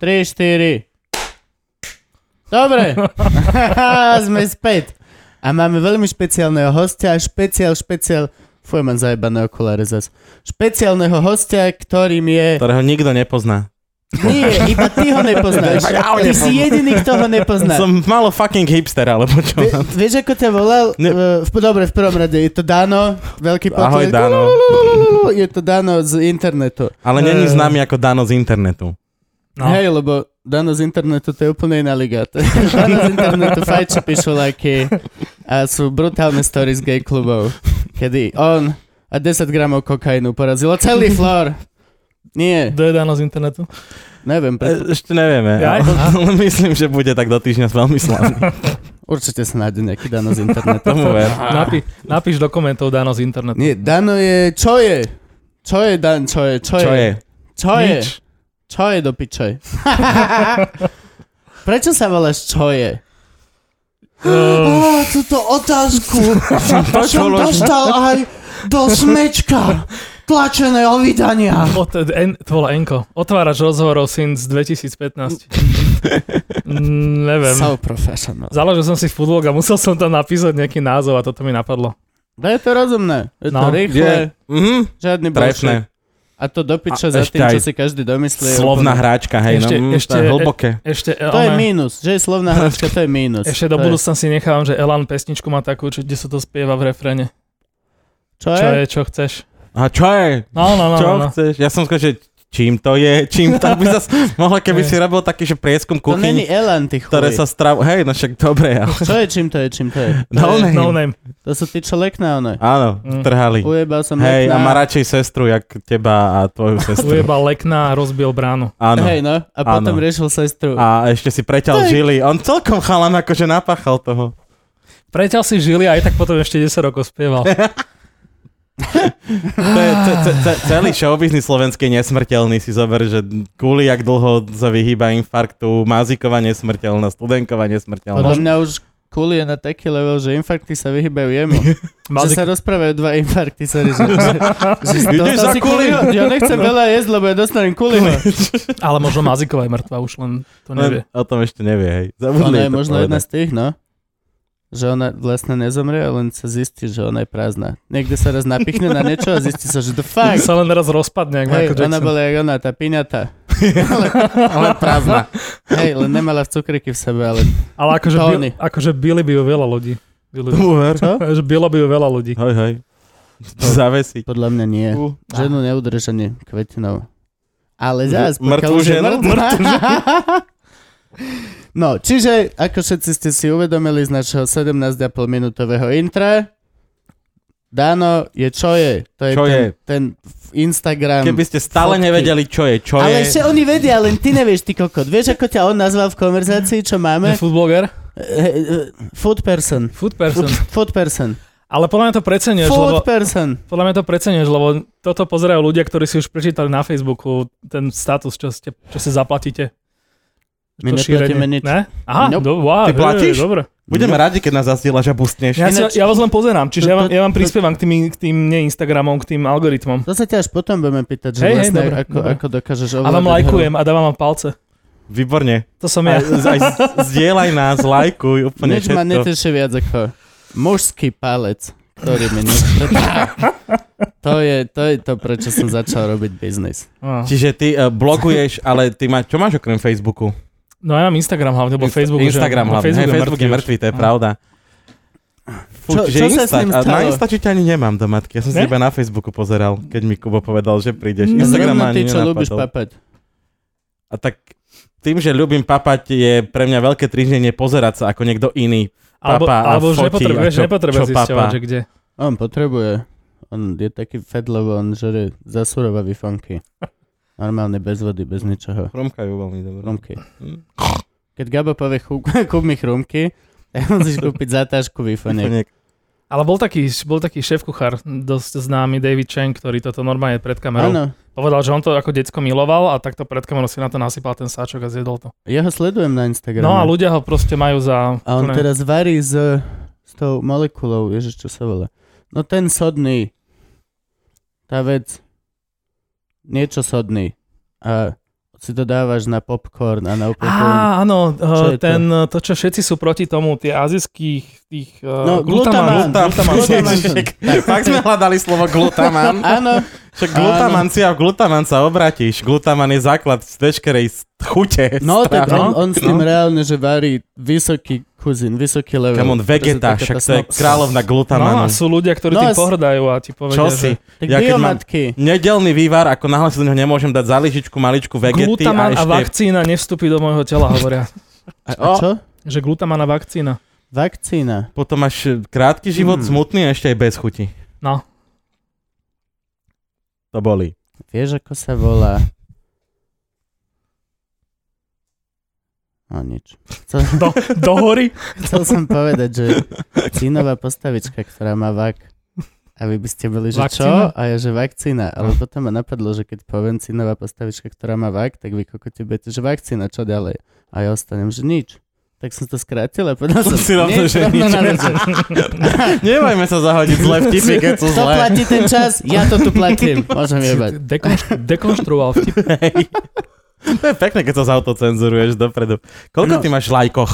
3, 4. Dobre, sme späť. A máme veľmi špeciálneho hostia, špeciál, špeciál, fuj, mám zajebané okuláre zas. Špeciálneho hostia, ktorým je... ktorého nikto nepozná. Nie, iba ty ho nepoznáš. Ja ho Ty si jediný, kto ho nepozná. Som malo fucking hipster, alebo čo? Vie- vieš, ako ťa volal? Ne- Eh, V, dobre, v prvom rade je to Dano, veľký Ahoj, potlesk. Dano. Je to Dano z internetu. Ale není známy ako Dano z internetu. No. Hej, lebo Dano z internetu to je úplne iná liga. To- Dano z internetu fajči píšu lajky a sú brutálne story z gay klubov. Kedy on a 10 gramov kokainu porazilo celý flor. Nie, Kto je dáno z internetu? neviem, pre... E, Ešte nevieme. Ja? Ale myslím, že bude tak do týždňa veľmi slavný. určite sa nájde nejaký Dano z internetu. Tomu ver. Napí, napíš do komentov dáno z internetu. Nie, Dano je... Čo je? Čo je, Dan? Čo je? Čo, Čo je? Čo je? Nič. Čo je do piče? Prečo sa voláš čo je? Á, Uh, túto otázku som bolo- dostal aj do smečka tlačeného vydania. od, eh, en, to bola Enko. Otvárač rozhovorov since 2015. Mm, neviem. So professional. Založil som si foodlog a musel som tam napísať nejaký názov a toto mi napadlo. No je to rozumné. Je to No. Je. rýchle, Mhm. žiadny bullshit. Trefné. A to do piče A za ešte tým, čo aj si každý domyslí. je Slovná úplne- hráčka, hej. Ešte- no, mm, ešte- to je hlboké. Ešte, eh, To je mínus, že je slovná hračka, to je mínus. ešte do To je- budúcna si nechávam, že Elan pesničku má takú, čo, kde sa to spieva v refréne. Čo Čo je? je, čo chceš. A čo je? No, no, no. Čo no, no. chceš? Ja som skočil, čím to je, čím to by zas mohla, keby Hej. si robil taký, že prieskum To není kuchyň, elan, ty ktoré chuj. sa strav... Hej, no však dobre, ale... Čo je, čím to je, čím to je? No To je- name. No name. To sú tí, čo lekná, one. Áno, Mm. trhali. Ujebal som Hej, a lekná. má radšej sestru, jak teba a tvoju sestru. Ujebal lekná a rozbil bránu. Áno. Hej, no. A Áno. potom riešil sestru. A ešte si preťal žily. On celkom chalan akože napáchal toho. Preťal si žili a aj tak potom ešte 10 rokov spieval. To je, ce, ce, ce, celý showbiznis slovenský je nesmrteľný si zober, že kvôli jak dlho sa vyhýba infarktu, Mazíková nesmrteľná, Studenková Podľa nesmrteľná. mňa už cool je na taký level, že infarkty sa vyhýbajú jemu. Že Mazik, sa rozprávajú dva infarkty, sorry. Že, že, že Ideš dostal za si Kuliho? Kuliho? Ja nechcem veľa jesť, lebo ja dostanem kuliho. ale možno Maziková je mŕtva, už len to nevie. Len o tom ešte nevie, hej. Ona Zabudli jej je to možno jedna z povedať. tých, no. Že ona vlastne nezomrie, len sa zistí, že ona je prázdna. Niekde sa raz napichne na niečo a zistí sa, že the fuck. Sa len raz rozpadne, ako Hej, Michael ona Jackson. bola jak ona, tá piňata. ale, ale prázdna. Hej, len nemala v cukriky v sebe, ale... Ale akože, To bil, oni. akože bili by ju veľa ľudí. Bili by, Hm? Tomu ver. že bilo by ju veľa ľudí. Hoj, hoj. Zavesiť. Podľa mňa nie. no- U. Ženu neudržanie kvetinou. Ale zás, Mŕ- mŕtvu ženu? No, čiže, ako všetci ste si uvedomili z našeho 17,5 minútového intra, Dano je čo je. To je, Čo ten, je? ten Instagram. Keby ste stále Fotky. nevedeli, čo je, čo Ale je. ešte oni vedia, len ty nevieš, ty kokot. Vieš, ako ťa on nazval v konverzácii, čo Je máme? Eh, foodbloger? eh, Food person. Food person. Food person. Ale podľa mňa to precenieš, lebo... Food person. Podľa mňa to precenieš, lebo toto pozerajú ľudia, ktorí si už prečítali na Facebooku ten status, čo, ste, čo si zaplatíte. My To šírenie. neplatíme nič. Ne? Aha, Nope. do, wow, Ty hej, platíš? Dobre. No. Budeme radi, keď nás zasielaš a bustneš. Ja, si, Ináč- ja vás len pozerám, čiže ja vám, To- to- ja vám to- prispievam k tým, k tým ne Instagramom, k tým algoritmom. To sa ťa až potom budeme pýtať, že Hej, hej, vlastne dobre, ako, dobre. ako dokážeš A vám ovládať hru. lajkujem a dávam vám palce. Výborne. To som Aj, ja. aj z- zdieľaj nás, lajkuj, úplne Nič ma všetko. neteší viac ako mužský palec, ktorý mi nič... To je, to je to, prečo som začal robiť biznis. Á. Čiže ty uh, bloguješ, ale ty má, čo máš okrem Facebooku? No ja mám Instagram hlavne, lebo Insta- Facebook už je- Instagram no, hlavne. Facebook, Hej, Facebook je už. mŕtvy, to je Áno. pravda. Fuč, Čo- čo sa s ním a na stalo? Instačite ani nemám do matky. Ja som si Ne? iba na Facebooku pozeral, keď mi Kubo povedal, že prídeš. Mm. Instagram Zrovna ma ty, ani čo ľúbiš nenapadol. papať. A tak tým, že ľúbim papať, je pre mňa veľké tríždenie pozerať sa ako niekto iný. Alebo, Papa a alebo už fotí, nepotrebuješ, a čo- nepotrebuješ čo zisťovať, papa? že kde. On potrebuje. On je taký fed, lebo on žere zasurovavý funky. Normálne, bez vody, bez ničoho. Chromkajú veľmi dobre. Rumky. Mm. Keď Gabo povie, "Chú- kúp mi chrumky, tak musíš kúpiť zatážku výfoniek. Foniek. Ale bol taký, bol taký šéf-kuchár, dosť známy David Chang, ktorý toto normálne pred kamerou Áno, Povedal, že on to ako decko miloval a takto pred kamerou si na to nasypal ten sáčok a zjedol to. ja ho sledujem na Instagrame. No a ľudia ho proste majú za... A on úplne- teraz varí s, s tou molekulou, ježiš, čo sa volá. No ten sodný, tá vec, niečo sodný. A si to dávaš na popcorn a na úplne. Á, áno, Čo je eh, ten, to? čo všetci sú proti tomu, tie azijských, tých... eh, No, glutamán, glutamán, glutamán. glutamán. Fakt sme hľadali slovo glutaman. Áno, Však glutaman si a glutaman sa obratíš. Glutaman je základ z veškerej s- chute. no tak strava. on, on s tým reálne, že varí vysoký kuzín, vysoký level. Come on, Vegeta, Proste však taká to je snob- kráľovna No a glutamanu. sú ľudia, ktorí No no, a tým s- pohrdajú a ti povedia, Čo si? že Tak Ja keď mám- biomatky. Nedelný vývar, ako náhle si do neho nemôžem dať zaližičku, maličku vegety a glutaman a, ešte... vakcína nevstúpi do môjho tela, hovoria. A, a čo? že glutaman a vakcína. Vakcína. Potom máš e, krátky život, Hmm. smutný a ešte aj bez chuti. No. To boli. Vieš, ako sa volá? No nič. Chcel, Do, do hory? chcel som povedať, že cínová postavička, ktorá má vak. A vy by ste boli, že čo? Vakcína? A ja, že vakcína. Ale No. potom ma napadlo, že keď poviem cínová postavička, ktorá má vak, tak vy kokote budete, že vakcína, čo ďalej? A ja ostanem, že nič. Tak som to skrátil a povedal som Si rovno, že rovno nič. na reče. Nemajme sa zahodiť zle vtipy, keď sú Kto zlé. platí ten čas? Ja to tu platím. Môžem jebať. Dekonš- dekonštruoval vtip. Hej. To je pekné, keď sa zautocenzuruješ dopredu. Koľko No. ty máš lajkoch?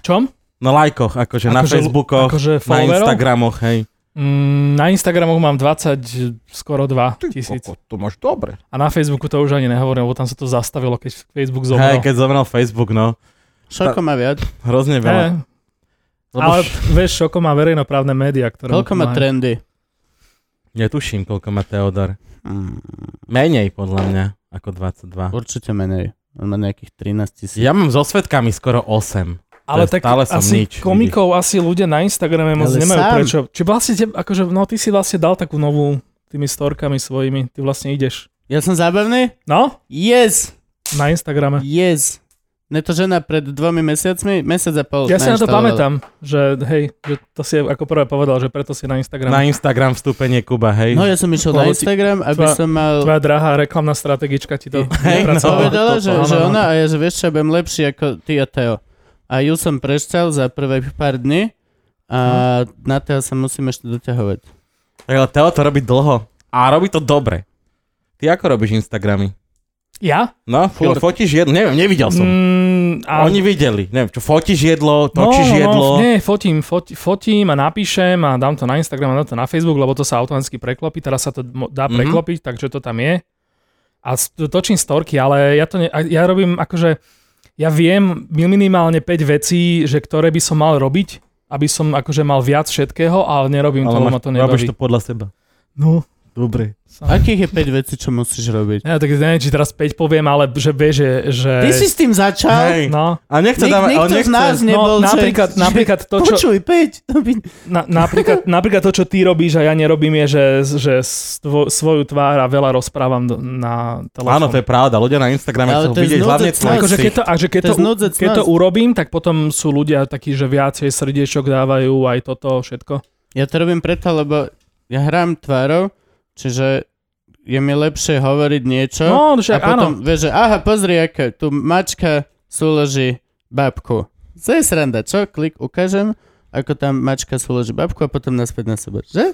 V čom? No lajkoch, akože na Akože- Facebookoch, Akože na followerov? Instagramoch, hej. Mm, na Instagramoch mám 20, skoro 2 tisíc. to máš dobre. A na Facebooku to už ani nehovorím, lebo tam sa to zastavilo, keď Facebook Hej, zomrel. keď zomrel Facebook, no. Šoko má viac. Hrozne veľa. Hej, Lebo ale š- vieš, Šoko má verejnoprávne médiá, ktoré... mu Koľko má pomáhajú. trendy? Netuším, koľko má Teodor. Mm, Menej, podľa mňa, ako 22. určite menej. On má nejakých 13 tisíc. Ja mám so svetkami skoro 8. Ale To je tak stále som asi nič, komikov asi ľudia na Instagrame moc Ale nemajú sám. prečo. Či vlastne, te, akože, no ty si vlastne dal takú novú tými storkami svojimi, ty vlastne ideš. Ja som zábavný? No, Yes! na Instagrame. Yes! Mne to žena pred dvomi mesiacmi, mesiac a pol. Ja si na nainštalovala. to pamätám, že hej, že to si ako prvé povedal, že preto si na Na Instagrame. Instagram vstúpenie Kuba, hej. No ja som išiel na Lebo ty- Instagram, aby tvoja- som mal... Tvoja drahá reklamná strategička ti to Hej, no. vypracovala. Povedala, to- že, áno, že áno. ona a ja, že vieš čo, ja budem lepší ako ty a Teo. A ju som prešťal za prvé pár dní a Hm. na Teo sa musím ešte doťahovať. Ale Teo to robí dlho. A robí to dobre. Ty ako robíš Instagramy? Ja? No, Furt. Furt. fotíš jedlo? Neviem, nevidel som. Mm, Mm, a... Oni videli. Neviem, čo fotíš jedlo, točíš no, jedlo. No, nie, fotím, fot, fotím a napíšem a dám to na Instagram a dám to na Facebook, lebo to sa automaticky preklopí, teraz sa to mo- dá Mhm. preklopiť, takže to tam je. A s- točím storky, ale ja to ne, a- ja robím akože, ja viem minimálne 5 vecí, že ktoré by som mal robiť, aby som akože mal viac všetkého, ale Ale nerobím to, lebo máš- ma to robíš nebaví. to podľa seba. No, Dobre. sám. Akých je 5 vecí, čo musíš robiť? Ja tak neviem, či teraz 5 poviem, ale že vieš, že... že Ty si s tým začal? Hej. No, A nechce Nik, dávať, ale nikto z nechce... nás nebol, že- napríklad- že- napríklad to, čo- Počuj, 5. To by... Na, napríklad, napríklad to, čo ty robíš a ja nerobím, je, že, že svo, svoju tvár a veľa rozprávam do, na telefóne. Áno, to je pravda. Ľudia na Instagrame Ale chcú to je vidieť hlavne znúdec- tvoj akože keď to, a že keď To je to, u- znudzec keď to nás. urobím, tak potom sú ľudia takí, že viacej srdiečok dávajú aj toto všetko. Ja to robím preto, lebo ja hrám tvárou, čiže je mi lepšie hovoriť niečo. No, a že áno. potom vieš, že aha, pozri, aká tu mačka súloží babku. To je sranda, čo? Klik, ukážem, ako tam mačka súloží babku a potom naspäť na seba, že?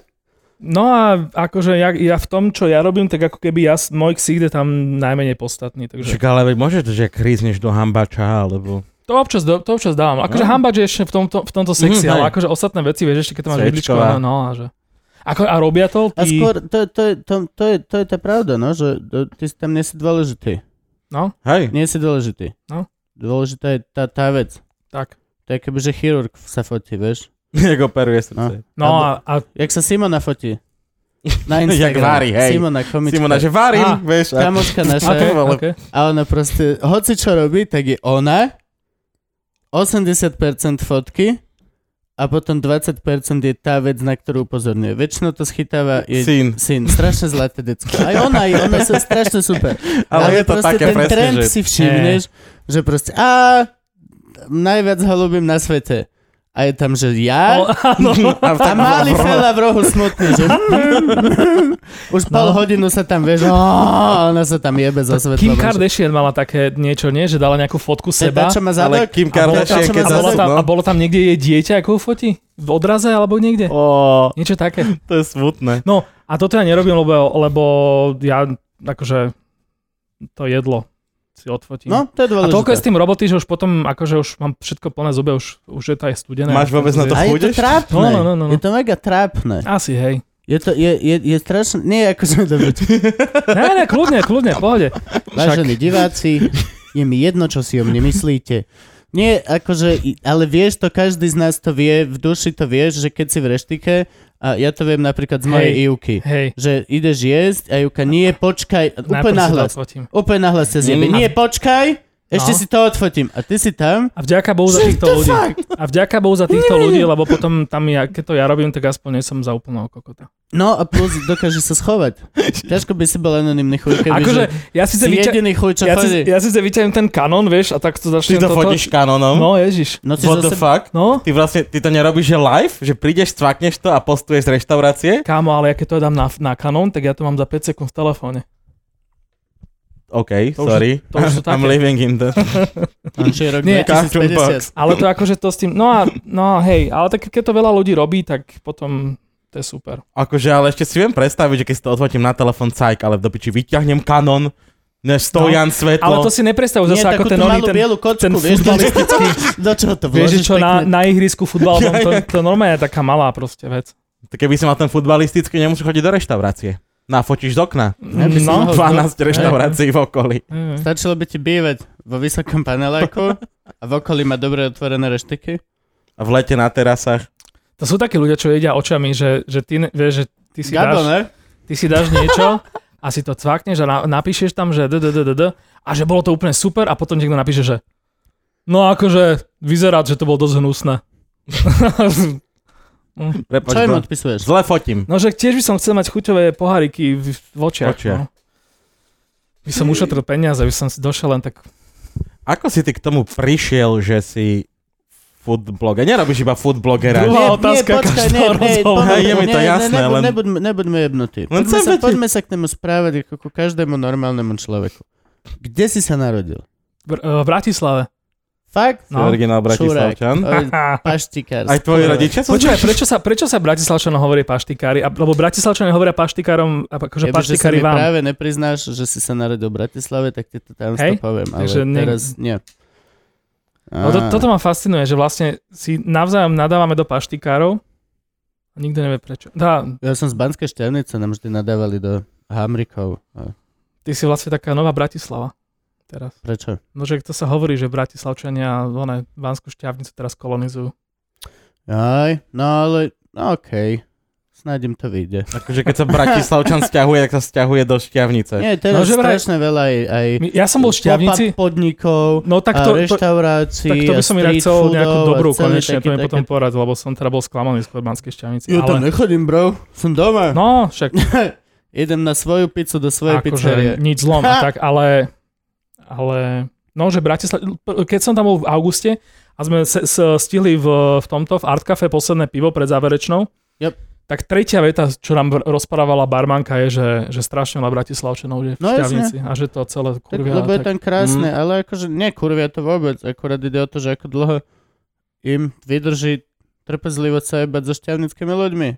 No a akože ja, ja v tom, čo ja robím, tak ako keby ja, s- môj ksík je tam najmenej podstatný. Takže Však ale veď môžeš, že krízneš do hambača, alebo... to občas, do, to občas dávam. Akože No. hambač je ešte v tomto, v tomto sexy, Mhm, ale hej. akože ostatné veci, vieš, ešte keď to máš Cečková. vybličkované, no a že... Ako, a robia to A tí... skôr, to, to, je- to, to, je, to je tá pravda, no, že e, ty si tam nie si dôležitý. No, Hej. Nie si dôležitý. No. Dôležitá je tá, tá vec. tak. To je keby, že chirurg sa fotí, vieš. Jak operuje srdce. No a, a Jak sa Simona fotí. Na Jak Instagram. varí, hej. Simona, komička. Simona, že varím, Á, vieš. A... Kamoška naša. Okay, ale- okay. A ona proste, hoci čo robí, tak je ona, 80% fotky a potom 20% je tá vec, na ktorú upozorňuje. Väčšinou to schytáva jej Syn. syn. Strašne zlaté decko. Aj ona je, ona sa strašne super. Ale, je to proste také ten presne, trend že... si všimneš, že proste a najviac ho ľúbim na svete. A je tam, že ja... O, áno. A malý fela v rohu smutný, že... Už pol No. hodinu sa tam vieš, "Á, ona sa tam jebe zo svetla. Kim Kardashian mala také niečo, nie? Že dala nejakú fotku seba. čo má zadok? Ale Kim A bola Kardashian, tam- keď a, za bolo zase... zadok, tam, a no. bolo tam niekde jej dieťa, ako ho fotí? V odraze alebo niekde? Ó, Niečo také. to je smutné. No a toto ja nerobím, lebo, lebo ja akože to jedlo si odfotím. No, to je a dôležité. toľko je s tým roboty, že už potom, akože už mám všetko plné zube, už, už je to aj studené. Máš vôbec na to a je to pôjdeš? trápne. No, no, no, no, no. Je to mega trápne. Asi, hej. Je to, je, je, je strašne, nie akože dobre, Ne, ne, kľudne, kľudne, v pohode. vážení diváci, je mi jedno, čo si o mne myslíte. Nie, akože, ale vieš to, každý z nás to vie, v duši to vieš, že keď si v reštike, a ja to viem napríklad z mojej Hej. Ivky, Hej. že ideš jesť a Ivka, nie, počkaj, najprv úplne si to nahlas, odfotím. úplne nahlas sa zjebe, Mm. nie, počkaj, ešte No. si to odfotím. A ty si tam? A vďaka Bohu za týchto ľudí. A vďaka Bohu za týchto ľudí, lebo potom tam, ja, keď to ja robím, tak aspoň nie som za úplného kokota. No a plus dokáže sa schovať. Ťažko by si bol anonimný chuj, keby, Akože, že ja síce si vyťa- jediný chuj, čo ja, chodí. si, ja síce vyťahujem ten kanón, vieš, a tak to Ty začnem to toto. fotíš kanonom? No, ježiš. No si What zase the fuck? No, Ty vlastne, ty to nerobíš že live? Že prídeš, cvakneš to a postuješ z reštaurácie? kámo, ale ja keď to dám na, na kanón, tak ja to mám za 5 sekúnd v telefóne. OK, To už- sorry. to už sú I'm také. living in the... Tam No, je rok Nie, 2050. Ale to akože to s tým, no a, no a hej, ale tak keď to veľa ľudí robí, tak potom to je super. Akože, ale ešte si viem predstaviť, že keď si to odfotím na telefon, cajk, ale v dopiči vyťahnem kanon, ne, stojan, svetlo. No, Ale to si nepredstavuj No. Nie, zase ako takú ten tú oný, malú ten, bielu kocku, ten vieš, do, futbalistický, do čoho to vieš, že vložíš čo na, pekne? na ihrisku futbalovom, Ja, to, ja. to normálne je taká malá proste vec. To Keby si mal ten futbalistický, nemusíš chodiť do reštaurácie. Nafotíš z okna. Ja by som No, mohol- 12 reštaurácií v okolí. Mm. Stačilo by ti bývať vo vysokom paneláku a v okolí má dobre otvorené reštiky. A v lete na terasách. To sú takí ľudia, čo jedia očami, že, že ty, ne- vieš, že ty si Gabo, dáš, ne? ty si dáš niečo a si to cvakneš a na, napíšeš tam, že d, d, d, d, d, a že bolo to úplne super a potom niekto napíše, že no akože vyzerá, že to bolo dosť hnusné. Prepač, Čo im bro. odpisuješ? Zle fotím. No, že tiež by som chcel mať chuťové poháriky v, v očiach. Očiach. No. By som ušetril peniaze, by som si došiel len tak... Ako si ty k tomu prišiel, že si food bloger? Nerobíš iba food blogera. Druhá- otázka akože každého rozhovoru. poďme, Hej, je mi to ne, jasné, ne, len- Nebuďme, nebuďme jebnutí. Len Poďme chcem sa, vedieť. poďme sa k tomu správať ako ku každému normálnemu človeku. Kde si sa narodil? Br- e, v Bratislave. Fakt? No. No. Originál Čurák. Bratislavčan. Oj, Ha. Paštikár. Aj tvoji rodičia sú E, Počúvaj, prečo sa, prečo sa Bratislavčanom hovorí paštikári? A, lebo Bratislavčania hovoria paštikárom, a akože Keby, že sa paštikári mi vám. práve nepriznáš, že si sa narodil v Bratislave, tak ti to tam to Hej, poviem, ale takže ne- teraz nie. No to, Á. toto ma fascinuje, že vlastne si navzájom nadávame do paštikárov a nikto nevie prečo. Tá, Ja som z Banskej Štiavnice, nám vždy nadávali do Hamrikov. A ty si vlastne taká nová Bratislava teraz. prečo? No, že to sa hovorí, že Bratislavčania one Vánsku šťavnicu teraz kolonizujú. Aj, no ale, no okej. Snáď im to vyjde. Akože keď sa Bratislavčan stiahuje, tak sa stiahuje do Šťavnice. Nie, teraz No, že vraj- strašne veľa aj, aj My- Ja som bol v šťavnici, pop-up podnikov, no tak to, a to, reštaurácií tak to by som a inak street chcel foodov nejakú a dobrú celý konečne, taký- to mi také- potom poradil, lebo som teda bol sklamaný z Chorbanskej šťavnici. Ja tam Ale, nechodím, bro. Som doma. no, však Idem na svoju pizzu do svojej pizzerie. akože nič zlom a tak, ale, ale no, že Bratislav, keď som tam bol v auguste a sme s, s, stihli v, v tomto, v Art Cafe posledné pivo pred záverečnou, Yep. tak tretia veta, čo nám r- rozprávala barmanka, je, že, že strašne veľa Bratislavčanov je v No, jasne. šťavnici a že to celé Tak, kurvia. lebo je tak, Mm. tam krásne, ale akože nie kurvia to vôbec, akurát ide o to, že ako dlho im vydrží trpezlivo sa jebať so šťavnickými ľuďmi.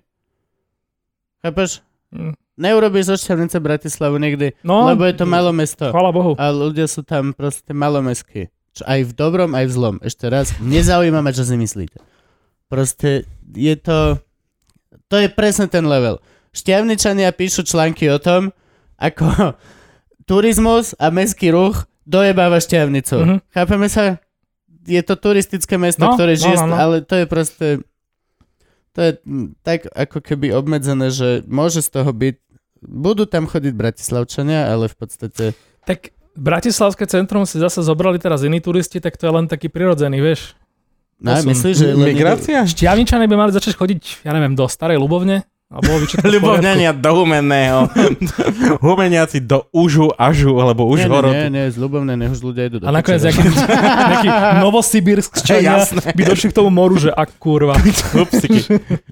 Chápeš? Mm. Neurobíš zo šťavnice Bratislavu nikdy, No, lebo je to malé mesto. Chvala Bohu. A ľudia sú tam proste malomestskí. Čo aj v dobrom, aj v zlom. Ešte raz, nezaujíma ma, čo si myslíte. Proste je to... To je presne ten level. Šťavničania píšu články o tom, ako turizmus a mestský ruch dojebáva šťavnicu. Mhm. Chápeme sa? Je to turistické mesto, No, ktoré no, žije, no, no. ale to je proste... To je mm, tak ako keby obmedzené, že môže z toho byť... Budú tam chodiť bratislavčania, ale v podstate... Tak Bratislavské centrum si zase zobrali teraz iní turisti, tak to je len taký prirodzený, vieš. No, Posun. myslíš, že... len- Migrácia? Šťavničania by mali začať chodiť, ja neviem, do Starej Ľubovne. A bolo by všetko v poriadku. Ľubovňania do Humenného. Humeniaci do Užu, Ažu, alebo Nie, nie, nie, Užhorodu. nie, z Ľubovne, nech už ľudia idú do A nakoniec piče. nejaký, nejaký novosibirskčania Jasné. by došli k tomu moru, že ak kurva. Upsiky.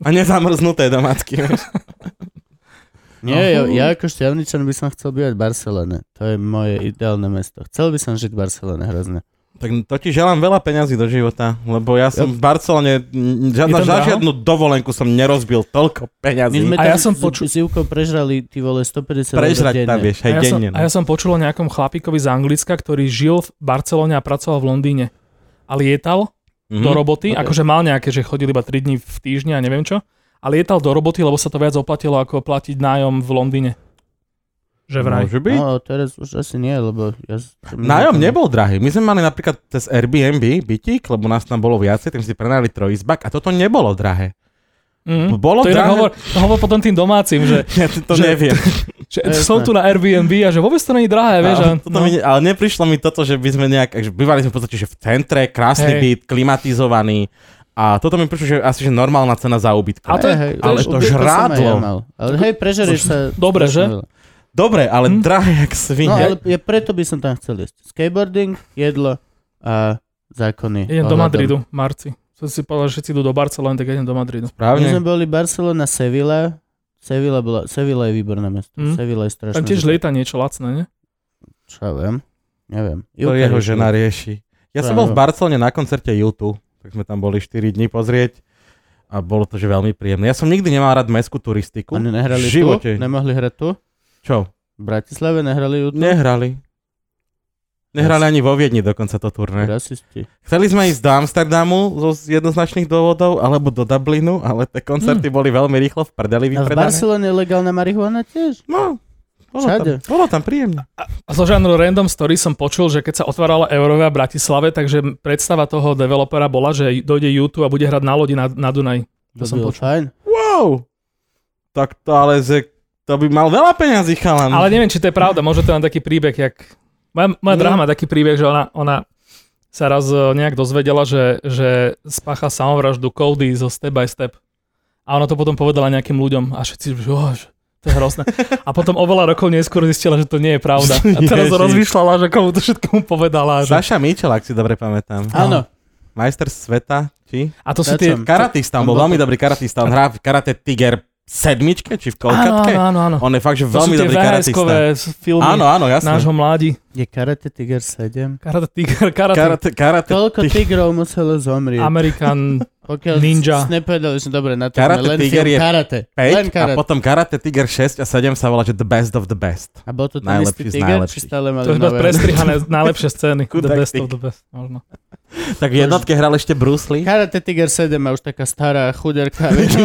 A nezamrznuté domácky. Nie, No. ja, ja ako šťavničan by som chcel bývať v Barcelone. To je moje ideálne mesto. Chcel by som žiť v Barcelone hrozne. Tak to ti želám veľa peňazí do života, lebo ja som v Barcelone, n- žiadna, Je tam za draho? žiadnu dovolenku som nerozbil toľko My peňazí. sme A tam ja som s- poču- s Ivkou prežrali, ty vole, 150 eur Prežrať denne. tam vieš, A aj ja, som, denne. no. a ja som počul o nejakom chlapíkovi z Anglicka, ktorý žil v Barcelone a pracoval v Londýne. A lietal Mhm. do roboty, Ok. akože mal nejaké, že chodil iba 3 dní v týždni a neviem čo, a lietal do roboty, lebo sa to viac oplatilo, ako platiť nájom v Londýne. Že vraj. no. Môže byť. No, No, teraz už asi nie, lebo ja... s- Nájom nebol drahý. My sme mali napríklad cez Airbnb bytík, lebo nás tam bolo viacej, tým si prenajali trojizbak a toto nebolo drahé. Mm. Bolo To drahé, inak hovor, to hovor potom tým domácim, že, ja to, to že- neviem. že Jasné. som tu na Airbnb a že vôbec to není drahé, vieš. A, ale, toto no. mi, ale neprišlo mi toto, že by sme nejak, že bývali sme v podstate že v centre, krásny Hej. byt, klimatizovaný a toto mi prišlo, že asi že normálna cena za ubytko. A to je- hej, ale ubytko to som aj žrádlo. ja mal. Ale hej, prežereš sa... Dobre, že? Dobre, ale Hm? drahé jak No, ale svinia. ja preto by som tam chcel jesť. Skateboarding, jedlo a zákony. Idem do ohľadom- Madridu, v marci. Som si povedal, že všetci idú do Barcelony, tak idem do Madridu. My sme Správne. boli Barcelona, Sevilla. Sevilla, bola, Sevilla je výborné mesto. Mm. Sevilla je strašné. Tam tiež mesto. lieta niečo lacné, ne? Čo ja viem? Neviem. Ivka To jeho riešila. žena rieši. Ja som Áno. bol v Barcelone na koncerte YouTube, tak sme tam boli 4 dní pozrieť a bolo to že veľmi príjemné. Ja som nikdy nemal rád mestskú turistiku. Oni nehrali v tu? živote. Nemohli hrať tu? Čo? V Bratislave nehrali ju tu? Nehrali. Nehrali ani vo Viedni dokonca to Hm, turné. Rasisti. Chceli sme ísť do Amsterdamu zo z jednoznačných dôvodov, alebo do Dublinu, ale tie koncerty Hm. boli veľmi rýchlo v No, A prdeli v vypredané. Barcelone je legálna marihuana tiež? No, bolo Všade. tam, bolo tam príjemne. A zo žánru random story som počul, že keď sa otvárala Eurovia v Bratislave, takže predstava toho developera bola, že dojde YouTube a bude hrať na lodi na, na Dunaj. To, som bolo počul. fajn. Wow! Tak to ale ze, to by mal veľa peňazí, chalan. Ale neviem, či to je pravda, možno to je len taký príbeh, jak... Moja, Mm. moja drahá má taký príbeh, že ona, ona sa raz e, nejak dozvedela, že, že spácha samovraždu Cody zo Step by Step. A ona to potom povedala nejakým ľuďom a všetci, že "Jož, to je hrozné. A potom oveľa rokov neskôr zistila, že to nie je pravda. A teraz Ježiš. rozmýšľala, že komu to všetkomu povedala. Že... Saša Mitchell, ak si dobre pamätám. No. Áno. Majster sveta, či? A to sú tie... Dačom. Karatista, on bol On bol- veľmi dobrý karatista. On hrá v Karate Tiger sedmičke, či v Áno, koľkatke? áno, áno, áno. On je fakt, že To sú veľmi tie dobrý VHS-kové karatista. filmy Áno, áno, jasné. nášho mládi. Je Karate Tiger 7. Karate Tiger, Karate, Karate, karate, Koľko ti- tigrov muselo zomrieť? Amerikan. Pokiaľ Ninja. s- nepovedali, že dobre, na to Karate sme len Tiger film je karate. len 5 a karate. A, potom Karate Tiger 6 a 7 sa volá, že The Best of the Best. bol to ten istý Najlepší z tiger, či najlepších. stále mali To je iba nové? prestrihané z najlepšie scény. The Chudák best ty. of the best, možno. Tak v jednotke hral ešte Bruce Lee. Karate Tiger 7 má už taká stará chuderka. vieš.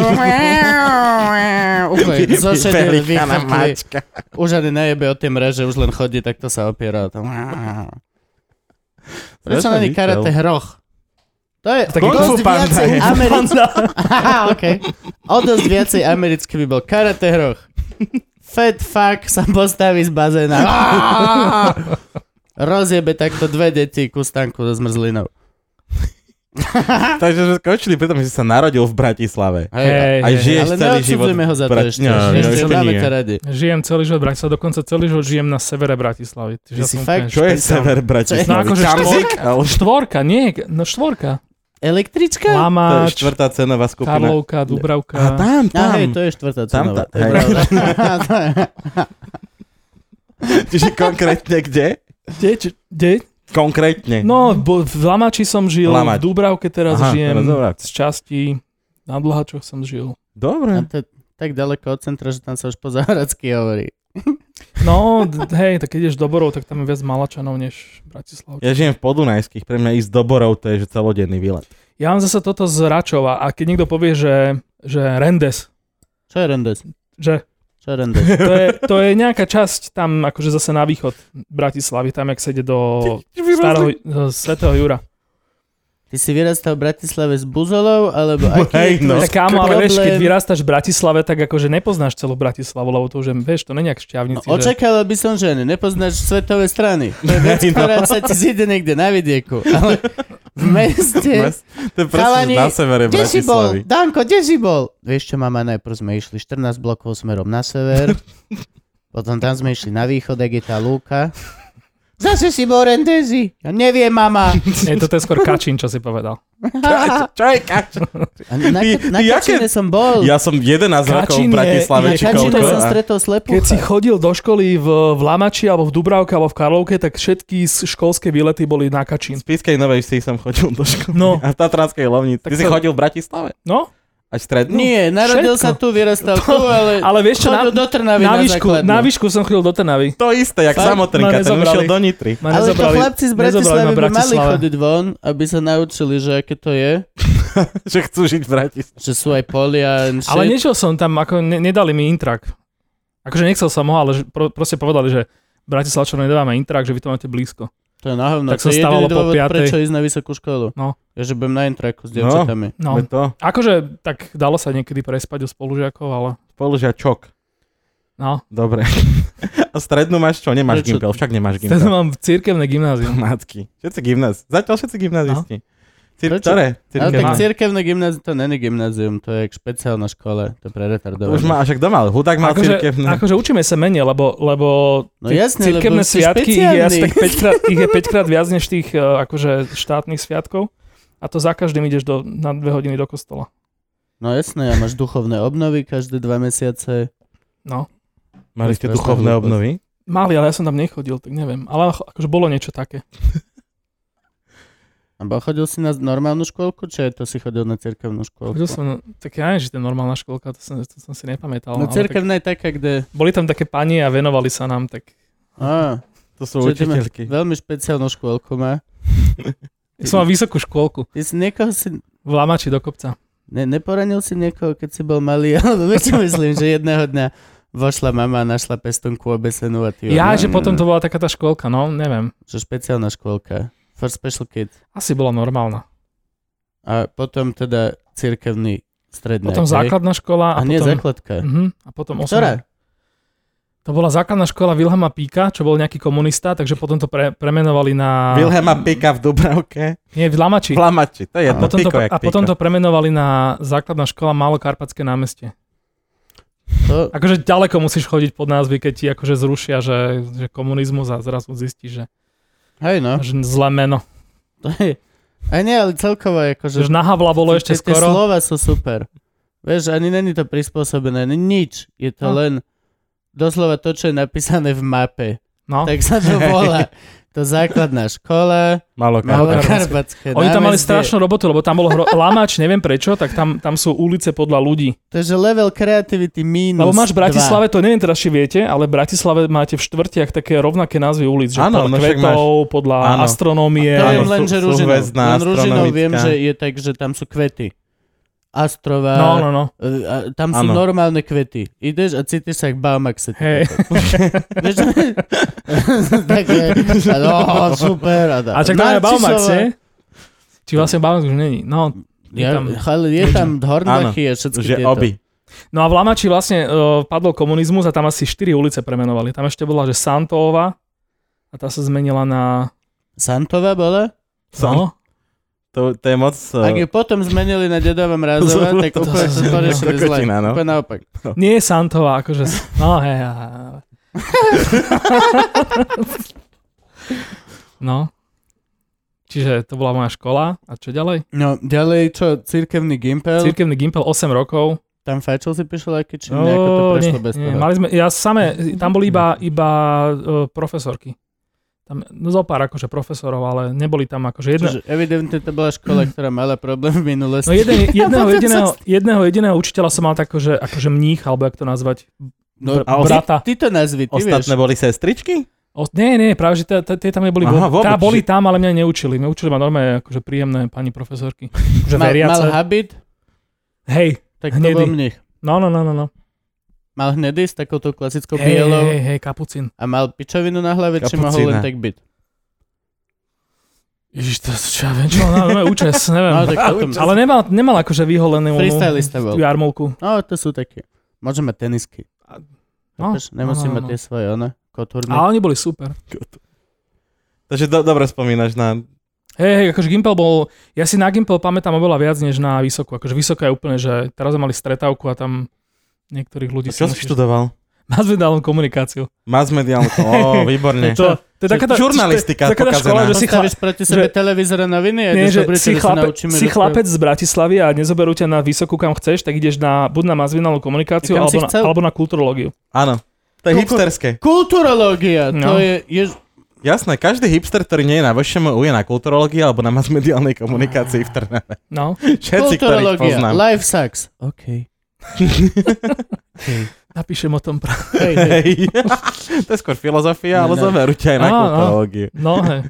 Úplne zošedené, Vypelichaná vychatli. mačka. Už ani nejebe o tie mreže, už len chodí, tak to sa opiera. o to. Prečo Strašný není výčel. karate hroch? To je Taký o Kung dosť Fu Panda viacej je. americký. okay. O dosť viacej americký by bol karate hroch. Fat fuck sa postaví z bazéna. Rozjebe takto dve deti ku stanku so zmrzlinou. Takže sme skončili, pretože si sa narodil v Bratislave. Hej. Aj žiješ Ale celý život. neodsudzujme ho za to Brat- ešte. Nie, že ešte ešte máme no, nie. ťa radi. Žijem celý život v Bratislave, dokonca celý život žijem na severe Bratislavy. Čiže Ty ja si som fakt- úplne Čo je Špeciál. sever Bratislavy? No akože Kamzik? Ale š- Štvorka, nie, no štvorka. Električka? to je Lamáč, štvrtá cenová skupina. Karlovka, Dubravka. A tam, A tam. hej, to je štvrtá Tam cenová. tá- hej. Čiže konkrétne kde? Kde, č- kde? Konkrétne. No, bo v Lamáči som žil, Lamáč. v Dubravke teraz Aha, žijem, teraz Dubravka. z časti na Dlhačoch som žil. A Dobre. to je tak ďaleko od centra, že tam sa už po záhradsky hovorí. No, d- hej, tak keď ideš do Borov, tak tam je viac Malačanov než Bratislavčanov. Ja žijem v Podunajských, pre mňa ísť do Borov to je že celodenný výlet. Ja mám zase toto z Račova a keď niekto povie, že, že Rendes, Čo je rendes? že Čo je rendes? to je, to je nejaká časť tam akože zase na východ Bratislavy, tam jak sa ide do starého, do Svetého Jura. Ty si vyrastal v Bratislave s buzolou, alebo aký Hej, je no. tvoj tak kámo, ale vieš, keď problém? vyrastáš v Bratislave, tak akože nepoznáš celú Bratislavu, lebo to už je, vieš, to není jak šťavnici. No, Očakával by som, že ani nepoznáš svetové strany. To je vec, Hej, no. ktorá sa ti zíde niekde na vidieku. Ale v meste... Mes- To je presne Chalani, na severe Kde si bol? Bratislavy. Danko, kde si bol? Vieš čo, mama, najprv sme išli 14 blokov smerom na sever, potom tam sme išli na východ, ak je tá lúka, Zase si bol rendezi. Ja neviem, mama. Nie, toto je skôr Kačín, čo si povedal. Čo je kač? A na, Ty- na ty Kačine jaké- som bol. Ja som 11 rokov v Kačín je- Bratislave, na je či Kačine koľko. som a- stretol Keď si slepucha. chodil do školy v, v Lamači, alebo v Dubravke, alebo v Karlovke, tak všetky s- školské výlety boli na Kačín. Z Pískej Novej Vsi som chodil do školy. No. A v Tatranskej Lovnici. Ty Tak si to- chodil v Bratislave? No, Až strednú? Nie, narodil všetko. sa tu, vyrastal tu, ale, ale vieš čo, chodil na, do Trnavy na, na, výšku, základnú. na výšku som chodil do Trnavy. No, To isté, jak Fakt? samotrinka, Ma ten nezobrali. išiel do Nitry. Ma Ale to nezobrali- chlapci z nezobrali Bratislavy ma v by mali Bratislave. chodiť von, aby sa naučili, že aké to je. Že chcú žiť v Bratislave. Že sú aj polia and shit. Ale nešiel som tam, ako ne, nedali mi intrak. Akože nechcel som ho, ale že, pro, proste povedali, že Bratislavčanom nedávame intrak, že vy to máte blízko. To je na hovno. Tak to sa je jediný stávalo po dôvod, piatej. prečo ísť na vysokú školu. No. Ja, že budem na intraku s dievčatami. No. Veď to, Akože tak dalo sa niekedy prespať u spolužiakov, ale položia čok. no. Dobre. A strednú máš čo? Nemáš Prečo? gimpel, však nemáš Teraz gimpel. mám cirkevné gymnázium. Matky. Všetci gymnáz. Zatiaľ všetci gymnázisti. Cir- Prečo? Ale ktoré? tak Cirkevné. cirkevné gymnázium, to není gymnázium, to je jak špeciálna škola, to je pre retardovaných. Už má, a však kto mal? Hudák mal Akože, cirkevné. akože učíme sa menej, lebo, lebo No tie jasne, cirkevné lebo si sviatky ich je, asi špeciálny. tak 5 krát, ich je 5 krát viac než tých eh, akože štátnych sviatkov. A to za každým ideš do, na dve hodiny do kostola. No jasné, a máš duchovné obnovy každé dva mesiace. No. Mali ste duchovné obnovy? Mali, ale ja som tam nechodil, tak neviem. Ale ako- akože bolo niečo také. A bo chodil si na normálnu škôlku, či aj to si chodil na cirkevnú škôlku? Chodil som, tak ja neviem, že to je normálna školka, to som, to som si nepamätal. No ale tak, cirkevná je taká, kde... boli tam také pani a venovali sa nám, tak Á, To čiže sú ty máš učiteľky. Veľmi špeciálnu škôlku má. ja som mal vysokú škôlku Ty si niekoho si... v Lamači do kopca. Ne, neporanil si niekoho, keď si bol malý, ale vieš, čo myslím, že jedného dňa vošla mama a našla pestunku obesenú a ty... Ja, ona- že potom to bola taká tá škôlka, no neviem. Že špeciálna škôlka. For special kids. Asi bola normálna. A potom teda cirkevný stredný. Potom základná škola A, a a, nie potom... základka. Mhm, a potom Ktorá? osnovná. To bola základná škola Wilhelma Píka, čo bol nejaký komunista, takže potom to pre, premenovali na... Wilhelma Pika v Dubravke. Nie, v V Lamači. Lamači. To je A to potom to, Piko jak a potom Piko. to premenovali na základná škola Malokarpatské námestie. To, Akože ďaleko musíš chodiť pod názvy, keď ti akože zrušia, že, že komunizmus a zrazu zistíš, že, hej no. že zlé meno. To je, a nie, ale celkovo je akože... Že na Havla bolo ešte tie, tie skoro. slova sú super. Vieš, ani není to prispôsobené, ani nič. Je to No. len doslova to, čo je napísané v mape. No. Tak sa to volá. To základná škola, Malo Malokarpatské Oni tam mali námestie. strašnú robotu, lebo tam bol hro... Lamač, neviem prečo, tak tam, tam sú ulice podľa ľudí. To je že level kreativity minus Lebo máš v dva. Bratislave, to neviem teraz, či viete, ale v Bratislave máte v štvrtiach také rovnaké názvy ulic, že Áno, podľa no však kvetov, podľa Áno. astronómie. To Áno, viem len, sú- že sú Ružinov. hväzdná, Len Ružinov viem, astronomická. že je tak, že tam sú kvety. Astrova, No, no, no. e, a tam sú Áno. normálne kvety. Ideš a cítiš sa jak Baumaxe. Hej. Vieš, také, a no, super. A, dá. A čak tam je Baumax, Narcisová- nie? Či vlastne Baumax už není. No, je Ja, tam... ale je tam Hornbachy a všetky Že tieto. obi. No a v Lamači vlastne uh, padol komunizmus a tam asi 4 ulice premenovali. Tam ešte bola, že Santová a tá sa zmenila na... Santova bola? Som- No, To, to je moc... e, Ak ju potom zmenili na Dedova Mrazova, tak To úplne sa to porešili zmenila. zle. Kokotina, no. Úplne naopak. nie je Santová, akože... s- No, hej, hej, hej. No. Čiže to bola moja škola. A čo ďalej? No, ďalej čo, cirkevný gimpel, Cirkevný gimpel 8 rokov. tam fajčil si píšel, aký či nejako to No, prešlo nie, bez nie, toho. Mali sme, ja samé, tam boli iba, iba uh, profesorky. Tam, no zo pár akože profesorov, ale neboli tam akože jedna, Čiže evidentne to bola škola, ktorá mala problém v minulosti. Mm. No jeden, jedného, Potom jediného, sa- jedného jediného učiteľa som mal tak, že, akože mních, alebo jak to nazvať, No, br- a os- brata. ty to nazvi, ty Ostatné vieš. boli sestričky? O, nie, nie, práve, že tie- tie tie tam neboli Aha, vôbec. Tá vôbec, boli že- tam, ale mňa neučili. Mňa učili ma normálne akože príjemné pani profesorky. Že Mal, mal veriace. habit, Hej, tak to Hnedý. bol mních. no, no, no, no. no. Mal hnedý s takouto klasickou Hej, hej, bielou hej, hej, kapucín. a mal pičovinu na hlave, či mohol len Kapucína. tak byť. Ježiš, to čo ja viem, čo on má no, účes, neviem. No, tak potom... ale nemal, nemal akože vyholenú Freestylista bol. jarmulku. No, to sú také. Môžeme tenisky. No, Chápeš? Nemusíme no, no, no. tie svoje, one, koturny. A oni boli super. Takže do, dobre spomínaš na... Hej, hej, akože Gimpel bol, ja si na Gimpel pamätám oveľa viac než na Vysokú. Akože Vysoká je úplne, že teraz sme mali stretávku a tam niektorých ľudí... Čo si musíš- študoval? Masmediálnu komunikáciu. Masmediálnu, ó, výborne. To, to je taká tá, Žurnalistika to je taká tá škola, pokazená. že si, chla, Postavíš proti sebe že- televízor a noviny a ideš nie, že do si, Bruselu, sa chlape, naučíme si rozprávať. chlapec z Bratislavy a nezoberú ťa na vysokú, kam chceš, tak ideš na, buď na masvinálnu komunikáciu Kam alebo si na, chcel? alebo na kulturológiu. Áno. To je Koľko- hipsterské. Kulturológia, to No. je, je... Jasné, každý hipster, ktorý nie je na VŠMU, je na kulturológii alebo na masmediálnej komunikácii v Trnave. No. Všetci, ktorých kulturológia, poznám. life sucks. OK. Napíšem o tom práve. Hej, hej. Hej. to je skôr filozofia, Ne, ale ne. zoberú ťa aj na Á, á. kulturológiu. No, hej.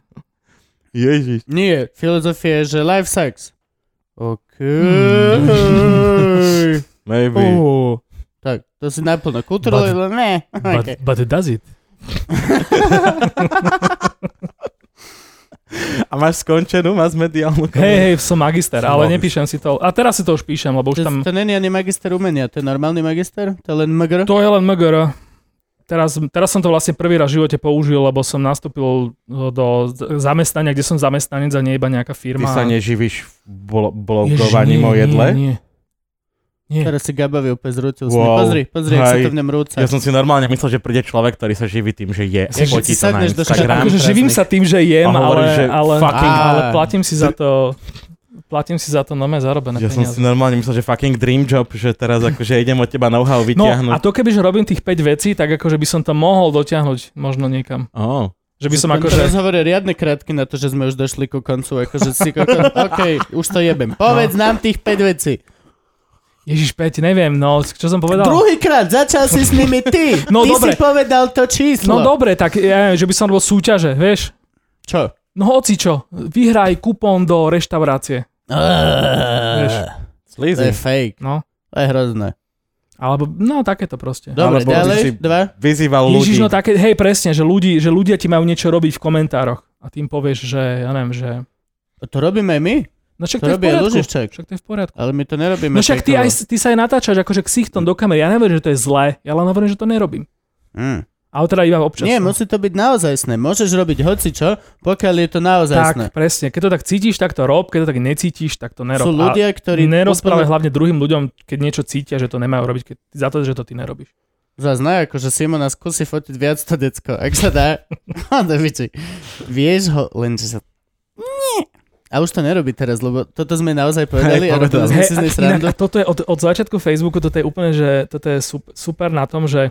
Ježiš. Nie, filozofia je, že life sucks. OK. Mm. Maybe. Uh. Tak, to si naplno. Kulturológia, ne. Okay. But, but does it? A máš skončenú masmediálnu Hej, komunikáciu. hej, som magister, Som ale magister. nepíšem si to. A teraz si to už píšem, lebo už To, tam... to není ani magister umenia, to je normálny magister? To je len MGR? To je len MGR. Teraz, teraz som to vlastne prvý raz v živote použil, lebo som nastúpil e, do z- zamestnania, kde som zamestnanec a nie iba nejaká Ty firma. sa neživíš blo- Ježiš, blogovaním o nie, jedle? Nie, nie. nie. Teraz si Gabavi opäť zrútil Wow. wow. Pozri, pozri, ak sa Hej. to v ňom rúca. Ja som si normálne myslel, že príde človek, ktorý sa živí tým, že je. Si- si Fotí to na sadneš do Instagram. šatky. Akože živím sa tým, že jem, A hovorí, ale, že ale, fucking- ale Á. platím si za to platím si za to nové zarobené Ja som peniaze. si normálne myslel, že fucking dream job, že teraz akože idem od teba know-how No a vyťahnuť. to kebyže robím tých 5 vecí, tak akože by som to mohol dotiahnuť možno niekam. Ó. Že by som Tento akože... rozhovor je riadne krátky na to, že sme už došli ku koncu. Akože si koko... OK, už to jebem. Povedz No. nám tých 5 vecí. Ježiš, Peť, neviem, no, čo som povedal? Druhýkrát začal si s nimi ty. No, ty si dobre. povedal to číslo. No dobre, tak ja, neviem, že by som robil súťaže, vieš? Čo? No hoci čo, vyhraj kupón do reštaurácie. Vieš. to je Sleazy. fake. No, To je hrozné. alebo, no takéto proste. Dobre, Alebo ďalej. si- Dva. Vyzýval ľudí. Ježiš, no také, hej, presne, že, ľudí, že ľudia ti majú niečo robiť v komentároch. A tým povieš, že, ja neviem, že... To robíme aj my. No však To to, je v robí aj poriadku. Lužiček. Však to je v poriadku. Ale my to nerobíme. No však ty, fejkovo. aj, ty sa aj natáčaš akože ksichtom do kamery. Ja neverím, že to je zlé. Ja len hovorím, že to nerobím. Mm. Ale teda iba občas. Nie, no. musí to byť naozajstné. Môžeš robiť hocičo, pokiaľ je to naozajstné. Tak, presne. Keď to tak cítiš, tak to rob. Keď to tak necítiš, tak to nerob. Sú ľudia, ktorí... a nerozprávaj hlavne druhým ľuďom, keď niečo cítia, že to nemajú robiť, keď, za to, že to ty nerobíš. Zazná, akože Simona skúsi fotiť viac to decko, ak sa dá. No, A do piči. Vieš ho, len že sa... Nie. A už to nerobí teraz, lebo toto sme naozaj povedali a Hej, robili povedal. sme si z nej a inak, srandu. a toto je od, od začiatku Facebooku, toto je úplne, že toto je sup- super na tom, že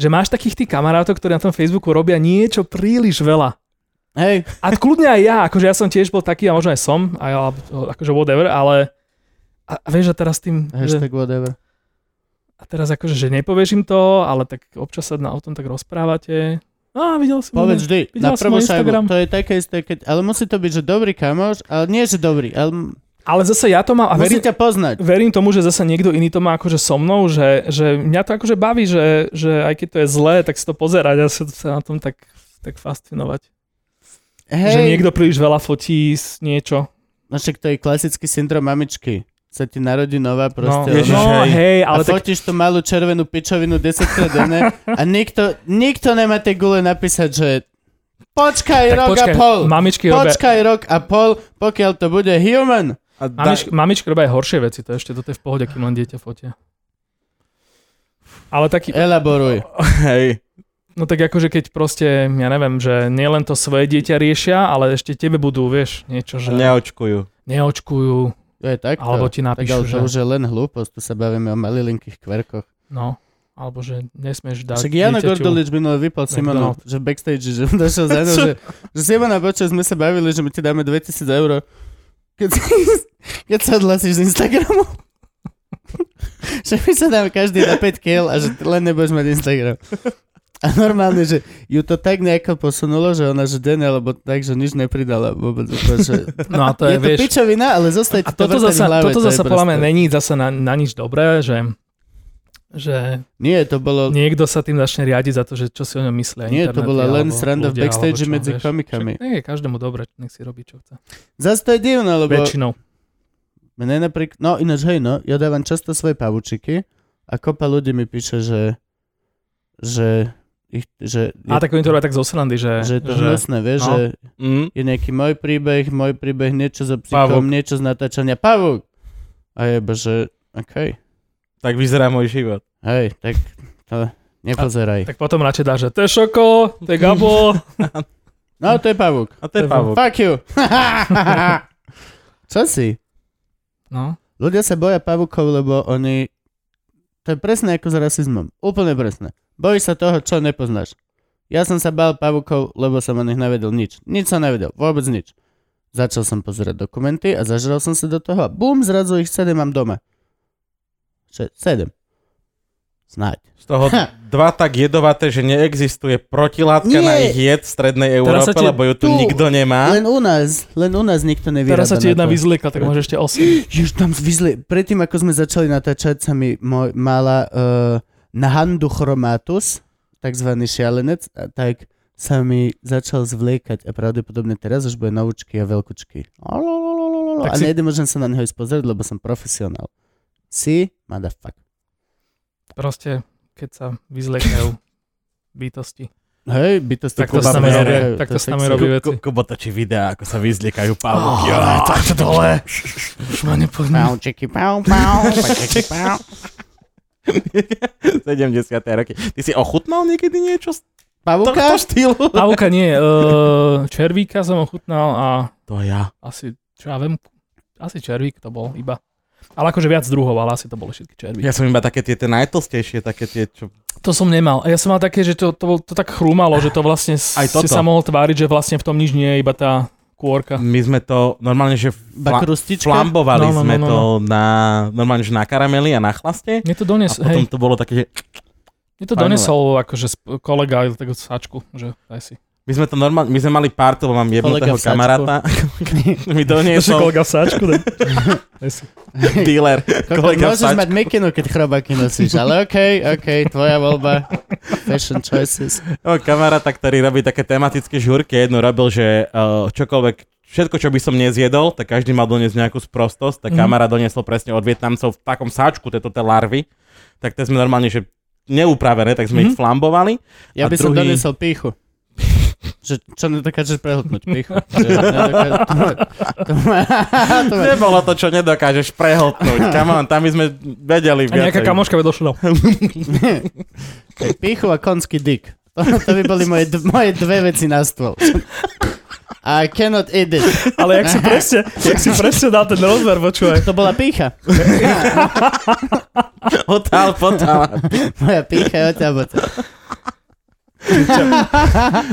že máš takých tých kamarátov, ktorí na tom Facebooku robia niečo príliš veľa. Hej, A kľudne aj ja, akože ja som tiež bol taký a možno aj som, aj, alebo- akože whatever, ale a, a vieš, a teraz tým, že, hashtag whatever. a teraz akože, že nepovieš im to, ale tak občas sa na, o tom tak rozprávate. No, videl som. Povedz vždy, na Videla som prvú môj Instagram. šajbu. To je také isté, keď... Ale musí to byť, že dobrý kamoš, ale nie, že dobrý, ale Ale zase ja to mám, a musí verím, ťa poznať. verím tomu, že zase niekto iný to má akože so mnou, že, že mňa to akože baví, že, že aj keď to je zlé, tak si to pozerať a sa, sa na tom tak, tak fascinovať. Hej, Hej. Že niekto príliš veľa fotí z niečo. no však to je klasický syndrom mamičky. Sa ti narodí nová No, proste. Ježiš, no hej. hej, Ale a ale tak, fotíš tú malú červenú pičovinu 10 krát denne a nikto, nikto nemá tie gule napísať, že počkaj tak rok a počkaj, pol. mamičky robia, Počkaj rok a pol, pokiaľ to bude human. A da- Mamičky, mamičky robia aj horšie veci, to ešte toto je v pohode, kým len dieťa fotia. Ale taký, Elaboruj. Hej. no tak akože keď proste, ja neviem, že nielen to svoje dieťa riešia, ale ešte tebe budú, vieš, niečo, že Neočkujú. neočkujú, To je takto. alebo ti tak ale napíšu, to už že je len hlúposť, tu sa bavíme o malilinkých kverkoch. no, alebo že nesmieš dať Však Jano dieťaťu- Gordulič minulý vypal Simonu, McDonald's. že v backstage, že došiel za ňou, že, že Simona, počas sme sa bavili, že my ti dáme 2000 eur, keď, keď sa odhlasíš z Instagramu. že my sa dáme každý na 5 kiel a že ty len nebudeš mať Instagram. A normálne, že ju to tak nejako posunulo, že ona, že den, alebo tak, že nič nepridala vôbec. Úplne, že... No a to Je je, to vieš, pičovina, ale zostaje a ti to toto vrtať v zasa, hlave. toto to je zasa podľa mňa proste- není zasa na, na nič dobré, že že Nie, to bolo... niekto sa tým začne riadiť za to, že čo si o ňom myslia. Nie, to bola len sranda v backstage medzi komikami. Však, nie, je každému dobre, nech si robí, čo chce. Zase to je divné, lebo... Väčšinou. Mne napríklad, no ináč hej, no, ja dávam často svoje pavučiky a kopa ľudí mi píše, že že ich, že, A tak oni to robia tak zo srandy, že... že je to že hnusné, vieš, no. že Mm. je nejaký môj príbeh, môj príbeh, niečo so psíkom, Pavúk. niečo z natáčania, pavúk! A jeba, že okej, Tak vyzerá môj život. hej, tak to Nepozeraj. Tak potom radšej dáš, že to je šoko, to je gabo. No, to je pavúk. A to je To je pavok. Fuck you. Čo si? No. Ľudia sa boja pavúkov, lebo oni... To je presne ako s rasizmom. Úplne presne. Bojíš sa toho, čo nepoznáš. Ja som sa bál pavúkov, lebo som o nich nevedel nič. Nič som nevedel. Vôbec nič. Začal som pozerať dokumenty a zažral som sa do toho a bum, zrazu ich sedem mám doma. Še- sedem. Snáď. Z toho Ha. dva tak jedovaté, že neexistuje protilátka Nie. na ich jed v strednej Teraz Európe, sa ti- lebo ju tu Tu. nikto nemá. Len u nás, len u nás nikto nevyrába Teraz sa na ti jedna to. vyzliekla, tak máš ešte 8. Ježiš, tam zvyzli. Predtým, ako sme začali natáčať, sa mi moj, mala uh, na handu chromatus, takzvaný šialenec, a tak sa mi začal zvliekať a pravdepodobne teraz už bude naučky a veľkočky. Alololololo. A Tak si- nejde, môžem sa na neho ísť pozrieť, lebo som profesionál. Si, motherfuck. Proste, keď sa vyzliekajú bytosti. Hej, by to ste Tak to s nami robí- tak to s nami Ku- robí ku- veci. Kubo točí videá, ako sa vyzliekajú pavúky. Ó, Oh, tak to dole. Už ma nepoznám. Pau, čeky, pau, pau, čeky, pau. 70. roky. Ty si ochutnal niekedy niečo z tohto Pavuka? štýlu? Pavúka nie, uh, červíka som ochutnal a To ja. asi, čo ja viem, asi červík to bol iba. Ale akože viac druhov, ale asi to boli všetky červíky. Ja som iba také tie, tie najtlstejšie, také tie, čo... To som nemal. Ja som mal také, že to, to, bol- to tak chrúmalo, že to vlastne Aj Aj toto. si sa mohol tváriť, že vlastne v tom nič nie je, iba tá kôrka. My sme to normálne, že Iba fla- krustička? flambovali No, no, no, sme no, to na, normálne, že na karameli a na chlaste. Mne to A dones, potom hej, to bolo také, že mne to fajnové. donesol akože sp- kolega takú sačku, že daj si. my sme to normálne, my sme mali pár, lebo mám Kolega jednotého v sáčku. kamaráta, mi doniesol v sačku, daj, daj si. dealer, kolega v Môžeš sáčku. mať mekinu, keď chrobáky nosíš, ale okej, okej, tvoja voľba. Fashion choices. Mám kamaráta, ktorý robí také tematické žúrky, jednu robil, že uh, čokoľvek, všetko, čo by som nezjedol, tak každý mal doniesť nejakú sprostosť, tak Mhm. kamera doniesol presne od Vietnamcov v takom sáčku, tieto tie larvy, tak tie sme normálne, že neupravené, tak sme Mhm. ich flambovali. Ja A by som druhý- donesol píchu. Že, čo nedokážeš prehltnúť píchu. Že nedoká- to ma- to ma- to ma- Nebolo to, čo nedokážeš prehltnúť. Come on, tam by sme vedeli A nejaká viacej. kamoška vedľa šla. Hej, Píchu a konský dyk. To, to by boli moje, d- moje dve veci na stôl. I cannot eat it. Ale jak si presne, jak si presne dal ten rozmer, počúvaj. To bola pícha. Otál, potál. Moja pícha je odtiaľ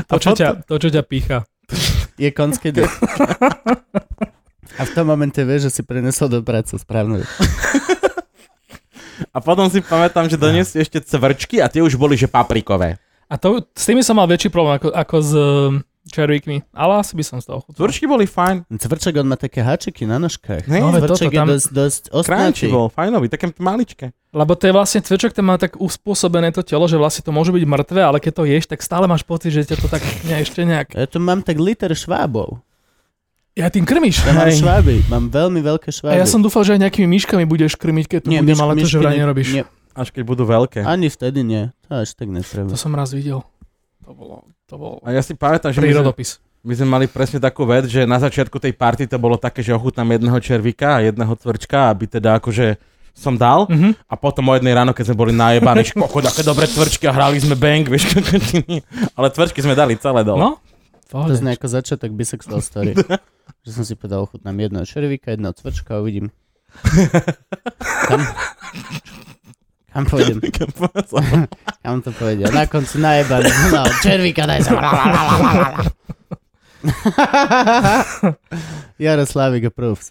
To, čo ťa, to, čo ťa pícha. je konský dyk. A v tom momente vieš, že si prenesol do práce správnu vec. A potom si pamätám, že doniesli ešte cvrčky a tie už boli, že paprikové. A to, s tými som mal väčší problém ako, ako s um, červíkmi, ale asi by som z toho chutil. Cvrčky boli fajn. Cvrček, on má také háčiky na nožkách. Hej, No, veď Cvrček je toto tam- dosť, dosť Kránči ostnatý. bol, fajnový, také maličké. Lebo to je vlastne cvičok, ten má tak uspôsobené to telo, že vlastne to môže byť mŕtve, ale keď to ješ, tak stále máš pocit, že ťa to tak ne, ešte nejak... Ja tu mám tak liter švábov. Ja tým krmiš. Ja mám Hej. šváby, mám veľmi veľké šváby. A ja som dúfal, že aj nejakými myškami budeš krmiť, keď to budem, myš- ale to, že myšky vraj ne- nerobíš. Nie, Až keď budú veľké. ani vtedy nie. To až tak netreba. To som raz videl. To bolo, to bolo A ja si pamätám, že my sme, prírodopis. my sme mali presne takú vec, že na začiatku tej party to bolo také, že ochutnám jedného červíka a jedného cvrčka, aby teda akože som dal Mhm. a potom o jednej ráno, keď sme boli najebaní, že kokot, aké dobré cvrčky a hrali sme bang, vieš, kokotiny. Ale cvrčky sme dali celé dole. No? To Pohode. znie ako začiatok bisexual story. že som si povedal, chutnám jedného červíka, jedného cvrčka a uvidím. Kam? Kam pôjdem? No, Kam to povedia? Na konci najebané. No, červíka daj sa. Jaroslavik approves.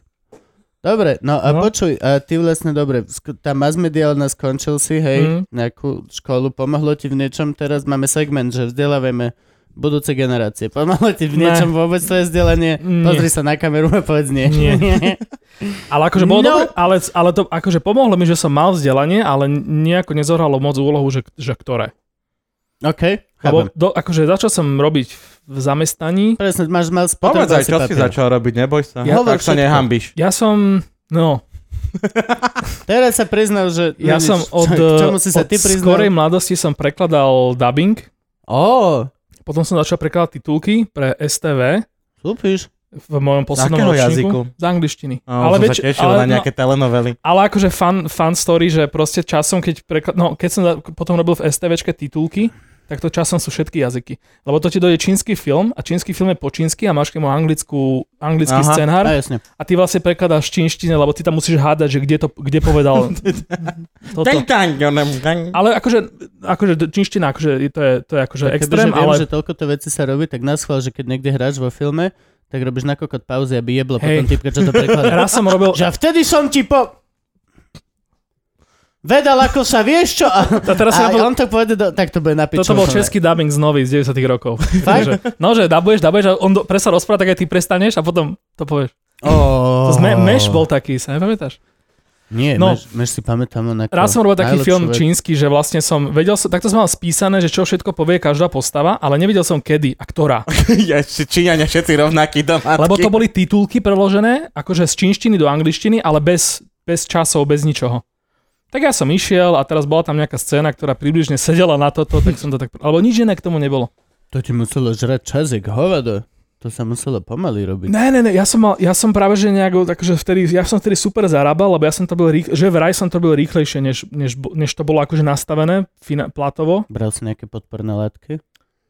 Dobre, no a No. počuj, a ty vlastne dobre, sk- tá masmediálna skončil si, hej, Mm. nejakú školu, pomohlo ti v niečom, teraz máme segment, že vzdelávame budúce generácie. Pomohlo ti v Ne. niečom vôbec tvoje vzdelanie? Nie. Pozri sa na kameru a povedz nie. Nie. Ale akože bolo No. dobre, ale, ale to akože pomohlo mi, že som mal vzdelanie, ale nejako nezohralo moc úlohu, že, že ktoré. OK, chápem. Lebo do, akože začal som robiť v zamestnaní, Presne, máš mal potom Povedz aj, asi čo si papier. začal robiť, neboj sa. Ja- tak sa Hovor všetko. nehambíš. ja som, no, Teraz sa priznal, že... no ja nič, som od, eh, K čomu si sa od ty priznal? skorej mladosti som prekladal dubbing, Ó, potom som začal prekladať titulky pre STV Súpiš. v mojom poslednom akého ročníku. jazyku? Z angličtiny. No, ale som väč- sa tešil na nejaké telenovely. Ale akože fun, fun story, že proste časom, keď, prekla- no, keď som za- potom robil v STVčke titulky, tak to časom sú všetky jazyky. Lebo to ti dojde čínsky film a čínsky film je po čínsky a máš k nemu anglickú, Aha, anglický A scenár no jasne. a ty vlastne prekladáš čínštine, lebo ty tam musíš hádať, že kde, to, kde povedal toto. Ale akože, akože d- čínština, akože je- to je, to je akože Kebyže extrém, viem, ale že toľkoto veci sa robí, tak naschvál, že keď niekde hráš vo filme, tak robíš na kokot pauzy, aby jeblo Hej. potom typka, čo to prekladá. raz som robil, že a vtedy som ti po... Vedel, ako sa vieš čo... A, a a teraz som robil on to povede, do... tak to bude na piču. Toto bol úplne. český dubbing z nových z 90 rokov. Takže, no, že dubuješ, dubuješ a on do, presa rozpráva, tak aj ty prestaneš a potom to povieš. Oh. To sme, Mesh bol taký, sa nepamätáš? Nie, no. No. Meš, meš si pamätám on ako... Raz som robil taký najlepší film vec. čínsky, že vlastne som vedel, som- takto som mal spísané, že čo všetko povie každá postava, ale nevedel som kedy a ktorá. Ja, Číňania všetci rovnakí doma. Lebo to boli titulky preložené, akože z čínštiny do angličtiny, ale bez, bez časov, bez ničoho. Tak ja som išiel a teraz bola tam nejaká scéna, ktorá približne sedela na toto, tak som to tak... Alebo nič iné k tomu nebolo. To ti muselo žrať čas, jak hovado. To sa muselo pomaly robiť. Ne, ne, ne, ja som, mal, ja som práve že nejako, akože vtedy, ja som vtedy super zarábal, lebo ja som to byl, rýchle, že vraj som to byl rýchlejšie, než, než, bo- než to bolo akože nastavené fina, platovo. Bral si nejaké podporné látky?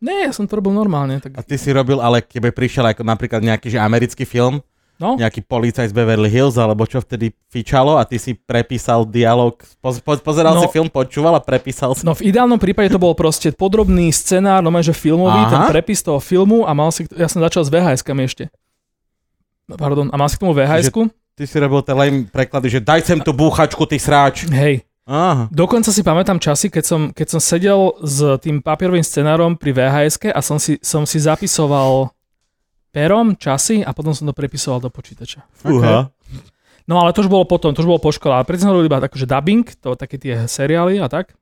Ne, ja som to robil A normálne. Tak, ty si robil, ale keby prišiel ako napríklad nejaký že americký film, no, nejaký policajt z Beverly Hills, alebo čo vtedy fičalo a ty si prepísal dialog, poz, poz, pozeral No. si film, počúval a prepísal si. no v ideálnom prípade to bol proste podrobný scenár, no že filmový, Aha. ten prepis toho filmu a mal si, k- ja som začal s VHS-kami ešte. No, Pardon, a mal si k tomu VHS-ku? Ty si robil tie lame preklady, že daj sem tú búchačku, ty sráč. Hej. Aha. Dokonca si pamätám časy, keď som, keď som sedel s tým papierovým scenárom pri vhs a som si, som si zapisoval perom časy a potom som to prepisoval do počítača. Fúha. No ale to už bolo potom, to už bolo po škole, ale predtým som robil iba akože dubbing, to také tie seriály a tak.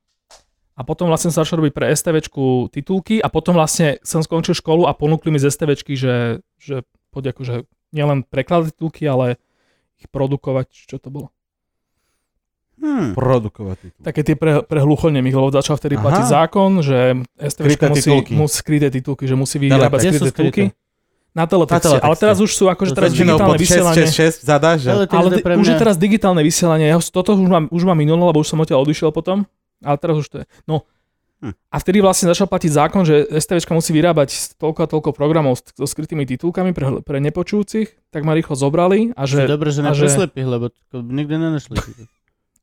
A potom vlastne som začal robiť pre STVčku titulky a potom vlastne som skončil školu a ponúkli mi z STVčky, že, že poď akože nielen prekladať titulky, ale ich produkovať, čo to bolo. Hm. Produkovať titul. Také tie pre, pre hluchonemých, lebo začal vtedy Aha. platiť zákon, že Skryté STVčka musí, titulky. musí skryté titulky, že musí Teletext. vyrábať Kde sú skryté titulky. Na Na teletexte. teletexte. Ale teraz už sú akože To teraz Väčšinou digitálne pod vysielanie. 6, 6, 6 zadáš, že? Ale, Ale ale d- pre už je mňa... teraz digitálne vysielanie. Ja už- toto už mám, už mám minulo, lebo už som odtiaľ odišiel potom. Ale teraz už to je. No. Hm. A vtedy vlastne začal platiť zákon, že STVčka musí vyrábať toľko a toľko programov s- so skrytými titulkami pre, pre nepočujúcich, tak ma rýchlo zobrali a Že, že... dobre, že na a že- preslepých, lebo to nikdy nenašli.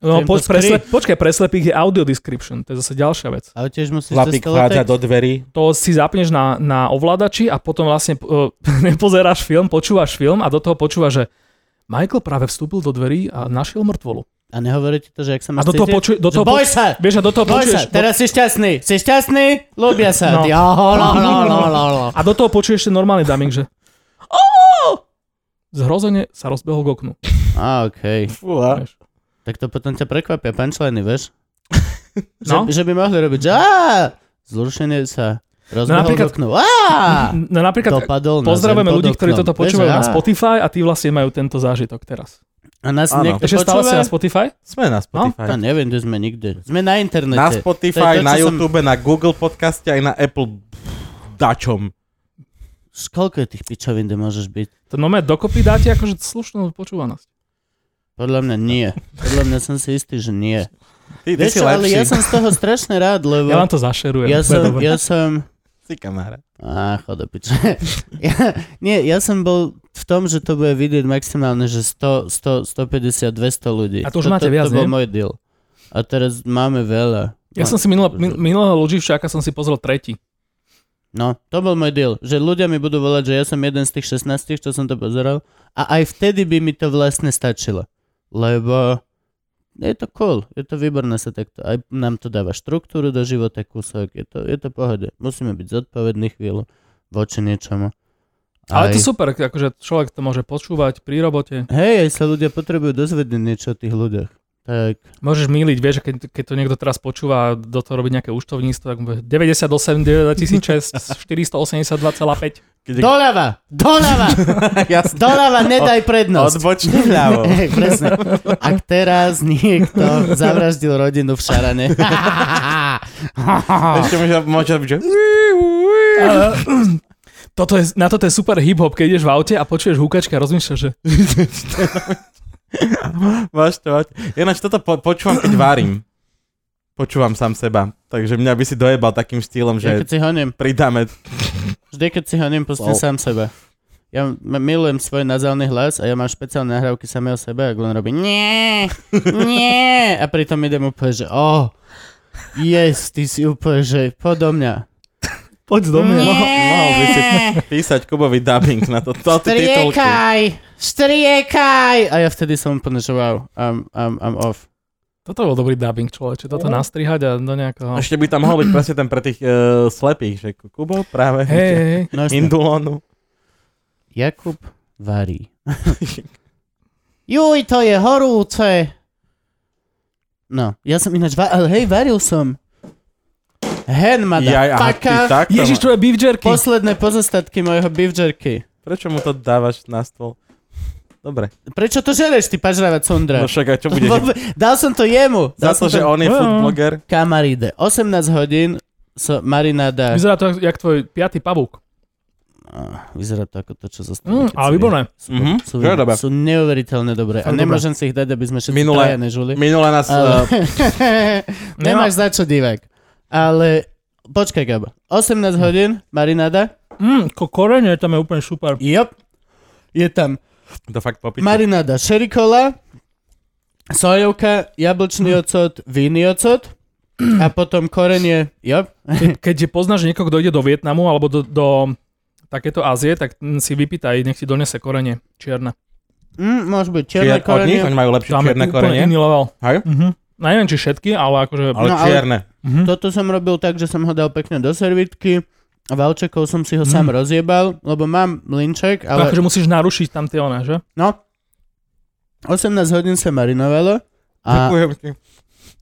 No, im po, to skry- presle, počkaj, preslepých je audio description, to je zase ďalšia vec. Ale tiež musíš Chlapík vchádza do dverí. To si zapneš na, na ovládači a potom vlastne uh, nepozeráš film, počúvaš film a do toho počúvaš, že Michael práve vstúpil do dverí a našiel mŕtvolu. A nehovorí ti to, že ak sa A máš do toho cítiť? poču, do Že toho boj sa! Vieš, a do toho Boj sa, počuješ... teraz si šťastný. Si šťastný? Ľúbia sa. No. No. Jo, lo, lo, lo, lo, lo. A do toho počuješ ten normálny dumming, že "Ó!" Zhrozene sa rozbehol k oknu. A okej. Fúha. Tak to potom ťa prekvapia punchliny, vieš? No. Že, že by mohli robiť, že á, zrušenie sa rozbehol No, napríklad- do oknu. Á, No napríklad dopadol na pozdravujeme zem pod ľudí, ktorí oknom. toto počúvajú Vieš, na á. Spotify a tí vlastne majú tento zážitok teraz. A nás Áno. niekto Ešte stále ste počúva? na Spotify? Sme na Ja Spotify. neviem, kde sme nikde. Sme na internete. na To je Spotify, to, na čo som- YouTube, na Google podcaste, aj na Apple dačom. S Koľko je tých pičovín, kde môžeš byť? To nome dokopy dáte akože slušnú počúvanosť. Podľa mňa nie. Podľa mňa som si istý, že nie. Ty, ty si Vieš čo, ale lepší. ja som z toho strašne rád, lebo Ja vám to zašerujem. ja to je som, dobré. ja som Si kamarát. Á, choda piče. ja, nie, ja som bol v tom, že to bude vidieť maximálne, že 100, 100 150, 200 ľudí. A to už máte to, viac, To bol nie? môj deal. A teraz máme veľa. ja som si minulé, min- minulého Luživčáka som si pozrel tretí. No, to bol môj deal, že ľudia mi budú volať, že ja som jeden z tých 16, čo som to pozeral. A aj vtedy by mi to vlastne stačilo. Lebo je to cool, je to výborné sa takto. Aj nám to dáva štruktúru do života, kúsok, je to, je to pohode. Musíme byť zodpovední chvíľu voči niečomu. Ale Aj- to super, akože človek to môže počúvať pri robote. Hej, aj sa ľudia potrebujú dozvedieť niečo o tých ľuďoch. Tak, Môžeš míliť, vieš, že keď, keď to niekto teraz počúva a do toho robí nejaké účtovníctvo, tak mu bude 98, 9006, 482,5. Keď doľava! Doľava! Jasne. Doľava, nedaj prednosť! Odbočne vľavo. Hej, presne. Ak teraz niekto zavraždil rodinu v Šarane. Ešte môže, môže byť, že... Eh, Toto je, na toto je super hip-hop, keď ideš v aute a počuješ húkačka a rozmýšľaš, že Máš to, máš. Ináč toto po- počúvam, keď varím. Počúvam sám seba. Takže mňa by si dojebal takým štýlom, Ja keď že si honím, pridáme... vždy keď si honím, pustím Wow. sám seba. Ja m- milujem svoj nazálny hlas a ja mám špeciálne nahrávky samého seba, ak len robí nie, nie a pritom idem úplne, že oh, yes, ty si úplne, že podo mňa. poď do mňa. Mohol, mohol by si písať Kubovi dubbing na to, to tie titulky. Striekaj, striekaj. A ja vtedy som úplne, že wow, I'm, I'm, I'm off. Toto bol dobrý dubbing, človeče. Toto nastrihať a do nejakého... Ešte by tam mohol byť presne ten pre tých uh, slepých, že Kubo práve Hej, hej, hej. No jasne. Indulonu. Jakub varí. Juj, to je horúce. No, ja som ináč, va- ale hej, varil som. Hen, Jaj, aha, ty motherfucker. takto. Ježiš, ma- to je beef jerky. Posledné pozostatky mojho beef jerky. Prečo mu to dávaš na stôl? Dobre. Prečo to žereš, ty pažravec Sondra? No však a čo bude? Vôbec- Dal som to jemu. Dal Za to, som že on je No. food blogger? Kamaride. 18 hodín so marináda. Vyzerá to jak, jak tvoj piatý pavúk. Ah, Vyzerá to ako to, čo zostane. Mm, keď ale sa výborné. Sú, Mhm, sú, že je dobré. sú neuveriteľne dobré. A Fakt nemôžem si ich dať, aby sme všetci Minule- traja nežuli. Minule nás... Ale... Uh, No. Nemáš za čo, divák. Ale počkaj, Gabo. 18 Hm. hodín, marináda. Mm, ko- korene tam je úplne super. Jop. Je tam e, to fakt popíte. marináda šerikola, sojovka, Hm. jablčný ocot, vinný ocot a potom korenie. Jop. Ke- Keď poznáš niekoho, kto ide do Vietnamu alebo do, do takéto Ázie, tak mm, si vypýtaj, nech ti donese korene čierne. Mm, môže byť čierne Čier, od nich? korenie. Oni majú lepšie Tam je čierne úplne korenie? iný level. Hej? Mhm. No, neviem, či všetky, ale akože... Ale No, ale- čierne. Mhm. Toto som robil tak, že som ho dal pekne do servitky. a Valčekov som Hm. si ho sám rozjebal, lebo mám mlinček, ale... ale Akože musíš narušiť tam tie ona, že? no. 18 hodín sa marinovalo a Ďakujem ti.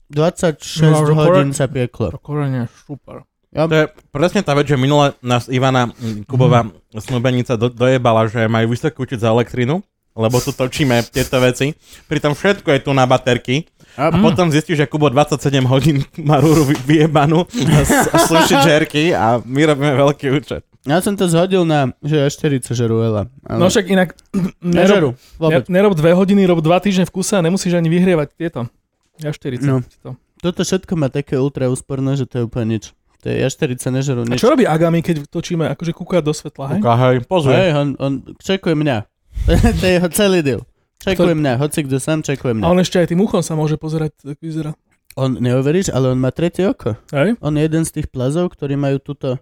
26 No, že hodín pore- sa pieklo. To korene je super. To je presne tá vec, že minule nás Ivana mm, Kubová snúbenica do, dojebala, že majú vysoký účet za elektrinu, lebo tu točíme tieto veci. Pritom všetko je tu na baterky. A Mm. Mhm. potom zistí, že Kubo 27 hodín má rúru vy- vyjebanú a s- a slúši žerky a my robíme veľký účet. Ja som to zhodil na, že ja 40 žeruela. Ale... No však inak... Nerob, nežeru, vôbec. ne- nerob dve hodiny, rob dva týždne v kuse a nemusíš ani vyhrievať tieto. Ja 40. No. ti to. Toto všetko má také ultra úsporné, že to je úplne nič. To je, ja 40 nežeru A nič. čo robí Agami, keď točíme? Akože kúka do svetla, hej? Kuka, hej, pozri. Hej, on, on čekuje mňa. to je jeho celý deal. Čekuje mňa, hoci kto sám čekuje A mňa. On... on ešte aj tým uchom sa môže pozerať, tak vyzerá. on neuveríš, ale on má tretie oko. Hej? On je jeden z tých plazov, ktorí majú túto,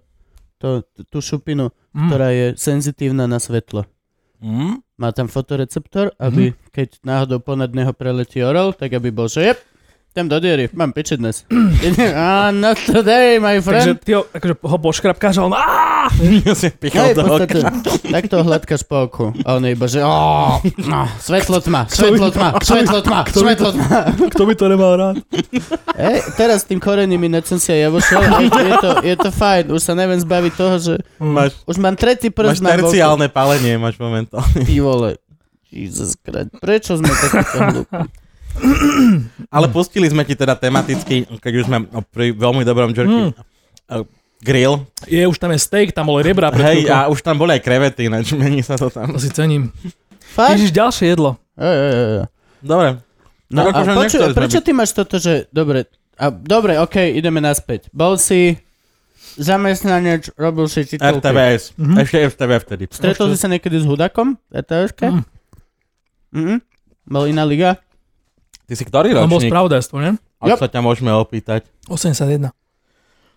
to, tú šupinu, Mm. ktorá je senzitívna na svetlo. Mm? Má tam fotoreceptor, aby keď náhodou ponad neho preletí orol, tak aby bol, že jep, tam do diery, mám piči dnes. ah, not today, my Takže friend. ty ho, akože ho poškrapkáš a on "Á!" Ja si pichal Hej, do v oka. podstate, takto hladkáš po oku. A on je iba, že "Ó, no, svetlo tma, svetlo tma, svetlo tma, svetlo tma. Kto by to nemal rád? Hej, teraz tým korením ináč som si aj ja vošiel, je, je, to, je to fajn, už sa neviem zbaviť toho, že Mm. Máš, už mám tretí prst máš na boku. terciálne palenie, máš momentálne. Ty vole, Jesus Christ, prečo sme takýto hlúpi? Ale pustili sme ti teda tematicky, keď už sme pri veľmi dobrom jerky. eh, Grill, Je, už tam je steak, tam boli rebra. pred Hej, chvíľkou. a už tam boli aj krevety, ináč mení sa to tam. To si cením. Fakt? Ježiš, ďalšie jedlo. Ej, ej, ej, ej. Dobre. No Tak a akože počuj, nechceli sme prečo ty máš toto, že... Dobre, a, dobre, okej, ideme naspäť. Bol si zamestnanec, robil si titulky. RTVS. Mhm. Ešte RTV vtedy. Stretol si sa niekedy s Hudakom? RTVške? Mm. Mm. Bol iná liga? Ty si ktorý Tam bolo ročník? spravodajstvo, ne? Ak Yep. sa ťa môžeme opýtať. 81.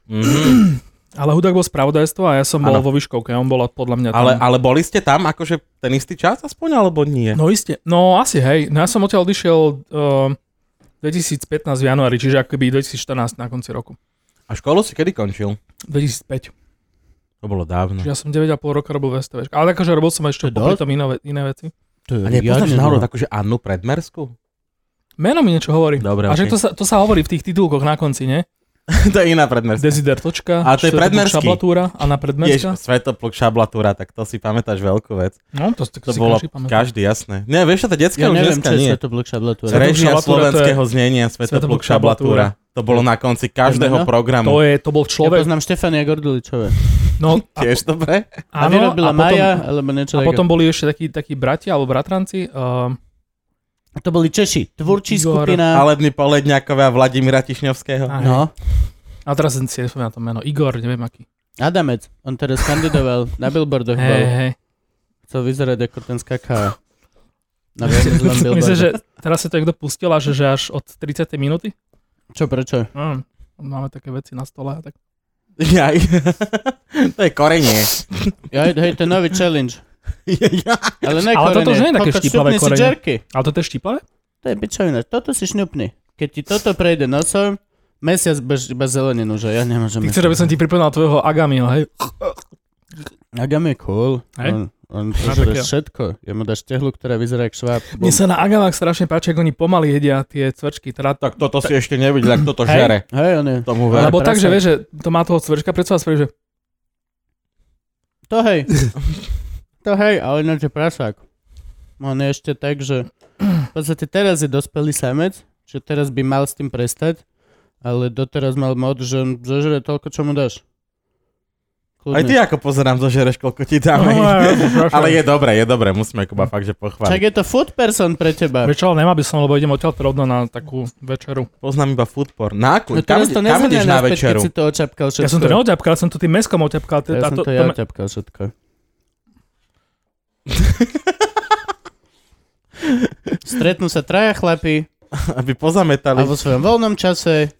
Mhm. Ale Hudák bol spravodajstvo a ja som bol Áno. vo výškovke. On bol podľa mňa tam. Ale, ale boli ste tam akože ten istý čas aspoň, alebo nie? No iste. No asi, hej. No ja som odtiaľ odišiel uh, 2015 v januári, čiže akoby 2014 na konci roku. A školu si kedy končil? Hm. 2005. To bolo dávno. Čiže ja som 9,5 roka robil v STV. Ale akože robil som To ešte je popri dosť. tom iné, ve- iné veci. To A nepoznáš náhodou takú, že Annu Predmersku? Meno mi niečo hovorí. Dobre, A že okej. to sa, to sa hovorí v tých titulkoch na konci, ne? to je iná Predmerská. Desider točka, A to je štvrtok predmerský. šablatúra a na predmerska. Jež, Svetopluk, šablatúra, tak to si pamätáš veľkú vec. No, to, to, To si bolo každý pamätá. každý, jasné. Ne, vieš, čo to detské Ja už neviem, čo dneska je nie. Svetopluk Šablatúra. Svetopluk Režia šablatúra, to je- slovenského znenia Svetopluk Svetopluk šablatúra. To bolo na konci každého Meno? programu. To, je, to bol Ja človek. poznám Štefania Gorduličové. No, a, Tiež dobre? A áno, vyrobila a potom, Maja, alebo niečo a také. potom boli ešte takí, takí bratia alebo bratranci. Uh, To boli Češi, tvúrčí Igor. skupina. Ale dny Poledňáková Vladimíra Tišňovského. a, No, a teraz si nespomínam to meno. Igor, neviem aký. Adamec, on teraz kandidoval na billboardoch, Hej, hey. hej. chcel vyzerať ako ten skaká. Na veľmi zlom Myslím, billboarde. že teraz sa to niekto pustil a že, že až od 30. minúty. Čo, prečo? Mm, máme také veci na stole. a Tak. Jaj. to je korenie. Ja, hej, to je nový challenge. Ale, ne Ale korenie. toto už nie je také Kokos, štíplavé šňupni si korenie. džerky. Ale toto je štíplavé? To je pičovina. Toto si šňupni. Keď ti toto prejde nosom, mesiac bez, bez zeleninu, že ja nemôžem. Ty chceš, aby som ti pripomínal tvojho Agamiho, hej? Agam je cool. Hej? On, on tak požre jo. všetko. Ja mu dáš tehlu, ktorá vyzerá jak šváb. Mne sa na Agamách strašne páči, ako oni pomaly jedia tie cvrčky. Teda to, Tak toto si ešte nevidel, ak toto Hej. žere. Hej, on je. Tomu ver. Lebo tak, prasák. že vieš, že to má toho cvrčka, predsa vás že To hej. to hej, ale ináč je prasák. On je ešte tak, že v podstate teraz je dospelý samec, že teraz by mal s tým prestať, ale doteraz mal mod, že on zožere toľko, čo mu dáš. Kľudne. Aj ty ako pozerám, zožereš, koľko ti dáme. No, Ale je dobré, je dobré, musíme Kuba fakt, že Čak pochváliť. je to food person pre teba. Vieš čo, ale nemá by som, lebo idem odtiaľ rovno na takú večeru. Poznám iba foodporn. Na akú? No kam, teraz to ide- kam nezaňa ideš na naspäť, keď večeru? si to očapkal všetko. Ja som to neoťapkal, ja som to tým meskom oťapkal. T- Ja a som to, to, ja to ma- očapkal všetko. Stretnú sa traja chlapi Aby a pozametali. vo svojom voľnom čase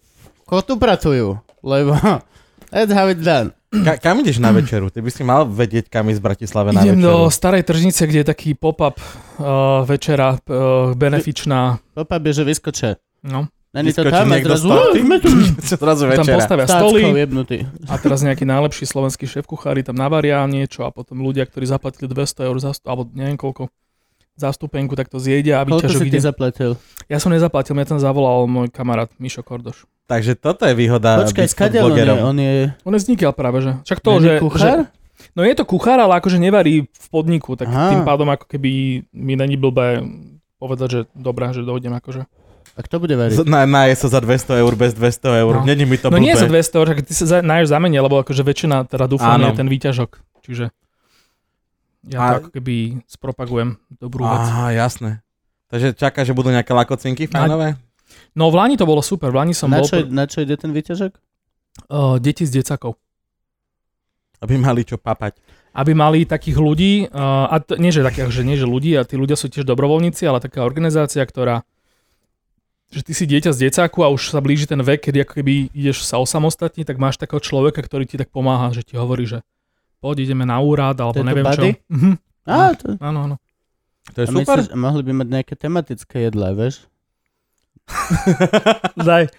kotu pratujú, lebo that's how it's done. Ka- kam ideš na večeru? Ty by si mal vedieť, kam ísť z Bratislave na Idem večeru. do starej tržnice, kde je taký pop-up uh, večera uh, benefičná. Opa bieže vyskoče. No, Není to Vyskočí tam a niekto teraz z torty? "Uj, sme tu Čo zrazu Hm, tam večera. postavia stoly stáckou jebnutý. a teraz nejaký najlepší slovenský šéf kuchári tam navaria niečo a potom ľudia, ktorí zaplatili 200 eur, za, stu- alebo neviem koľko, zástupenku, tak to zjedia a Koľko vyťažok si ty ide. zaplatil? Ja som nezaplatil, mňa tam zavolal môj kamarát Mišo Kordoš. Takže toto je výhoda Počkaj, byť skadiaľ on je? blogerom. On je On je znikiaľ práve, že? Však to, Není že, kuchár? že... No je to kuchár, ale akože nevarí v podniku, tak Aha. Aha. tým pádom ako keby mi není blbé povedať, že dobrá, že dojdem akože. A kto bude veriť? Z- Na, na je sa za 200 eur bez 200 eur. No. Není mi to No nie za blbé. 200 eur, tak ty sa za, náješ za menej, lebo akože väčšina, teda dúfam, Áno. je ten výťažok. Čiže ja A- to ako keby spropagujem dobrú vec. Á, jasné. Takže čaká, že budú nejaké lakocinky fajnové? No v Lani to bolo super, v Lani som Na bol čo, pr- na čo ide ten vyťažok? uh, deti s decakov. Aby mali čo papať. aby mali takých ľudí, uh, a t- nie že takých, že nie že ľudí, a tí ľudia sú tiež dobrovoľníci, ale taká organizácia, ktorá že ty si dieťa z decáku a už sa blíži ten vek, kedy ako keby ideš sa osamostatniť, tak máš takého človeka, ktorý ti tak pomáha, že ti hovorí, že poď ideme na úrad, alebo To je to neviem buddy? čo. Mhm, Á, to, áno, áno. To je Hm. a super. myslíš, mohli by mať nejaké tematické jedlá, vieš? Daj.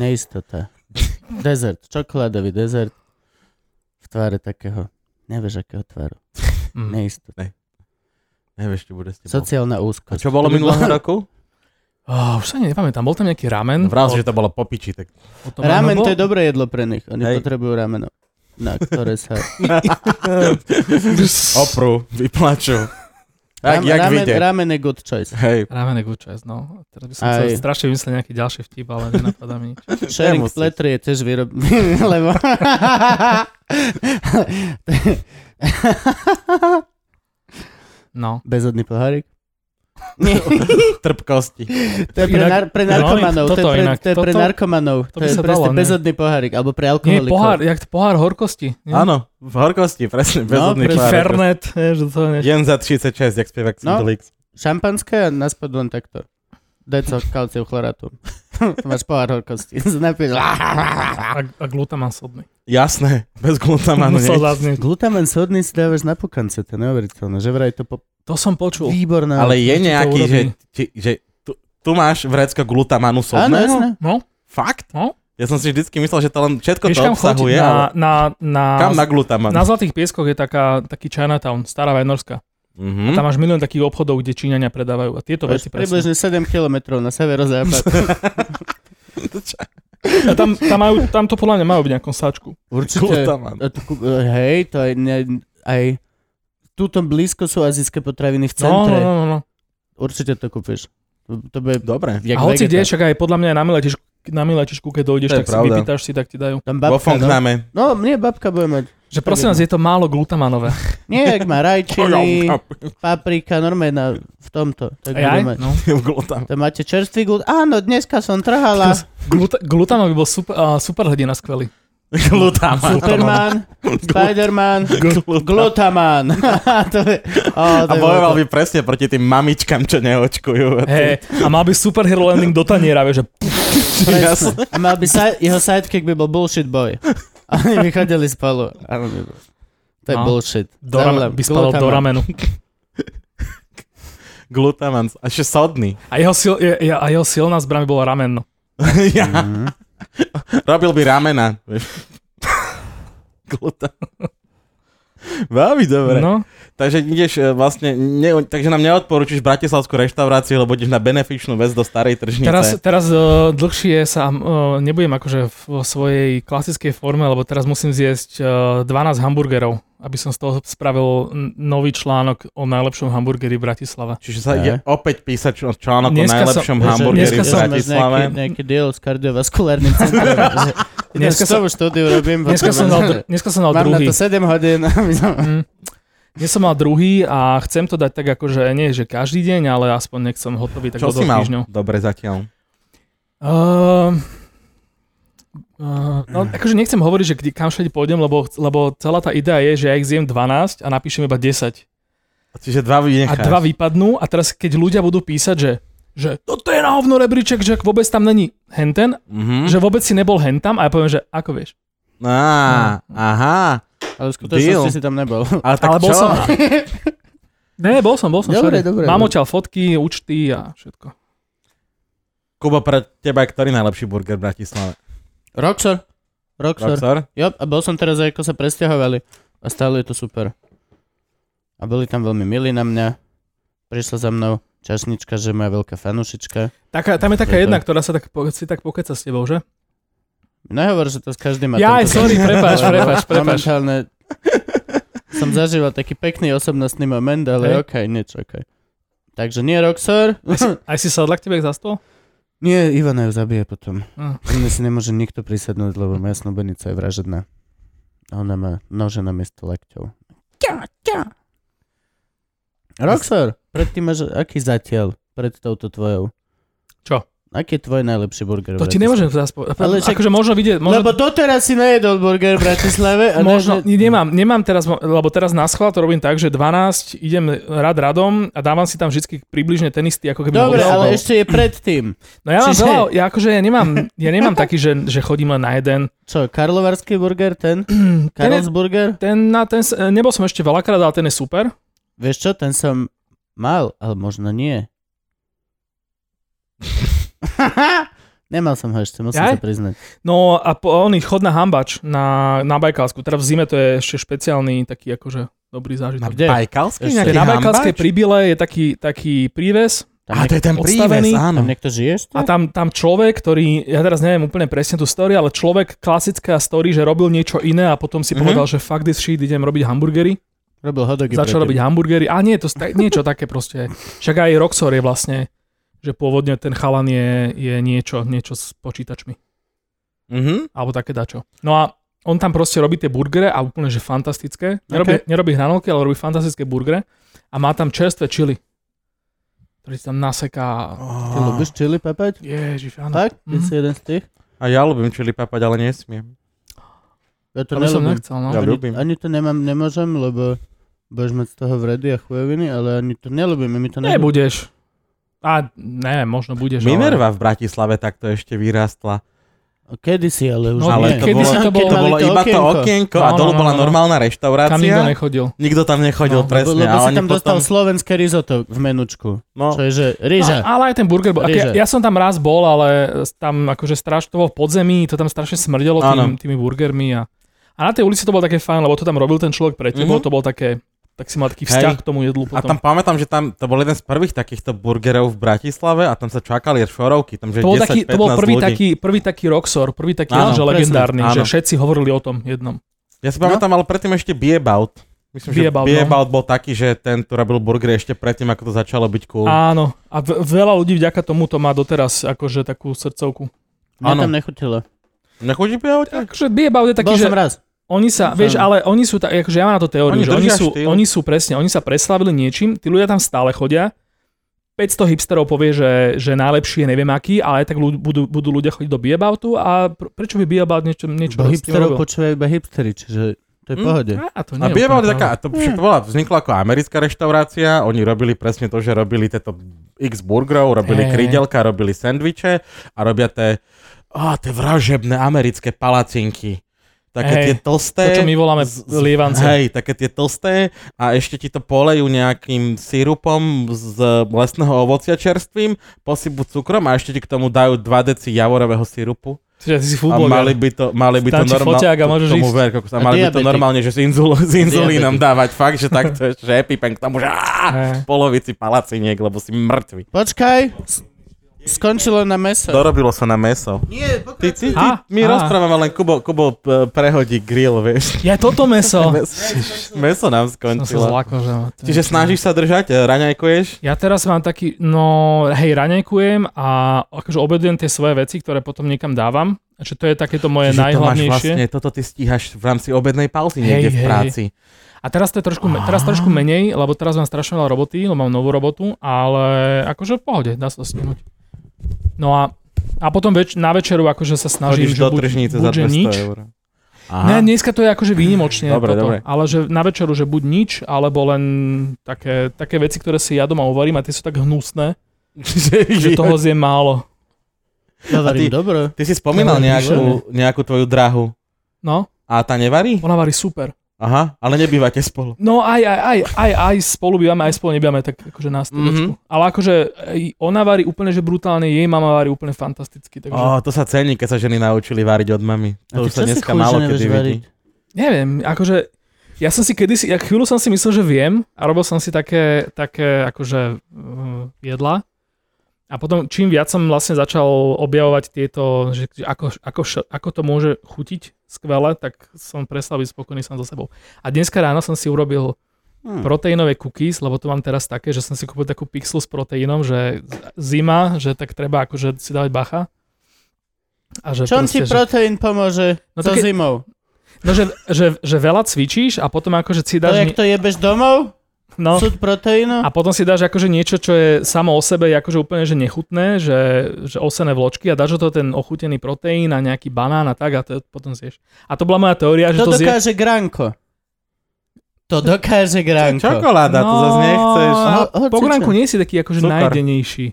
Neistota. Dezert, čokoládový dezert v tvare takého, nevieš akého tvaru. Mm. Neistota. Nevieš, čo bude s tebou. Sociálna A úzkosť. čo bolo To by minulého bolo- roku? Oh, už sa ani nepamätám, bol tam nejaký No, ramen. Vral si, že to bolo popiči. Tak... O tom- Ramen no, to bol- je dobré jedlo pre nich. Oni Hej. potrebujú rameno, na ktoré sa... Opru, vyplaču. Tak, Ram- jak ramen, vidie. ramen je good choice. Hej, Ramen je good choice, no. Teraz by som Aj. chcel strašne vymyslieť nejaký ďalší vtip, ale nenapadá mi nič. Sharing Nemusíš. platter je tiež výrob... lebo... No. Bezodný pohárik. Nie, trpkosti. to je pre, Inak- nar- pre no, narkomanov. to je toto pre, inak, to je pre toto- narkomanov. to To, by je sa proste dalo, ne? bezodný pohárik. Alebo pre Nie, alkoholikov. pohár, jak to pohár horkosti. nie? Áno, v horkosti, presne, bezhodný presne. no, Fernet, vieš, že to ne... Jen za 36, jak spievak No. Cindelix. šampanské a naspad len takto. Deco, kalciu, chlorátu. to máš pohár horkosti. Napíš. A, a glutamán sodný. Jasné, bez glutamánu Musel nie. zaznieť. Glutamán sodný si dávaš na pukance, to je neuveriteľné, že vraj to po... To som počul. výborné. Ale je Ti to nejaký, urobí. že, ti, že tu, tu máš vrecko glutamánu Áno, jasné. sodného? No, Fakt? no. Ja som si vždycky myslel, že to len všetko Vieš, to kam chodí? obsahuje, ale Na, na, na, kam na na, glutamán? na Zlatých pieskoch je taká, taký Chinatown, stará Vajnorská. Mhm. Tam máš milión takých obchodov, kde Číňania predávajú. A tieto Máš veci presne. približne 7 km na severozápad. A tam, tam, majú, tam to podľa mňa majú v nejakom sáčku. Určite. Glutamán. A tu ku- Hej, to aj, ne, aj tuto blízko sú azijské potraviny v No, no, centre. no, no. no. Určite to kúpiš. To, to bude Dobre. jak a hoci vegeta. kde, však aj podľa mňa je na mile tiež na miláčičku, keď dojdeš, To je tak si pravda. vypýtaš si, tak ti dajú. Tam babka, Vo no. Fonkname. no, mne babka bude mať. Že prosím vás, je to málo glutamanové. Nie, ak má rajčiny, paprika, normálne na, v tomto. Tak bude Aj? mať. No. Glutám. To máte čerstvý glut. Áno, dneska som trhala Gluta, glutaman by bol super, uh, super hrdina skvelý. Glutám. Superman, Spiderman, Glutaman. to je, oh, A bojoval by presne proti tým mamičkám, čo neočkujú. Hey, a mal by super hero landing do taniera, vieš, že Jasné. A mal by sa, jeho sidekick by bol Bullshit Boy. A oni by chodili spolu. A on by bol- To je No. bullshit. do rame, by spadol do Glutaman. ramenu. Glutamán. A ešte sodný. A jeho, sil, je, je- a jeho silná zbraň bola no. rameno. ja. Mhm. Robil by ramena. vieš. Glutamán. Veľmi dobre. No, Takže ideš e, vlastne, ne, takže nám neodporúčiš bratislavskú reštauráciu, lebo ideš na benefičnú vec do starej tržnice. teraz, teraz uh, dlhšie sa uh, nebudem akože v svojej klasickej forme, lebo teraz musím zjesť uh, 12 hamburgerov, aby som z toho spravil n- nový článok o najlepšom hamburgeri v Bratislave. Čiže sa ide opäť písať čo- článok o Dneska som- najlepšom Takže hamburgeri dneska v som máš Bratislave. Nejaký, nejaký deal s kardiovaskulárnym centrom. že idem Dneska z toho štúdiu robím. Dneska som dal, dr- dneska som dal Mám na druhý. to 7 hodín. aby som- Mm. Dnes som mal druhý a chcem to dať tak akože, nie že každý deň, ale aspoň nech som hotový tak Čo do si dvoch mal? týždňov. Dobre zatiaľ. Ehm, eh, no, akože nechcem hovoriť, že kde, kam všade pôjdem, lebo, lebo celá tá idea je, že ja ich zjem 12 a napíšem iba 10. Čiže dva A vynecháš. dva vypadnú a teraz keď ľudia budú písať, že že toto je na hovno rebríček, že vôbec tam není henten, Mhm. hm? že vôbec si nebol hentam a ja poviem, že ako vieš. Á, No. aha. Ale v skutočnosti Deal. si tam nebol. Ale tak Ale bol čo? som. Ne, bol som, bol som. Dobre, všade. dobre. Mám odtiaľ fotky, účty a všetko. Kubo, pre teba je ktorý najlepší burger v Bratislave? Roxor. Roxor. Roxor? Jo, a bol som teraz, ako sa presťahovali. A stále je to super. A boli tam veľmi milí na mňa. Prišla za mnou časnička, že moja veľká fanušička. Taká, tam je taká Super. jedna, ktorá sa tak, po- si tak pokeca s tebou, že? Nehovor, že to s každým má Jaj, tento sorry, zážitok, prepáč, lebo prepáč, prepáč. Momentálne som zažíval taký pekný osobnostný moment, Hej. ale okej, nič, okej. Takže nie Roxor. Aj si sadla k tebe za stôl? Nie, Ivana ju zabije potom. Mm. Mne si nemôže nikto prisadnúť, lebo moja snúbenica je vražedná. A ona má nože na miesto lakťov. Ťa, ťa. Roxor, predtým máš aký zatiaľ pred touto tvojou? Čo? Aký je tvoj najlepší burger? v To ti Bratislave? nemôžem teraz povedať. Ale však- Akože možno vidieť, možno, Lebo doteraz si nejedol burger v Bratislave. A možno Ne, ne, nemám, nemám teraz, mo- lebo teraz na schvál to robím tak, že 12 idem rad radom a dávam si tam vždy približne ten istý, ako keby Dobre, ho dal. ale ešte je predtým. No ja mám čiže- veľa, ja akože ja nemám, ja nemám taký, že, že chodím len na jeden. Čo, karlovarský burger, ten? Karlsburger? Ten, na ten, s- nebol som ešte veľakrát, ale ten je super. Vieš čo, ten som mal, ale možno nie. Nemal som ho ešte, musím sa Jaj? priznať. No a po, oný chod na hambač na, na Bajkalsku. Teraz v zime to je ešte špeciálny taký akože dobrý Na zážitok. Kde? Bajkalský Ešte To je nejaký Na Bajkalskej hambač? pribile je taký, taký príves Tam, Á, to niek- je ten odstavený. príves, tam áno. niekto žije ešte? a tam, tam človek, ktorý, ja teraz neviem úplne presne tú story, ale človek, klasická story, že robil niečo iné a potom si Mhm. povedal, že fuck this shit, idem robiť hamburgery. Robil hodogy. Začal robiť predtým. hamburgery. A nie, to sta- niečo také proste. Však aj Roxor je vlastne, že pôvodne ten chalan je, je niečo, niečo s počítačmi. Mhm. Alebo také dačo. No a on tam proste robí tie burgere a úplne, že fantastické. Ok. Nerobí, nerobí hranolky, ale robí fantastické burgere a má tam čerstvé čili, ktorý si tam naseká. Ty ľubíš chili papať? Ježiš, No. áno. Tak? Ty Mhm. si jeden z tých? A ja ľúbim čili papať, ale nesmiem. Ja to To by som nelúbim. nechcel, no. Ja Ani, ľúbim. ani to nemám, nemôžem, lebo budeš mať z toho vredy a chujoviny, ale ani to nelúbim, mi to nechutí. Nebudeš. A ne, možno budeš. ale- Minerva v Bratislave takto ešte vyrastla. Kedy si, ale už No, nie. Ale to kedy bolo, si to bolo? to bolo iba to okienko a No, no, dolu no, bola no. normálna Tam nikto reštaurácia. nechodil. Nikto tam nechodil, No, Lebo, presne. lebo a si oni tam dostal potom, slovenské risotto v menučku. no, Čo je, že No, ryža. ale aj ten burger bol. Ryža. Ja, ja som tam raz bol, ale tam akože strašne to bolo v podzemí, to tam strašne smrdelo tým, Áno. tými burgermi. A, a na tej ulici to bolo také fajn, lebo to tam robil ten človek pre tebou, Mhm. to bol také, tak si mal taký vzťah Hej. k tomu jedlu a potom. tam pamätám, že tam to bol jeden z prvých takýchto burgerov v Bratislave a tam sa čakali šorovky, tam že to bol, taký, 10-15 to bol prvý, ľudí. taký, prvý taký rocksor, prvý taký Áno, áno, že presne, legendárny, áno. že všetci hovorili o tom jednom. Ja si pamätám, ale predtým ešte Biebaut. Myslím, No. Biebaut, no. že Biebaut bol taký, že ten, tu robil burgery ešte predtým, ako to začalo byť cool. Áno, a v, veľa ľudí vďaka tomu to má doteraz akože takú srdcovku. Mne Áno. tam nechutilo. Nechodí pri aute? Akože be about je taký, Bol že som raz. oni sa, vieš, Áno. ale oni sú, tak, akože ja mám na to teóriu, Hm. Oni že oni držia sú, štýl. oni sú presne, oni sa preslavili niečím, tí ľudia tam stále chodia, 500 hipsterov povie, že, že najlepší je neviem aký, ale aj tak ľud, budú, budú ľudia chodiť do Beaboutu a pr- prečo by Beabout niečo, niečo Bo s tým hipsterov robil? počúvajú iba hipstery, čiže to je v Hm? Mm. pohode. A, to nie A je Beer Bar je úplne pravda. taká, a to však to bola, vznikla ako americká reštaurácia, oni robili presne to, že robili tieto x burgerov, robili Hej. krydelka, robili sendviče a robia tie, á, tie vražebné americké palacinky. Také Hej, tie tlsté. To, čo my voláme z- z- lievance. Hej, také tie tlsté a ešte ti to polejú nejakým sírupom z lesného ovocia čerstvým, posypu cukrom a ešte ti k tomu dajú 2 deci javorového sírupu. Čiže ty si A futbol. mali by to, mali by to Dám ti normálne... foťák a môžeš a ísť. A mali by to diabetik. normálne, že s, inzul, s inzulínom diabetik. dávať. Fakt, že takto ešte, že epipen k tomu, že á, v polovici palaciniek, lebo si mŕtvy. Počkaj, s- skončilo na meso. Dorobilo sa na meso. Nie, Ty, ty, ty, Á, my á. rozprávame, len Kubo, Kubo p- prehodí grill, vieš. Ja toto meso. Meso, meso nám Som No sa skončilo. zlakol, že... Čiže snažíš sa držať, e, raňajkuješ? Ja teraz mám taký, no hej, raňajkujem a akože obedujem tie svoje veci, ktoré potom niekam dávam. Čiže to je takéto moje Čiže to máš najhlavnejšie. vlastne, toto ty stíhaš v rámci obednej pauzy Hej, niekde v hej. práci. A teraz to je trošku, me- teraz trošku menej, lebo teraz mám strašne veľa roboty, lebo mám novú robotu, ale akože v pohode, dá sa to stihnúť. No a, a potom več, na večeru akože sa snažím, Chodíš že do buď, tržnice buď za že nič, 200 eur. Ne, dneska to je akože výnimočne Dobre, toto, dobre. ale že na večeru, že buď nič, alebo len také, také veci, ktoré si ja doma uvarím a tie sú tak hnusné, že že toho zjem málo. Ja A varím ty- dobro. Ty si spomínal Nevarí nejakú, nejakú tvoju drahu. No, A tá nevarí? ona varí super. Aha, ale nebývate spolu. No aj, aj, aj, aj, aj spolu bývame, aj spolu nebývame, tak akože na stoličku. Mm-hmm. Ale akože ej, ona varí úplne, že brutálne, jej mama varí úplne fantasticky, Ó, takže oh, to sa cení, keď sa ženy naučili variť od mami. A ty To už čo sa si dneska chuj, že málo nevieš kedy vidí. variť? neviem, akože ja som si kedysi, ja chvíľu som si myslel, že viem a robil som si také, také akože uh, jedla a potom čím viac som vlastne začal objavovať tieto, že, že ako, ako, š- ako to môže chutiť skvele, tak som prestal byť spokojný sám so sebou. A dneska ráno som si urobil Hm. proteínové cookies, lebo to mám teraz také, že som si kúpil takú pixlu s proteínom, že z- zima, že tak treba akože si dávať bacha. A že Čom ti proste, že, proteín pomôže No so tak keď- zimou? no, že, že, že veľa cvičíš a potom akože si To, dáš... jak nie- to jebeš domov? no, Súd proteínu? a potom si dáš akože niečo, čo je samo o sebe je akože úplne že nechutné, že, že osené vločky a dáš do toho ten ochutený proteín a nejaký banán a tak a to potom zješ. A to bola moja teória, že To to, zje... dokáže granko. To dokáže granko. Čokoláda, to zase nechceš. No, Ho- hoci po gránku čo. nie si taký akože Cukor. najdenejší.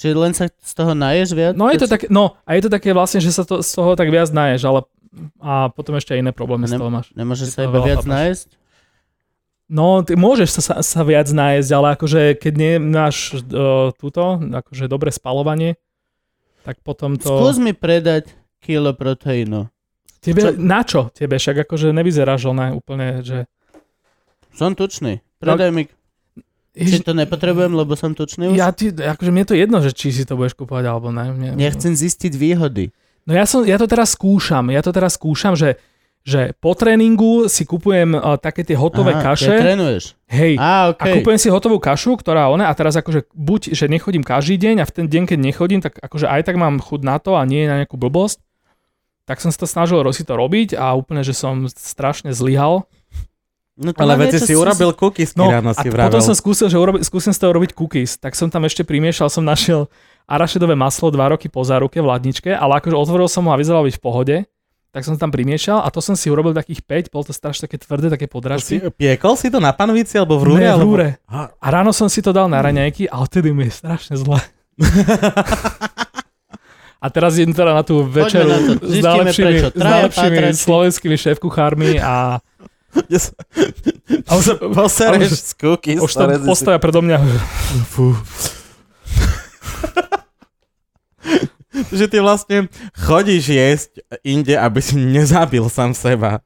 Čiže len sa z toho naješ viac? No je Keď to si- také, no a je to také vlastne, že sa to z toho tak viac naješ, ale a potom ešte aj iné problémy z Nem- toho máš. Nemôže Je sa to iba veľa viac chápeš. nájsť? No, ty môžeš sa, sa, sa viac nájsť, ale akože keď nemáš uh, túto, akože dobre spalovanie, tak potom to... Skús mi predať kilo proteínu. tebe, čo- Na čo tebe? Však akože nevyzeráš ona úplne, že... Som tučný. Predaj mi, či to nepotrebujem, lebo som tučný už? No, ja ti, akože mne je to jedno, že či si to budeš kupovať alebo ne. Mne, Ja chcem zistiť výhody. No ja, som, ja to teraz skúšam, ja to teraz skúšam, že, že po tréningu si kupujem uh, také tie hotové Aha, kaše. keď trénuješ. Hej, Á, A okej. kúpujem si hotovú kašu, ktorá ona, a teraz akože buď, že nechodím každý deň a v ten deň, keď nechodím, tak akože aj tak mám chuť na to a nie na nejakú blbosť. Tak som sa to snažil ro- si to robiť a úplne, že som strašne zlyhal. No to Ale má veci niečo si s- urobil kukisky No ráno a si t- vravel. potom som skúsil, že urobi, skúsim z toho robiť cookies. Tak som tam ešte primiešal, som našiel arašidové maslo 2 roky po záruke v ladničke, ale akože otvoril som ho a vyzeralo byť v pohode. Tak som tam primiešal a to som si urobil takých 5, bolo to strašne také tvrdé, To také si, podrážky. piekol si to na panvici alebo v rúre? Ne, v alebo- rúre. Á, A ráno som si to dal na raňajky a odtedy mi je strašne zle. A teraz idem teda na tú večeru na to, s zistíme najlepšími, prečo. s Traja najlepšími pátrači. slovenskými šéf-kuchármi a, kde sa- a už, Posereš z cookies. už tam ktoré si- postoja predo mňa. Fú. že ty vlastne chodíš jesť inde, aby si nezabil sám seba.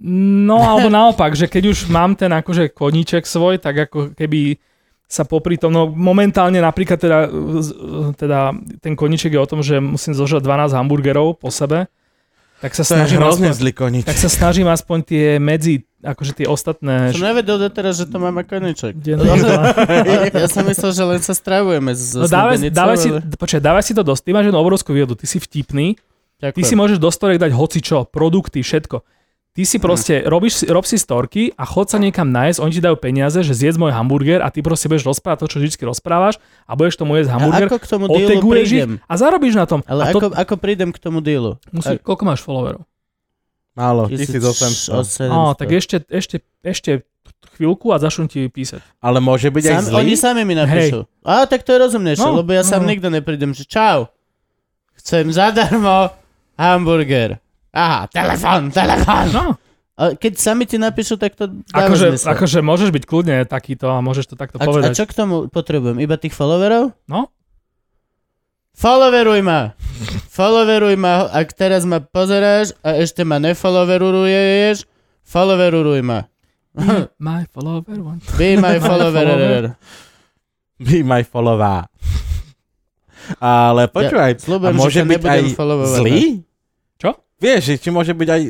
No alebo naopak, že keď už mám ten akože koníček svoj, tak ako keby sa popri tom, no momentálne napríklad teda, uh, z- uh, teda ten koníček je o tom, že musím zožať 12 hamburgerov po sebe tak sa To je snažím hrozne aspoň, zlý konič. tak sa snažím aspoň tie medzi, akože tie ostatné... Som nevedel doteraz, že to mám ako niček. denné jedlá. Ja som myslel, že len sa stravujeme s No dávaj, dávaj, si, počkaj, dávaj si to dosť, ty máš jednu obrovskú výhodu, ty si vtipný, Ty si môžeš do storiek dať hocičo, produkty, všetko. Ty Mhm. si proste, robíš, si- rob si storky a chod sa niekam nájsť, oni ti dajú peniaze, že zjedz môj hamburger a ty proste budeš rozprávať to, čo vždy rozprávaš a budeš tomu jesť hamburger, ako k tomu dealu oteguješ ich prídem? a zarobíš na tom. Ale a ako, ako prídem k tomu dealu? musí, koľko máš followerov? Málo, 1800. Á, tak ešte, ešte, ešte chvíľku a začnú ti písať. Ale môže byť aj Sam, zlý. oni sami mi napíšu. Á, tak to je rozumnejšie, No, no, lebo ja sám no. nikto neprídem, že čau, chcem zadarmo hamburger. Aha, telefón, telefón. No, A keď sami ti napíšu, tak to dáva akože, Hm. zmysel. akože môžeš byť kľudne takýto a môžeš to takto a, a povedať. čo k tomu potrebujem? Iba tých followerov? No, Followeruj ma! Followeruj ma, ak teraz ma pozeráš a ešte ma nefolloweruješ, followeruj ma. Hm. Be my follower one. Be my follower. follower. Be my follower. Ale počúvaj, Slúbujem, a môže že ťa byť aj nebudem followovať. zlý? Čo? Vieš, že či môže byť aj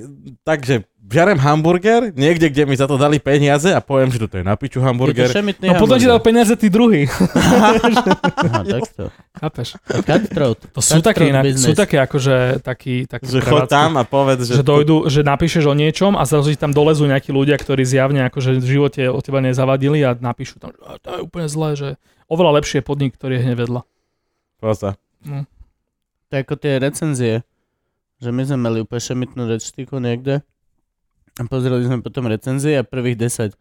tak, že žerem hamburger niekde, kde mi za to dali peniaze a poviem, že toto je na piču Je to hamburger. šemitný No potom ti dal hamburger. peniaze tí druhý. Aha, takto. Chápeš? Cutthroat. To sú také, Cutthroat inak, business. sú také akože taký, taký Že chod tam a povedz, že... že, dojdu, že napíšeš o niečom a zrazu ti tam dolezú nejakí ľudia, ktorí zjavne akože v živote o teba nezavadili a napíšu tam, že "A to je úplne zlé, že oveľa lepšie podnik, ktorý je hneď vedľa. Poza. To je ako tie recenzie, že my sme mali úplne šemitnú rečtiku niekde a pozreli sme potom recenzie a prvých 10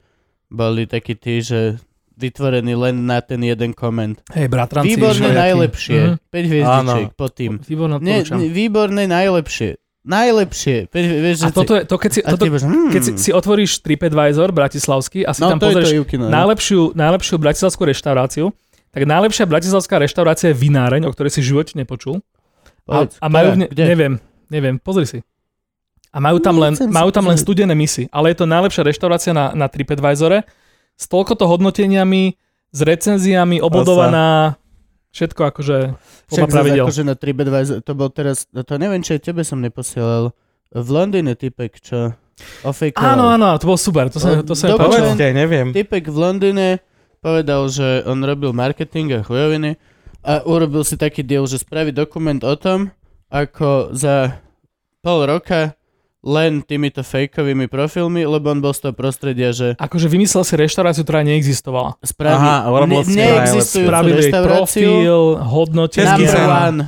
boli takí tí, že vytvorený len na ten jeden koment. Hej, bratranci. Výborné, všelijakí. najlepšie. Mhm. 5 hviezdičiek pod tým. Výborné, Nie, odporúčam. nie, výborné, najlepšie. Najlepšie. Pe- vieš, a že toto je, to keď si, ty, a toto, ty budeš, hmm. keď si, si otvoríš TripAdvisor bratislavský a si no, to je tam to pozrieš Jukino. najlepšiu, najlepšiu bratislavskú reštauráciu, tak najlepšia bratislavská reštaurácia je Vináreň, o ktorej si v živote nepočul. A, Povedz, a majú, ktorá? ne, neviem, neviem, pozri si. A majú tam len, Nechcem No, si majú tam len pozrieť. studené misy, ale je to najlepšia reštaurácia na, na TripAdvisore, s toľkoto hodnoteniami, s recenziami, obodovaná, všetko akože podľa Však zase pravidel. akože na TripAdvisor, to bol teraz, to neviem, či aj tebe som neposielal. V Londýne typek, čo ofejkoval. Áno, áno, to bolo super, to No, sa, to sa mi Dobre. páčilo. Povedzte, neviem. Typek v Londýne povedal, že on robil marketing a chujoviny a urobil si taký deal, že spraví dokument o tom, ako za pol roka len týmito fejkovými profilmi, lebo on bol z toho prostredia, že Akože vymyslel si reštauráciu, ktorá neexistovala. spraví Aha, ne, urobil si neexistujúcu Spravili jej reštauráciu profil, hodnotenie. Český number zem. one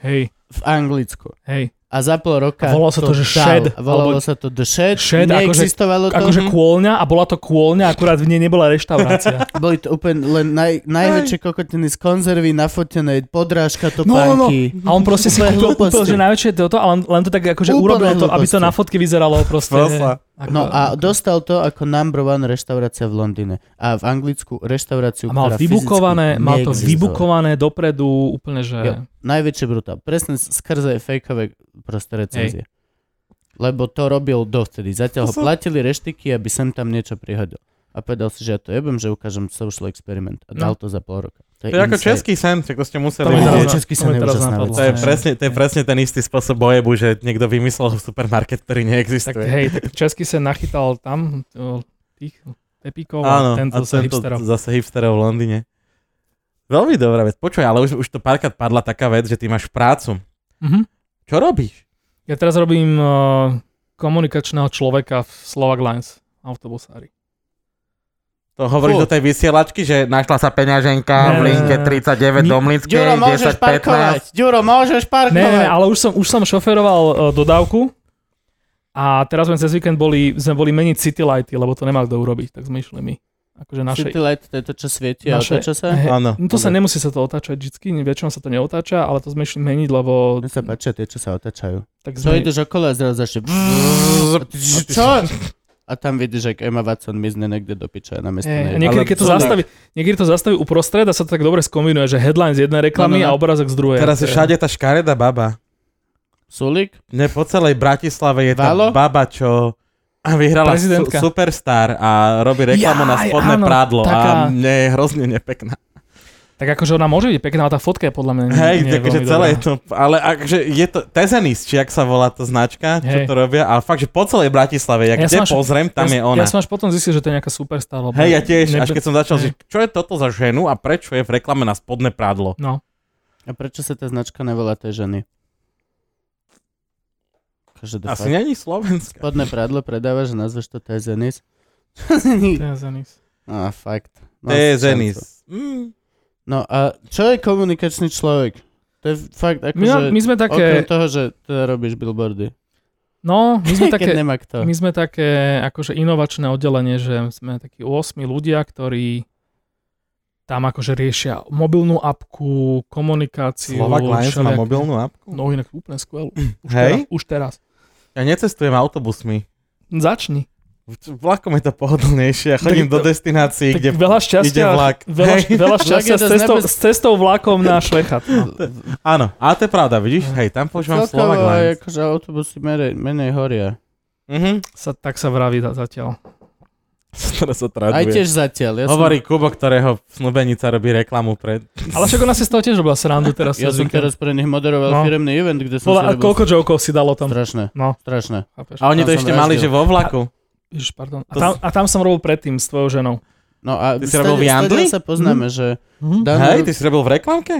Hej, v Anglicku. hej. A za pol roka... A volalo sa to, že dal. Shed, A Volalo alebo- sa to The Shed. Shed, akože- Neexistovalo to. Akože kôlňa a bola to kôlňa, akurát v nej nebola reštaurácia. Boli to úplne len naj, najväčšie kokotiny z konzervy, nafotené, podrážka, No, no, no. topánky. A on proste si Úplne kúpil, hlúposti. kúpil že najväčšie toto, ale len to tak akože Úplne urobil to, aby to hlúposti. na fotke vyzeralo proste. Fosa. ako- No a dostal to ako number one reštaurácia v Londýne. A v Anglicku reštauráciu, a mal ktorá vybukované, teda fyzicky mal to neexistovala. vybukované dopredu, úplne že... Jo, najväčší brutál. Presne skrze fejkové proste recenzie. Lebo to robil dovtedy. Zatiaľ ho To sa- platili reštiky, aby sem tam niečo prihodil. A povedal si, že ja to jebem, že ukážem social experiment. A dal to za pol roka. To je, To je ako insane. český sen, tak to ste museli To mi vidieť. teraz- Český to sen mi je teraz úžasná napadlo. vec. To je, Hej, presne, to je hej. presne ten istý spôsob bojebu, že niekto vymyslel supermarket, ktorý Tak neexistuje. hej, tak český sa nachytal tam o, tých pepíkov Áno, a tento a sa tento hipsterov. zase hipsterov v Londýne. Veľmi dobrá vec. Počuj, ale už, už to párkrát padla taká vec, že ty máš prácu. Mhm. Čo robíš? Ja teraz robím o, komunikačného človeka v Slovak Lines autobusári. To hovoríš Fú. do tej vysielačky, že našla sa Ne, peňaženka ne, v Linke ne. 39 Ni- do Mlinskej Ďuro, môžeš 10, 15. parkovať! Ďuro, môžeš Ne, ne, parkovať! ale už som, už som šoferoval o, dodávku a teraz sme cez víkend boli, sme boli meniť City Lighty, lebo to nemal kto urobiť, tak sme išli my. Akože našej, City light, to je to, čo svieti a Naše- otáča sa? Hej, Áno. No to sa nemusí sa to otáčať vždycky, väčšinou sa to neotáča, ale to sme išli meniť, lebo Mne sa páčia tie, čo sa otáčajú. tak Čo sme... ideš okolo a zrazu začne... A ty si, Čo? A tam vidíš, ak Emma Watson mizne niekde do piča na mesto. Hey, Hey, niek- Eh, niekedy, Ale keď to to- zastaví, niekedy to zastaví uprostred a sa to tak dobre skombinuje, že headline z jednej No, reklamy no, a no. obrázok z druhej. Teraz To je všade tá škareda baba. Sulik? Ne, po celej Bratislave je tá Valo? baba, čo vyhrala su- Prezidentka. Superstar a robí reklamu na Jaj, spodné áno, prádlo a taká- mne je hrozne nepekná. Tak akože ona môže byť pekná, ale tá fotka je podľa mňa Hej, nie, Hm, nie je takže veľmi celé je dobrá. to, ale akže je to Tezenis, či ak sa volá tá značka, čo Hej. to robia, ale fakt, že po celej Bratislave, ja, Ja kde som až- pozriem, tam ja, je ona. Ja som až potom zistil, že to je nejaká superstar. lebo Hej, ja tiež, až nebe- keď som začal, že Hej. čo je toto za ženu a prečo je v reklame na spodné prádlo? No, A prečo sa tá značka nevolá tej ženy? Akože the Asi fuck? není slovenská. Spodné prádlo predávaš a nazveš to Tezenis? Tezenis. to je Zenis. Á, fakt. No, šancu. Tezenis. Mm. No a čo je komunikačný človek? To je fakt My, ma- akože... my sme Okrem také, toho, že teda robíš billboardy. no, my sme také, Keď nemá kto. My sme také akože inovačné oddelenie, že sme takí 8 ľudia, ktorí tam akože riešia mobilnú apku, komunikáciu. Slovak Lions má všelijak- mobilnú apku? Hm. No inak úplne skvelú. Už, Hej? teraz, už teraz. Ja necestujem autobusmi. Začni. V- Vlakom je to pohodlnejšie. Ja chodím Tak do to- destinácií, Tak kde veľa ide šťastia, vlak. veľa, Hej. veľa šťastia Vlak je s dosť cestou, nebez- s cestou vlakom na Šlechat. No. Áno, a to je pravda, vidíš? Hej, tam používam Celkovo Slovak aj Lines. akože autobusy menej, menej horia. Mhm. Sa, tak sa vraví za- zatiaľ. Teraz sa Aj traduje. tiež zatiaľ. Ja Hovorí Kubo, ktorého snubenica robí reklamu pre... Ale však ona si z toho tiež robila srandu teraz. som, ja cez som víkend. teraz pre nich moderoval No. firemný event, kde som Bola, a si robil... koľko jokov si dalo tam? Strašné, No, strašné. chápeš. A oni Tam to som ešte mali, vraždil. že vo vlaku. Ježiš, pardon. A To- tam, a tam som robil predtým s tvojou ženou. No a Ty si robil v stadiaľ Jandli? Hm? sa poznáme, že... Mhm. Dano, Hej, ty si robil v reklamke?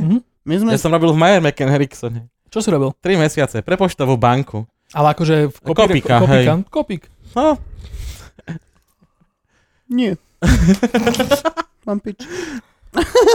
My sme... Ja som robil v Mayer McHenricksone. Čo si robil? 3 mesiace pre poštovú banku. Ale akože v kopík, Kopika, kopíka, kopík. No, Nie. Mám pič.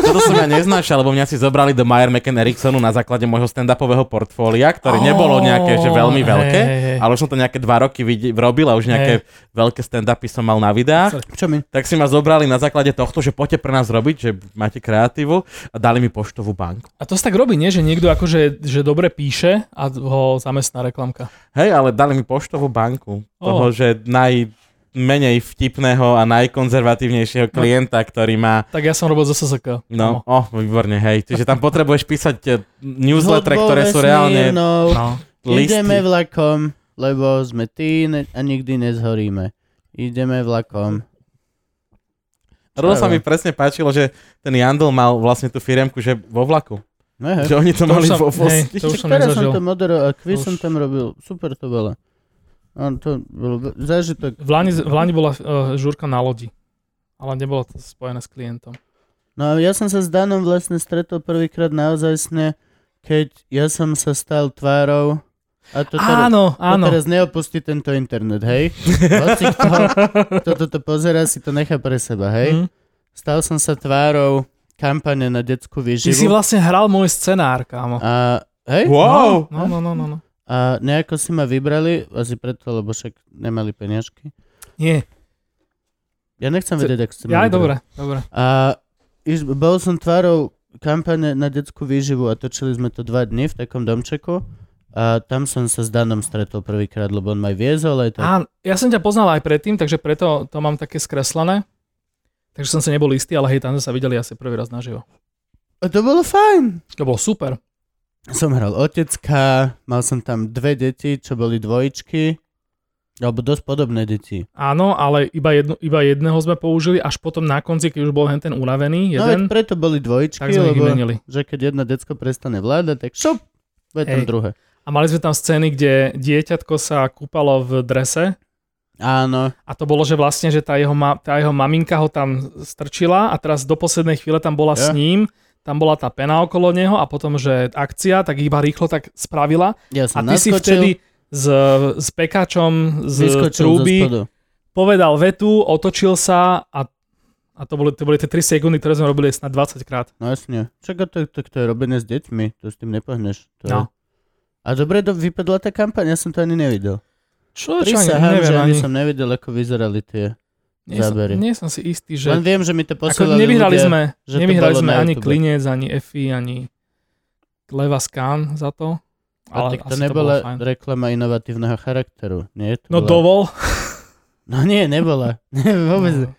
toto som ja neznášal, lebo mňa si zobrali do Mayer McHenricksonu na základe môjho stand-upového portfólia, ktoré Ó, nebolo nejaké, že veľmi hej, veľké, hej, hej. ale už som to nejaké 2 roky vidi- robil a už nejaké veľké stand-upy som mal na videách. Čo mi? Tak si ma zobrali na základe tohto, že poďte pre nás robiť, že máte kreatívu a dali mi poštovú banku. A to sa tak robí, nie? Že niekto akože že dobre píše a ho zamestná reklamka. Hej, ale dali mi poštovú banku. Ó. Toho, že najmenej vtipného a No. najkonzervatívnejšieho klienta, ktorý má Tak ja som robil zo SSK. No, o, oh, výborne, hej. Čiže tam potrebuješ písať tie newsletter, Hudbou ktoré sú reálne vesmírnou No. listy. Ideme vlakom, lebo sme tí ne- a nikdy nezhoríme. Ideme vlakom. Rodo sa mi presne páčilo, že ten Jandl mal vlastne tú firemku, že vo vlaku. Aha. Že oni to, To mali už som, vo hej, vosti. to už som Teraz som to nezažil. moderoval, quiz To som už- tam robil, super to bolo. On to bol v- zážitok. V Lani, v Lani bola uh, žúrka na lodi. Ale nebolo to spojené s klientom. No a ja som sa s Danom vlastne stretol prvýkrát naozaj sne, keď ja som sa stal tvárou a to teraz, áno, to áno. teraz neopustí tento internet, hej? Hoci kto, kto toto pozera, si to nechá pre seba, hej? Hm? Stal som sa tvárou kampane na detskú Ty si výživu. vlastne hral môj scenár, kámo. A, hej? Wow! No, no, no, no, no. A nejako si ma vybrali, asi preto, lebo však nemali peniažky. Nie. Ja nechcem Ce- vedieť, ako si ma Ja, vybrali. dobre, dobre. A iš, bol som tvárou kampane na detskú výživu a točili sme to dva dni v takom domčeku. A tam som sa s Danom stretol prvýkrát, lebo on ma aj viezol aj tak. Áno, ja som ťa poznal aj predtým, takže preto to mám také skreslené. Takže som sa nebol istý, ale hej, tam sme sa videli asi prvý raz naživo. A to bolo fajn. To bolo super. Som hral otecka, mal som tam dve deti, čo boli dvojičky. Alebo dosť podobné deti. Áno, ale iba, jedno, iba jedného sme použili, až potom na konci, keď už bol hen ten unavený, No veď jeden, preto boli dvojičky, tak sme ich lebo vymenili. že keď jedno decko prestane vládať, tak šup, bude tam Hej. druhé. A mali sme tam scény, kde dieťatko sa kúpalo v drese Áno. a to bolo, že vlastne, že tá jeho, ma, tá jeho maminka ho tam strčila a teraz do poslednej chvíle tam bola Ja. s ním, tam bola tá pena okolo neho a potom, že akcia, tak iba rýchlo tak spravila Ja a som ty si naskočil, vtedy s, s pekáčom z vyskočil trúby zo spodu. povedal vetu, otočil sa a, a to, boli, to boli tie 3 sekundy, ktoré sme robili snad 20 krát. No jasne. Čaká to, to, to je robené s deťmi, to s tým nepohneš. To No. je... A dobre do, vypadla tá kampaň, ja som to ani nevidel. Čo, čo ani, Prisahám, neviem že ani ani. som nevidel, ako vyzerali tie. nie, som, zábery. nie som si istý, Že... Len že... viem, že mi to Ako posielali nevyhrali ľudia. sme, že to nevyhrali bolo sme na ani YouTube. Klinec, ani Efi, ani Leva Skan za to. A Ale tak to asi nebola to bolo fajn. reklama inovatívneho charakteru, nie? To No bola... dovol. No nie, nebola. Ne, Vôbec. No,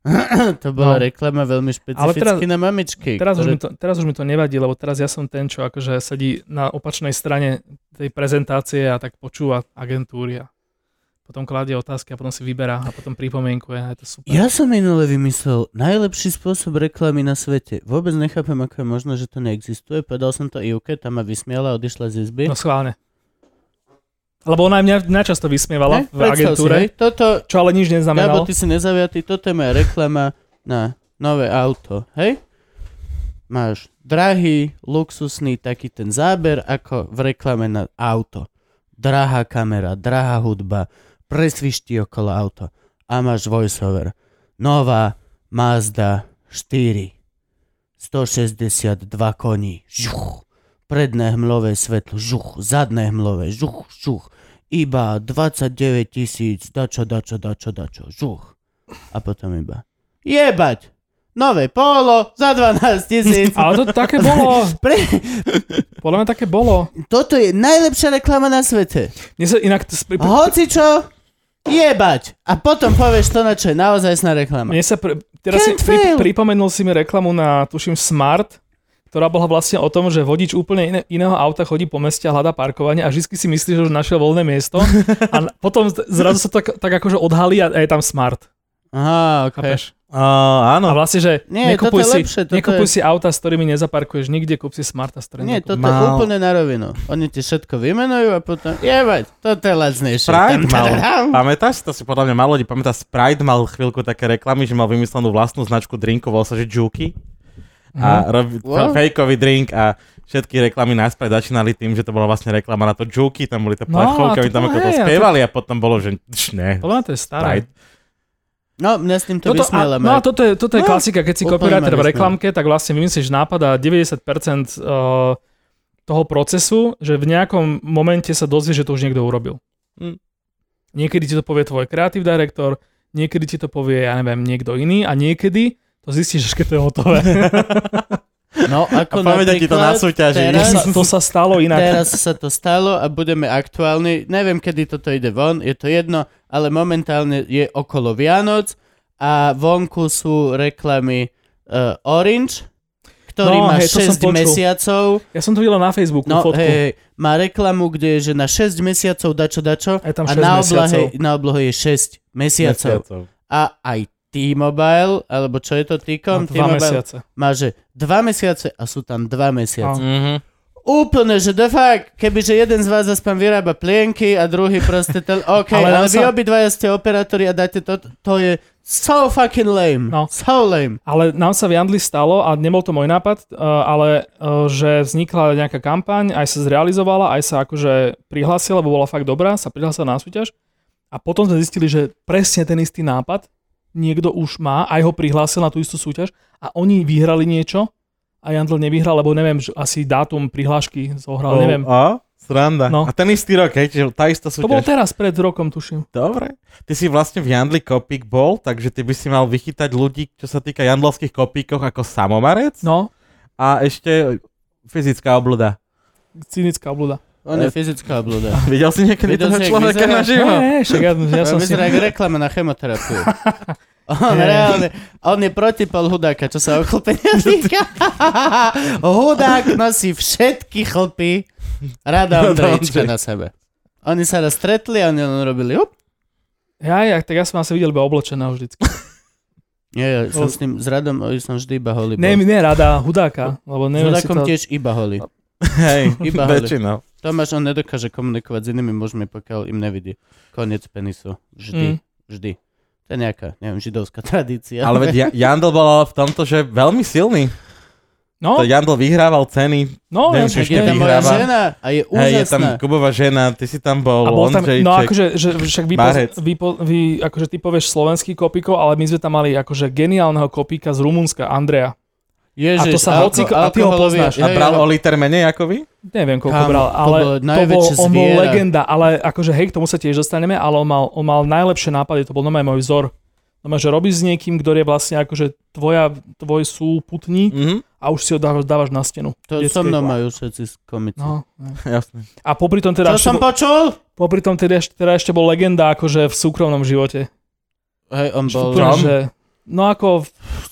to bola No. reklama veľmi špecificky na mamičky. Teraz už, ktoré... mi to, teraz už mi to nevadí, lebo teraz ja som ten, čo akože sedí na opačnej strane tej prezentácie a tak počúva agentúry a potom kladie otázky a potom si vyberá a potom pripomienkuje. Je to super. Ja som minule vymyslel najlepší spôsob reklamy na svete. Vôbec nechápem, ako je možné, že to neexistuje. Povedal som to Ivke, tá ma vysmiala, odišla z izby. No schválne. Lebo ona aj mňa načasto Ne? vysmievala v Predstav si, agentúre, hej, Toto, čo ale nič Gabo, neznamenalo. ty si nezaviatý, toto je moja reklama na nové auto, hej? Máš drahý, luxusný taký ten záber, ako v reklame na auto. Drahá kamera, drahá hudba, presvišti okolo auto. A máš voiceover. Nová Mazda 4. 162 koní. Žuch. Predné hmlové svetlo. Žuch. Zadné hmlové. Žuch. Žuch iba 29 tisíc, dačo, dačo, dačo, dačo, žuch. A potom iba, jebať, nové polo za 12 tisíc. Ale to také bolo. Pre- Podľa mňa také bolo. Toto je najlepšia reklama na svete. Mne sa inak... to A spri- Hoci čo, jebať. A potom povieš to, na čo je naozaj sná reklama. Mne sa pre, teraz si Can't pri, fail. pripomenul si mi reklamu na, tuším, Smart, ktorá bola vlastne o tom, že vodič úplne iné, iného auta chodí po meste a hľadá parkovanie a vždy si myslí, že už našiel voľné miesto a n- potom z- zrazu sa to tak, tak akože odhalí a, a je tam Smart. Aha, ok. Chápeš? Uh, áno, A vlastne, že Hm. Nie, nekupuj, toto je si, lepšie, toto nekupuj je- si auta, s ktorými nezaparkuješ nikde, kúp si Smarta, s ktorým Nie, nekúp- toto Mal- úplne na rovinu. Oni ti všetko vymenujú a potom, jebať, toto je lacnejšie. Tam, Sprite mal, tam, tam. pamätáš si, to si podľa mňa málo ľudí pamätá, Sprite mal chvíľku také reklamy, že mal vymyslenú vlastnú značku drinku, volal sa, že Juki. Mhm. A rob, Wow. fejkový drink a všetky reklamy na Sprite začínali tým, že to bola vlastne reklama na to Juki, tam boli tie No, plechovky, a to oni tam bolo, ako to hej, a to- spievali a potom bolo, že tš, ne, Podľa mňa to je staré. Sprite. No, mňa s týmto toto, a, vysmiela. no a toto je, toto je No, klasika, keď si úplne copywriter ma v vysmiel. reklamke, tak vlastne vymyslíš nápad a 90% eh, toho procesu, že v nejakom momente sa dozvie, že to už niekto urobil. Hm. Niekedy ti to povie tvoj creative director, niekedy ti to povie, ja neviem, niekto iný a niekedy to zistíš, až keď to je hotové. no, A ako povedia ti to na napríklad súťaži. to, teraz- sa, to sa stalo inak. Teraz sa to stalo a budeme aktuálni. Neviem, kedy toto ide von, je to jedno, ale momentálne je okolo Vianoc a vonku sú reklamy uh, Orange, ktorý No, má hej, to som 6 počul. mesiacov. Ja som to videl na Facebooku, No, fotku. hej, má reklamu, kde je, že na 6 mesiacov dačo dačo A je tam a 6 na mesiacov. oblohe, na oblohe je 6 mesiacov. Mesiacov. A aj T-Mobile, alebo čo je to T-Com? Na dva T-Mobile mesiace. No. má, že 2 mesiace a sú tam 2 mesiace. Áno. Mhm. Úplne, že de fakt, kebyže jeden z vás aspoň vyrába plienky a druhý proste ten, OK, ale, Ale ale on vy sa- obidvaja ste operátori a dáte to, to je so fucking lame. No. So lame. Ale nám sa v Jandli stalo, a nebol to môj nápad, eh, ale eh, že vznikla nejaká kampaň, aj sa zrealizovala, aj sa akože prihlásila, lebo bola fakt dobrá, sa prihlásila na súťaž. A potom sme zistili, že presne ten istý nápad niekto už má, aj ho prihlásil na tú istú súťaž a oni vyhrali niečo a Jandl nevyhral, lebo neviem, že asi dátum prihlášky zohral, Oh, No, neviem. A? Sranda. No. A ten istý rok, hej, čiže tá istá To bolo súťaž. teraz, pred rokom, tuším. Dobre. Ty si vlastne v Jandli kopík bol, takže ty by si mal vychytať ľudí, čo sa týka jandlovských kopíkov ako samomarec. No, A ešte fyzická obluda. cynická obluda. On je fyzická obluda. Videl si niekedy Videl toho si, jak človeka vyzerá? na No, živo? nie, však ja, ja som si... Vyzerá ako reklama na chemoterapiu. On Hej. reálne, on je protipol hudáka, čo sa ochlpenia týka. Hudák nosí všetky chlpy Rada Rada Ondrejčka Ondrej. na sebe. Oni sa raz stretli a oni len robili up. Ja, ja, tak ja som asi videl iba oblečeného vždycky. Nie, ja som s ním, s Radom, ja som vždy iba holý. Ne, bol. ne rada, hudáka, S lebo neviem si hudákom to... tiež iba holý. Hej, Iba hali. väčšinou. Tomáš, on nedokáže komunikovať s inými mužmi, pokiaľ im nevidí koniec penisu. Vždy, Mm. vždy. To je nejaká, neviem, židovská tradícia. Ale veď ja- Jandl bol v tomto, že veľmi silný. No, To Jandl vyhrával ceny. no, neviem, Tak či ja, ešte je tam moja vyhráva. žena a je Hej, je tam úžasná. Kubova žena, ty si tam bol, a bol tam, Ondřejček. no akože, že, však vy, poz, Barec. vy, po, vy, akože ty povieš slovenský kopíko, ale my sme tam mali akože geniálneho kopíka z Rumunska, Andrea. Ježiš, A to sa hociko- a ty ho alkoholový- poznáš. A hej, bral no. o liter menej ako vy? Neviem, koľko Kámo, bral, to ale bolo to bol, najväčšie on bol zviera. legenda, ale akože hej, k tomu sa tiež dostaneme, ale on mal, on mal najlepšie nápady, to bol normálne môj vzor. Normálne, že robíš s niekým, ktorý je vlastne akože tvoja, tvoj súputník Mhm, a už si ho dávaš, dávaš na stenu. To Detské- so mnou majú všetci z komici. No. no. jasne. A popri tom teda... Čo ešte som bol- počul? Popri tom teda, ešte- teda ešte bol legenda akože v súkromnom živote. Hej, on Že bol úplne, že, no ako,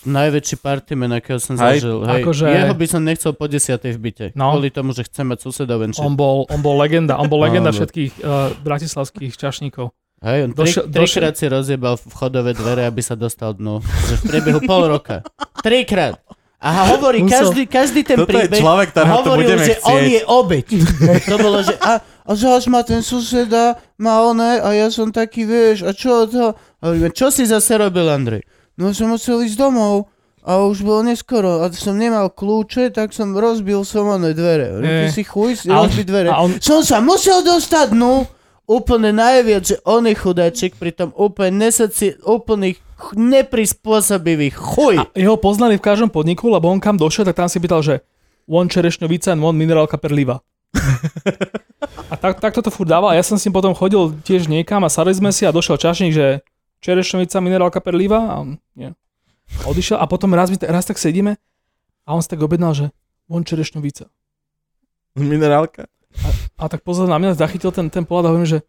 najväčší partyman, akého som Hej, zažil. Hej. akože- Jeho by som nechcel po desiatej v byte. No. Kvôli tomu, že chcem mať susedov venčiť. on bol, on bol legenda, on bol Áno. legenda všetkých uh, bratislavských čašníkov. Hej, on tri, Došiel- trikrát si rozjebal vchodové dvere, aby sa dostal dnu. Že v priebehu pol roka. Trikrát. A hovorí Musel- každý, každý ten Toto je príbeh. človek, ktorého tu hovoril, budeme že on chcieť. je obeď. To bolo, že a, a zás ma ten suseda, má oné a ja som taký, vieš, a čo to? A hovoríme, čo si zase robil, Andrej? No som musel ísť domov a už bolo neskoro a som nemal kľúče, tak som rozbil som oné dvere. Hovorím, Eh. Ty si chuj, si A on- rozbiť dvere. a on- Som sa musel dostať dnu, úplne najviac, že on je chudáčik, pritom úplne nesaci, úplný ch- neprispôsobivý chuj. A jeho poznali v každom podniku, lebo on kam došiel, tak tam si pýtal, že one čerešňovica and one minerálka perliva. a tak, takto to furt dával. A ja som s ním potom chodil tiež niekam a sadli sme si a došiel čašník, že čerešňovica, minerálka perliva a on, nie. A Odišiel a potom raz, my- raz tak sedíme a on si tak objednal, že one čerešňovica. Minerálka. A tak pozrel na mňa, zachytil ten, ten pohľad a hovorím, že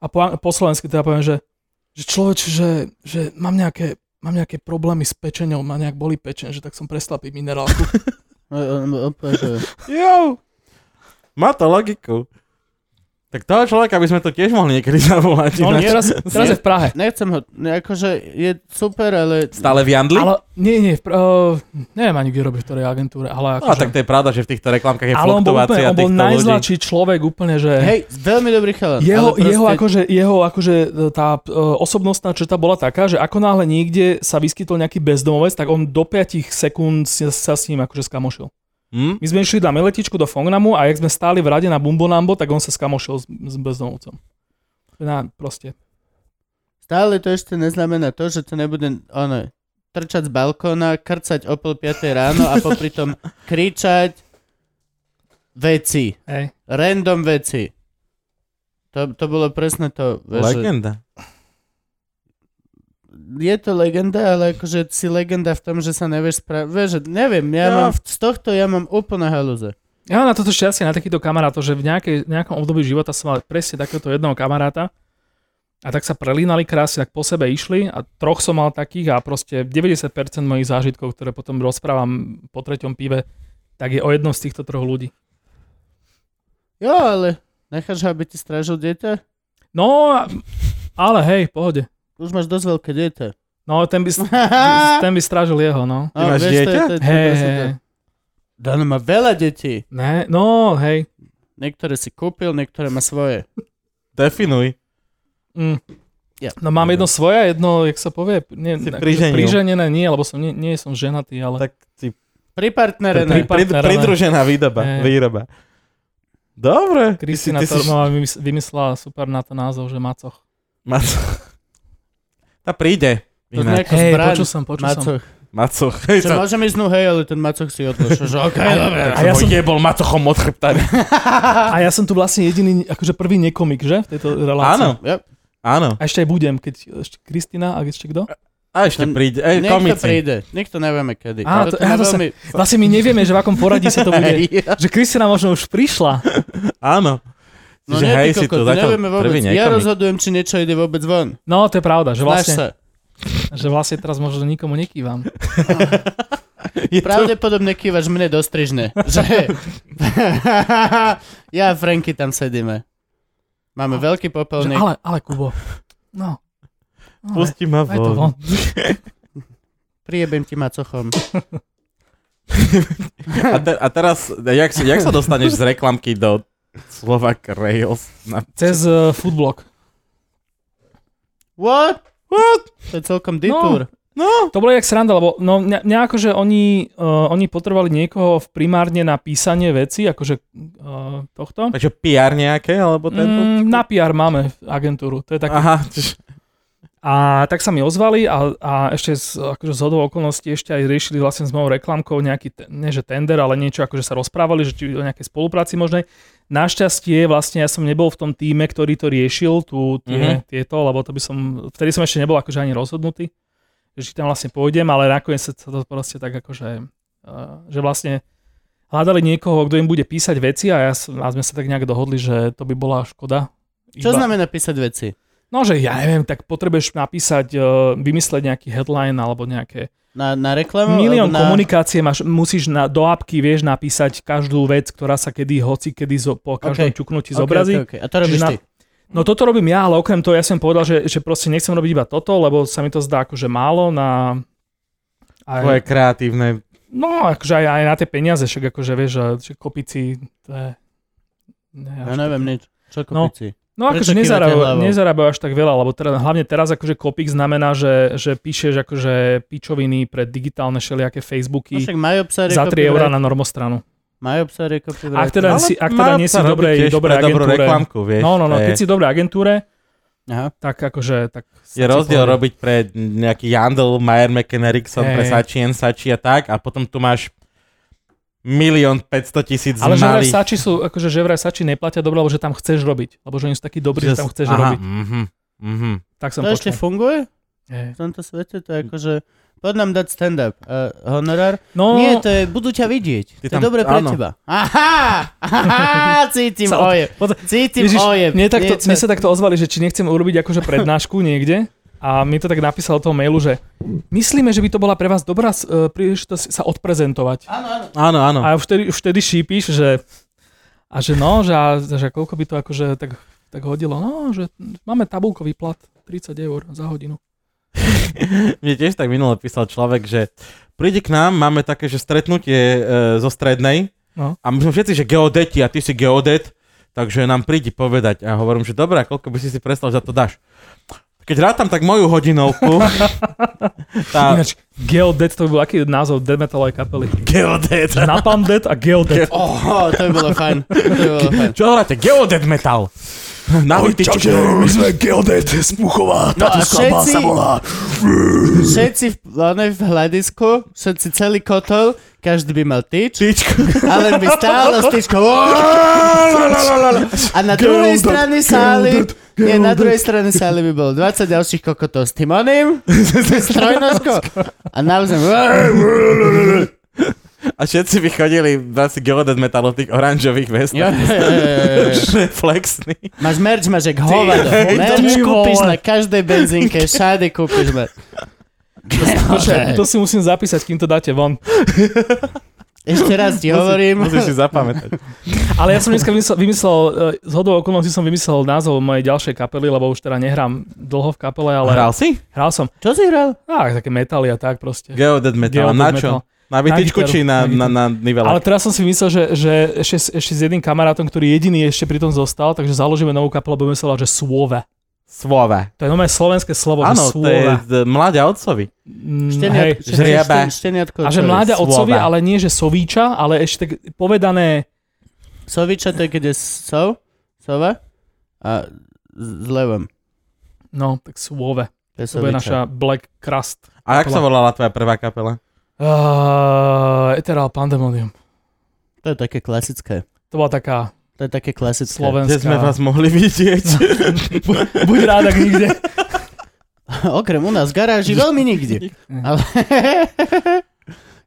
a po, po slovensky teda poviem, že, že človeč, že, že mám, nejaké, mám nejaké problémy s pečenou, ma nejak boli pečen, že tak som prestal piť minerálku. No, Jo! Má to logiku. Tak toho človeka by sme to tiež mohli niekedy zavolať. No, on ináč. teraz, teraz je v Prahe. Nechcem ho, akože je super, ale... Stále v Jandli? Ale nie, nie, v, uh, neviem ani, kde robí, v ktorej agentúre, ale No, akože... tak to je pravda, že v týchto reklamkách je ale on bol, úplne, fluktuácia on bol týchto ľudí. najzlačší človek úplne, že... Hej, veľmi dobrý chalan. Jeho, ale proste, jeho, akože, jeho akože e, tá e, osobnostná črta bola taká, že ako náhle niekde sa vyskytol nejaký bezdomovec, tak on do 5 sekúnd sa, sa s ním akože skamošil. Hm? My sme išli na letičku do Fongnamu a jak sme stáli v rade na Bumbonambo, tak on sa skamošil s, s bezdomovcom. Na, proste. Stále to ešte neznamená to, že to nebude ono, trčať z balkóna, krcať o pol piatej ráno a popri tom kričať veci, Hej. random veci. To, to bolo presne to. vieš, že- Legenda. je to legenda, ale akože si legenda v tom, že sa nevieš spraviť. Vieš, že neviem, ja Ja. mám, z tohto ja mám úplne halúze. Ja mám na toto šťastie na takýchto kamarátov, že v nejakej, nejakom období života som mal presne takéhoto jedného kamaráta a tak sa prelínali krásne, tak po sebe išli a troch som mal takých a proste 90% mojich zážitkov, ktoré potom rozprávam po treťom pive, tak je o jednom z týchto troch ľudí. Jo, ale necháš ho, aby ti strážil dieťa? No, a- ale hej, pohode. Už máš dosť veľké dieťa. No, ten by, s- ten by strážil jeho, no. Á, máš vieš, to je- dieťa? to je- to je Hej, presne hej, to. hej. Dano má veľa detí. Ne, no, hej. Niektoré si kúpil, niektoré má svoje. Definuj. Mm. Ja. No mám jedno svoje, a jedno, jak sa povie, nie, Si akože priženil. priženené nie, lebo som, nie, nie som ženatý, Tak ale... si Pri partnere pri, ne. Pri- pri, partnera, ne? pridružená výdoba, Ne. výroba. Dobre. Ty si- ty Kristina si- Tornová vymys- vymyslela super na to názov, že macoch. Maco. Tá príde. To Ináč. nejako hey, zbraň. počul som, počul som. Macoch. Macoch. Čo, môžem ísť, no hej, ale ten macoch si odložil. Že okej, dobre. A ja som jebol macochom od chrbta. A ja som tu vlastne jediný, akože prvý nekomik, že? V tejto relácii. Áno, Jo, áno. A ešte aj budem, keď ešte Kristina a ešte kto? A ešte Ten- príde. Ej, Niekto komici. príde. Niekto nevieme kedy. Á, Ale to- to má ja to sa- veľmi... Vlastne my nevieme, že v akom poradí sa to bude. Hej, ja. Že Kristina možno už prišla. Áno. No Že nie, hej, hej, si to kokot, začal nevieme vôbec. prvý Ja nekomik. rozhodujem, či niečo ide vôbec von. No, to je pravda, že Vlastne. vlastne, sa. že vlastne teraz možno nikomu nekývam. Je to- Pravdepodobne kývaš mne do strižne. Že... ja a Franky tam sedíme. Máme veľký Že, popolník. ale, ale Kubo, no. Ale, Pusti ma daj to von. von. Priebem ti macochom. A, te, a teraz, jak, si- jak sa dostaneš z reklamky do Slovak Rails? Na... Cez uh, foodblog. What? What? To je celkom detour. No. To bolo jak sranda, lebo no, ne- nejako, že oni, uh, oni potrebovali niekoho v primárne na písanie veci, akože uh, tohto. Takže PR nejaké, alebo tento? Mm, na PR máme agentúru, to je tak. Aha, čiže- A tak sa mi ozvali a, a ešte z, akože z hodou okolností ešte aj riešili vlastne s mojou reklamkou nejaký, te, nie že tender, ale niečo akože sa rozprávali, že či o nejakej spolupráci možnej. Našťastie vlastne ja som nebol v tom týme, ktorý to riešil, tu tie, tieto, lebo to by som, vtedy som ešte nebol akože ani rozhodnutý, že či tam vlastne pôjdem, ale nakoniec sa to proste tak akože, eh, že vlastne hľadali niekoho, kto im bude písať veci a, ja, som- a sme sa tak nejak dohodli, že to by bola škoda. Čo Iba- znamená písať veci? No, že ja neviem, tak potrebuješ napísať, eh, vymysleť nejaký headline alebo nejaké. Na, na reklamu? Milión Alebo na... komunikácie máš, musíš na, do apky, vieš, napísať každú vec, ktorá sa kedy, hoci kedy zo, po Ok. každom ťuknutí Ok, zobrazí. ok, ok. A to robíš Čiže na- ty. No toto robím ja, ale okrem toho ja som povedal, že, že proste nechcem robiť iba toto, lebo sa mi to zdá akože málo na... Tvoje Aj, kreatívne... no, akože aj, aj na tie peniaze, však akože vieš, že, že kopici, to je... Ne, až Ja neviem také- nič. Čo No. kopici? No Prečo akože kývate nezarábajú, hlavou? nezarábajú až tak veľa, lebo teraz, hlavne teraz akože kopík znamená, že, že píšeš akože pičoviny pre digitálne No. šeliaké Facebooky Však majú psári za 3 eurá na normostranu. Majú psári copyright. Ak teda, Ale si, ak teda nie si Marca v robí dobrej, tiež dobrej pre dobrú agentúre. reklamku, vieš. No, no, no, to je- keď si v dobrej agentúre, Aha. tak akože... Tak Je rozdiel robiť pre nejaký Jandl, Mayer, McKen, Erickson, Hej. pre Sači, Sači a tak a potom tu máš milión 500 tisíc Ale že vraj malých. Sači sú, akože že vraj Sači neplatia dobre, lebo že tam chceš robiť. Lebo že oni sú takí dobrí, že tam chceš aha, robiť. Mhm, mhm. Tak som To ešte počul. funguje Hej. v tomto svete? To je akože... Poď nám dať stand-up. Uh, honorár? No, Nie, to je, budú ťa vidieť. Ty to je tam- dobré pre áno. teba. Aha! Aha! Cítim Sa- oje. pozri- Cítim Ježiš, oje. mne, takto, Nie, mne sa takto ozvali, že či nechcem urobiť akože prednášku niekde a mi to tak napísal do toho mailu, že myslíme, že by to bola pre vás dobrá s- e, príležitosť sa odprezentovať. Áno, áno. Áno, áno. A už vtedy, už vtedy šípiš, že a že no, že, a, že koľko by to akože tak, tak hodilo. No, že máme tabulkový plat 30 eur za hodinu. Mne tiež tak minule písal človek, že príde k nám, máme také, že stretnutie e, zo strednej No. a my sme všetci, že geodeti a ty si geodet, takže nám prídi povedať a hovorím, že dobrá, koľko by si si predstav, že za to dáš. Keď rátam tak moju hodinovku, A... tá Ináč, Geodet, to by bol aký názov death metalovej kapely. geodet. Že Napalm Death a Geodet. Oho, to by bolo fajn. To by bolo fajn. Čo hráte? Geodet metal. Na hojtičke. my sme Geodet z Puchova, No a všetci, volá. všetci v, one v hľadisku, všetci celý kotol, každý by mal tyč, ale by stále s tyčkou. A na druhej Gelded, strane sály, nie, na druhej strane sály by bolo 20 ďalších kokotov s Timonim, s trojnožkou a naozaj A všetci by chodili asi geodet metal v tých oranžových Jo, vestách. jo, jo, jo, jo. Reflexný. Máš merč, máš jak hovado. hej, Merč ty kúpiš vole. na každej benzínke, všade kúpiš merč. Počkaj, Akože, to si musím zapísať, kým to dáte von. Ešte raz ti hovorím. Musíš si zapamätať. Ale ja som dneska vymyslel, vymyslel eh, z hodou okolností som vymyslel názov mojej ďalšej kapely, lebo už teda nehrám dlho v kapele, ale Hral si? hral som Čo si hral? á, také metaly a tak proste. Geodet metal. Geodet Na čo? metal. Na vytičku gitaru, či na, na na, na nivelák? Ale teraz som si myslel, že, že ešte, s- ešte s jedným kamarátom, ktorý jediný ešte pri tom zostal, takže založíme novú kapelu, budeme sa volať, že Suove. Svove. To je nové slovenské slovo, že Áno, to Suove. je z- mláďa otcovi. Mm, hej. Šteniat- žriabe. šten- šteniatko. A čo že je? mláďa Suove. otcovi, ale nie že sovíča, ale ešte tak povedané Soviča to je, keď je sov, sova a z- s levom. No, tak Suove. To je To soviča. bude naša Black Crust. A jak Kapela. sa volala tvoja prvá kapela? Uh, Eteral Pandemonium. To je také klasické. To bola taká To je také klasické. Kde slovenská... sme vás mohli vidieť? Bu- Buď rád, ak nikde. Okrem u nás v garáži veľmi nikdy. Ale...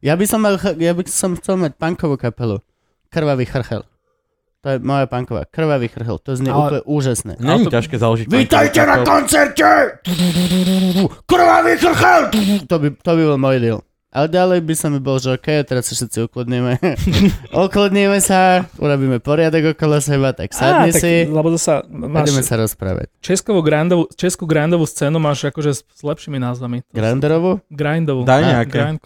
ja by som mal, ch- ja by som chcel mať punkovú kapelu. Krvavý chrchel. To je moja punková. Krvavý chrchel. To znie Ale- úplne úžasné. Není ťažké založiť. Vítajte na kapelu. koncerte! Krvavý krchel! To by, to by bol môj deal. Ale ďalej by som mi bol, že OK, teraz sa všetci ukludníme. ukludníme sa, urobíme poriadok okolo seba, tak Á, sadni tak, si. lebo zasa Ideme máš sa rozprávať. českovú grindovú, českú grindovú scénu máš akože s, s lepšími názvami. To Granderovu? sú- Grindovú. Daj Á, nejaké. grind-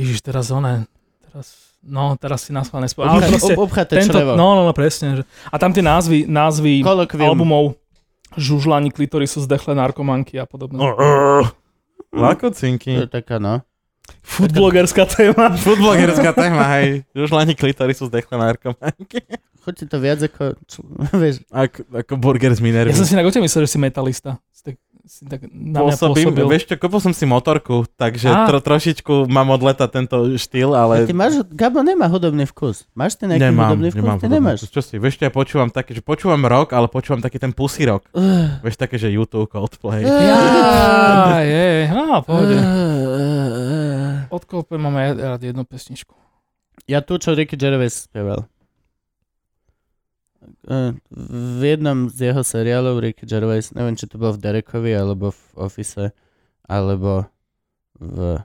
Ježiš, teraz ona... Teraz, no, teraz si nás mal nespovedal. Ale proste, Obchate tento, črevo. no, no, no, presne. Že, a tam tie názvy, názvy Kolokvium. albumov Žužlani, klitory sú zdechlé narkomanky a podobne. No. To je Lakocinky. taká, no. Foodblogerská téma. Foodblogerská téma, hej. Už len klitory sú zdechlé narkomanky. Chodí to viac ako... čo- Vieš, Ako, ako burger z Minervy. Ja som si na gote myslel, že si metalista. Si tak, si tak na mňa Pôsobím, pôsobil. vieš čo, kúpil som si motorku, takže Á. tro, trošičku mám od leta tento štýl, ale... ale... ty máš... Gabo nemá hudobný vkus. Máš ty nejaký Nemám, hudobný vkus? nemám. ty podobný nemáš. vkus. Čo si, vieš čo, ja počúvam také, že počúvam rock, ale počúvam taký ten pusy rock. Uh, Vieš také, že YouTube, Coldplay. Ja, je, á, pohode. uh, Odkoľpe máme ja rád jednu pesničku. Ja tu, čo Ricky Gervais spieval. Eh, V jednom z jeho seriálov Ricky Gervais, neviem, či to bolo v Derekovi, alebo v Office, alebo v...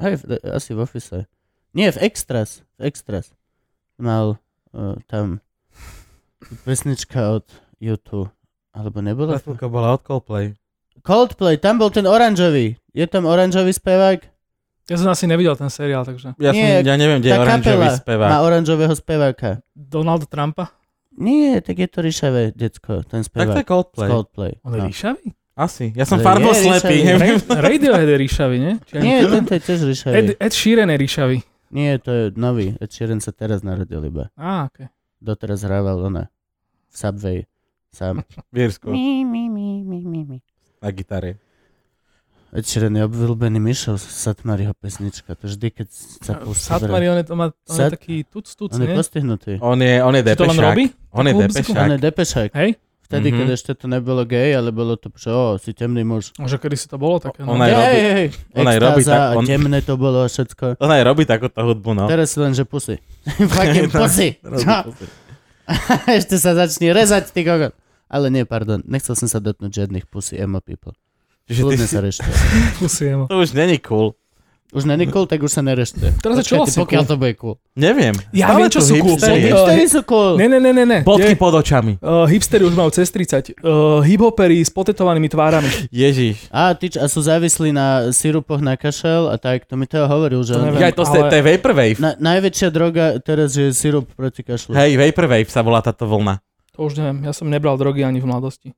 Hej, v, asi v Office. Nie, v Extras. V Extras. e, Mal uh, tam pesnička od YouTube. A Alebo nebolo? Pesnička bola od Coldplay. Coldplay, tam bol ten oranžový. Je tam oranžový spevák? Ja som asi nevidel ten seriál, takže... Ja, Nie, som, ja neviem, kde je Tá oranžový kapela No. spevák. Má oranžového speváka. Donald Trumpa? Nie, tak je to Ríšavé, decko, ten Tak to je spevák. z Coldplay. Coldplay. On je No. ríšavý? Asi. Ja som Ale farbo je slepý, Richard- neviem. Ra- Radiohead je ríšavý, nie? Či ani- Nie, tento je tiež Ríšavý. Ed, Ed Sheeran je ríšavý. Nie, to je nový. Ed Sheeran sa teraz narodil iba. Á, okay. Doteraz hrával ona v Subway sám. Viersku. Mi, mi, mi, mi, mi, mi. Na gitare. Ed Sheeran je obľúbený Mišov Satmariho pesnička. To vždy, keď sa pustí. Sat Marion No, je, to má, on je Sat- taký tuc, tuc, On je nie? postihnutý. On je, on je Či to len depešák. robí? On je Takú muziku? On depešák. je depešák. Hej? Vtedy, Mhm. keď ešte to nebolo gej, ale bolo to, že o, si temný muž. Že kedy si to bolo také. On no. aj Hej, robí- hej, hej. on aj robí Extáza tak- a on- temné to bolo a všetko. On aj robí takúto hudbu, no. Teraz len, že pusy. Fucking No, pusy. Robí Čo? to. Ešte sa začne rezať, ty kokot. Ale nie, pardon, nechcel som sa dotknúť žiadnych pusy emo people. Čiže ty Kľudne si, sa rešte. Pusiem. to už není cool. Už na Nikol, tak už sa nerešte. Teraz je čo Počkajte, vlastne Pokiaľ to bude cool. Neviem. Ja Stále viem, čo tu sú cool. hipsteri. Sú- Hipstery sú cool. Ne, ne, ne, ne, ne. Bodky Je- pod očami. Uh, hipstery už majú cez 30. Uh, hiphopery s potetovanými tvárami. Ježiš. A, tyč, a sú závislí na sirupoch na kašel a tak, to mi Teo hovoril, že To on, neviem. Ja, to, ste- ale- to je Vaporwave. na, najväčšia droga teraz je sirup proti kašlu. Hej, Vaporwave sa volá táto vlna. To už neviem, ja som nebral drogy ani v mladosti.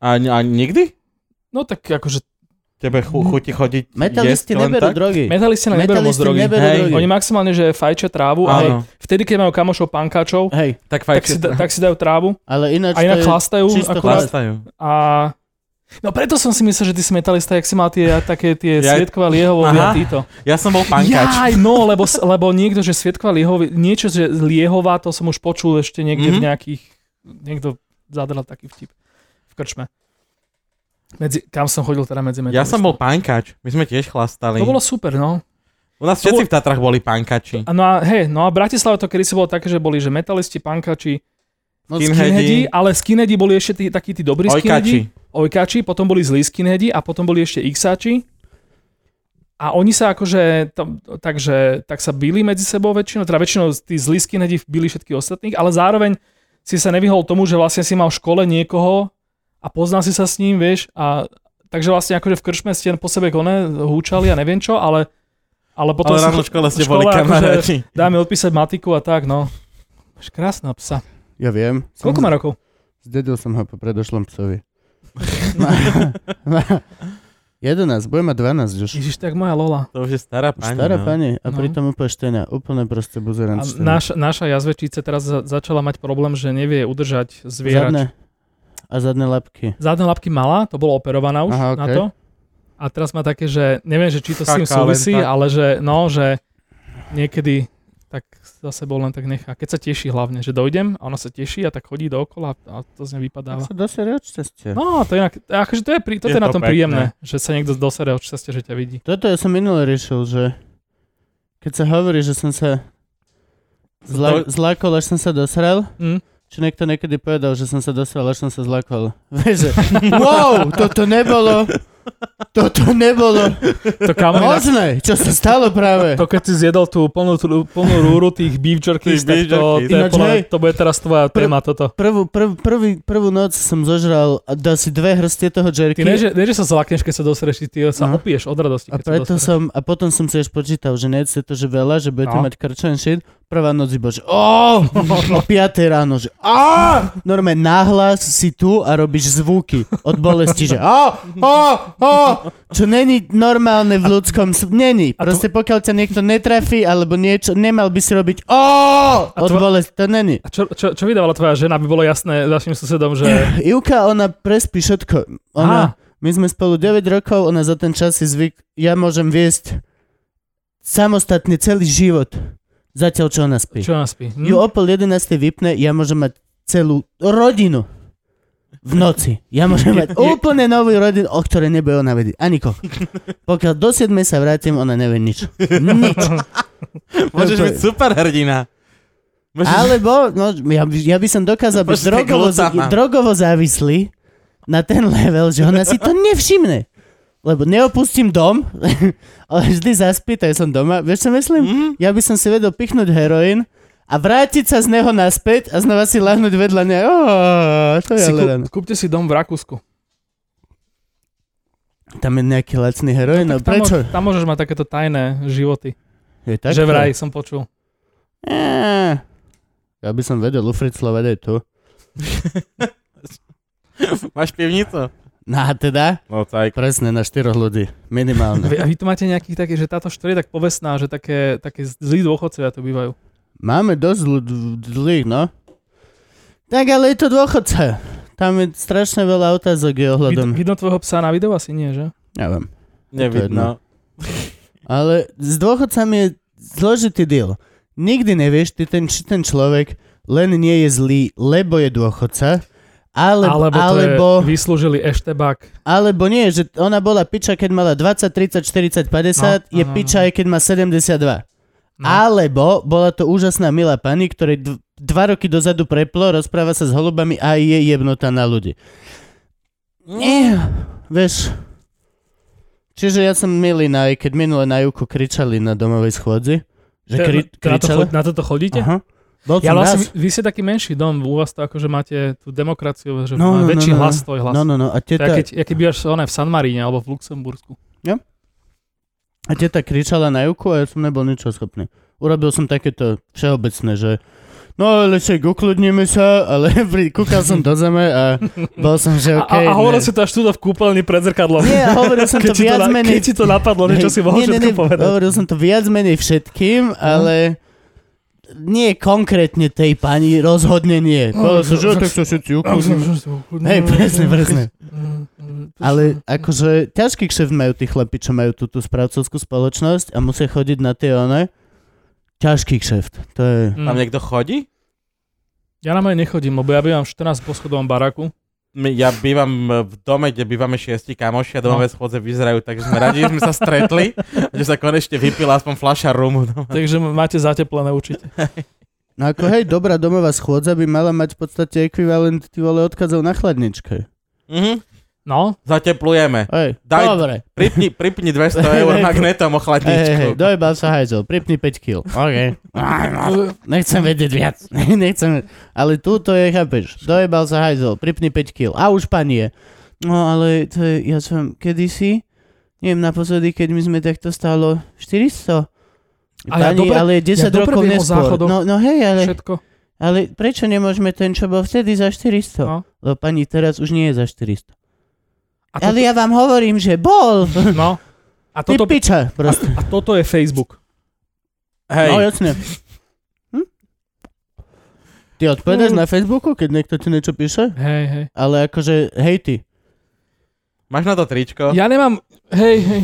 A, a nikdy? No tak akože Tebe chu, chutí chodiť Metalisti jesť len neberú tak? drogy. metalisti nám neberú moc Metalisti drogy. neberú Hej. drogy. Oni maximálne, že fajčia trávu, ale Áno. vtedy, keď majú kamošov pankáčov, Hej, Tak tak fajči. si, da- tak si dajú trávu ale ináč a inak Akože to je... chlastajú čisto akurát. Chlastajú. A... No preto som si myslel, že ty si metalista, jak si mal tie, také tie Ja- ja... svietkva liehovovy a Aha. títo. Ja som bol pankač. Jaj, no, lebo, s- lebo niekto, že svietkva liehovy, niečo, že liehová, to som už počul ešte niekde mm-hmm. Mhm. v nejakých, niekto zadral taký vtip v krčme. Medzi, kam som chodil teda medzi Ja metalistov. som bol pankač. My sme tiež chlastali. To bolo super, no. U nás to všetci bolo- v Tatrach boli pankači. A No a hej, no a v Bratislave to kedysi bolo také, že boli, že metalisti, pankači, No, Skinhead. skinheadi, ale skinheadi boli ešte tí, takí tí dobrí skinheadi, Ojkači. ojkači, potom boli zlí skinheadi a potom boli ešte xáči. A oni sa akože, tam, takže, tak sa bili medzi sebou väčšinou, teda väčšinou tí zlí skinheadi bili všetkých ostatných, ale zároveň si sa nevyhol tomu, že vlastne si mal v škole niekoho a poznal si sa s ním, vieš, a takže vlastne akože v krčme ste po sebe kone húčali a neviem čo, ale, ale potom... Ale si- ráno v škole ste boli škola akože- kamaráti. Dá mi odpísať matiku a tak, no. Máš krásna psa. Ja viem. Koľko Som- má rokov? Zdedil som ho po predošlom psovi. 11, bude mať 12 už. Ježiš, tak moja Lola. To už je stará Už pani. Stará no. pani a No. pritom úplne štenia, úplne proste A buzerant. naš, naša jazvečica teraz za, začala mať problém, že nevie udržať zvierač. Zadné, a zadné labky. Zadné lapky mala, to bolo operovaná Aha, už Aha, okay. na okej. to. A teraz má také, že neviem, že či to s tým Kaká len súvisí, tak. ale že no, že niekedy tak za sebou len tak nechá. Keď sa teší hlavne, že dojdem a ona sa teší a tak chodí dookola a to z nej Tak vypadáva. sa dosere od šťastia. No, to je, inak, akože to je, pri, toto Je je, na to tom pekné. príjemné, že sa niekto dosere od šťastia, že ťa vidí. Toto ja som minule riešil, že keď sa hovorí, že som sa zla, To- zlákol, až som sa dosral, Mm. či niekto niekedy povedal, že som sa dosral, až som sa zlákol. Vieš, že wow, toto nebolo, toto nebolo No, To kamo inak- možné, čo sa stalo práve. To keď si zjedol tú plnú, tú plnú rúru tých beef jerky, Tých tak beef jerky, to, to, je tak. podľa mňa- Hej. to bude teraz tvoja téma toto. Prvú, prv, prvý, prvú noc som zožral asi dve hrstie toho Ty jerky. ne, že, ne, že sa zlakneš, keď sa dosreš, ty sa Aha. opiješ od radosti, No. A keď preto sa som, a potom som si až počítal, že nie je to, že veľa, že budete No. mať krčan shit. Prvá noc iba, že o, o 5 ráno, že a, normálne náhlas si tu a robíš zvuky od bolesti, že o, o, o, čo není normálne v ľudskom, s- není. A to- Proste pokiaľ ťa niekto netrafí alebo niečo, nemal by si robiť o, od tvo- bolesti, to není. A čo, čo, čo vydávala tvoja žena, aby bolo jasné našim susedom, že... Ivka, ona prespí všetko. Ona, Aha, My sme spolu 9 rokov, ona za ten čas si zvyk, ja môžem viesť samostatne celý život, zatiaľ čo ona spí. Čo? čo ona spí? Ju Hm? o pol 11 vypne, ja môžem mať celú rodinu v noci. Ja môžem mať úplne novú rodinu, o ktorej nebude ona vedieť. Ani koľko. Pokiaľ do 7 sa vrátim, ona nevie nič. Nič. Môžeš To je- byť super hrdina. Môžeš... Alebo, no, ja, by- ja by som dokázal byť Proste drogovo, glutama. drogovo závislý na ten level, že ona si to nevšimne. Lebo neopustím dom, ale vždy zaspí, tak som doma. Vieš, čo myslím? Mm. Mhm. Ja by som si vedel pichnúť heroin a vrátiť sa z neho naspäť a znova si lahnúť vedľa nej. Oh, to je Si ale ráno. kú, kúpte si dom v Rakúsku. Tam je nejaký lacný heroin, no Tam, prečo? mo- tam môžeš mať takéto tajné životy. Je tak, Tak že vraj som počul. Eh, Ja by som vedel, Lufric Slovede je tu. Máš pivnicu? Na teda, No tak. presne na štyroch ľudí, minimálne. Vy, a vy tu máte nejakých také, že táto štvrť je tak povestná, že také, také zlí dôchodcovia tu bývajú. Máme dosť ľud- zlých, no. Tak ale je to dôchodca. Tam je strašne veľa otázok je ohľadom. Vid, vidno tvojho psa na videu asi nie, že? Neviem. Nevidno. Ale s dôchodcami je zložitý deal. Nikdy nevieš, ty ten, či ten človek len nie je zlý, lebo je dôchodca, ale, alebo, Alebo, to alebo, je, vyslúžili eštebak. alebo nie, že ona bola piča, keď mala 20, 30, 40, 50, je No, áno, piča, aj keď má 72. No. Alebo bola to úžasná milá pani, ktorej dv- dva roky dozadu preplo, rozpráva sa s holubami a je jebnutá na ľudí. Nie, vieš. Čiže ja som milý na, aj keď minule na Juku kričali na domovej schôdzi, že Te- kri- na, to, kričali. chod- na toto chodíte? Aha. Bol Ja som raz. vlastne, vy, vy ste taký menší dom, u vás to akože máte tú demokraciu, že No, no, má no, no, väčší no, hlas, tvoj hlas. No, no, no. A To je, teta, keď, ja keď bývaš oné v San Maríne alebo v Luxembursku. a teta kričala na Juku a ja som nebol ničo schopný. Urobil som takéto všeobecné, že no ale však ukludnime sa, ale pri- kúkal som do zeme a bol som, že A, okej. a, a hovoril ne. si to až tu v kúpeľni pred zrkadlom. Nie, hovoril som keď, to ti to viac na, menej keď ti to napadlo, niečo Hej, si mohol všetko povedať. Hm. Hovoril som to viac menej všetkým, ale nie konkrétne tej pani, rozhodne nie. Hm. Bolo to, že tak sa všetci ukúsim. Hej, presne, presne. Ale akože ťažký kšeft majú tí chlapi, čo majú túto správcovskú spoločnosť a musia chodiť na tie one. Ťažký kšeft. To je... Tam Mm. niekto chodí? Ja na moje nechodím, lebo ja bývam v 14 poschodovom baraku. My, ja bývam eh, v dome, kde bývame šiesti kamoši a domové schôdze vyzerajú, takže sme radi, že sme sa stretli, že sa konečne vypila aspoň fľaša rumu. No. Takže máte zateplené určite. No ako hej, dobrá domová schôdza by mala mať v podstate ekvivalent ty vole odkazov na chladničke. Mhm. No, Zateplujeme. Hej, Daj- dobre. Pripni, pripni 200 eur magnetom Hej, hej, hej, o chladničku. dojebal sa hajzel, pripni 5 kg. OK. Nechcem vedieť viac. Nechcem, ale túto je, chápeš, dojebal sa hajzel, pripni 5 kg. A už panie. No ale to je, ja som kedysi, neviem, naposledy, keď my sme takto stálo 400. A ja Pani, dobre- ale 10 ja dobre rokov viem o neskôr. záchodoch. No, no hej, ale, všetko. ale prečo nemôžeme ten, čo bol vtedy za 400? No. Lebo pani teraz už nie je za 400. A Ale ja vám hovorím, že bol. no. A Ty toto, piča, proste. a toto je Facebook. Hej, No jasne. Hm? Ty odpovedáš Mm. na Facebooku, keď niekto ti niečo píše? Hej, hej. Ale akože, hej ty. máš na to No. tričko? Ja nemám, hej, hej.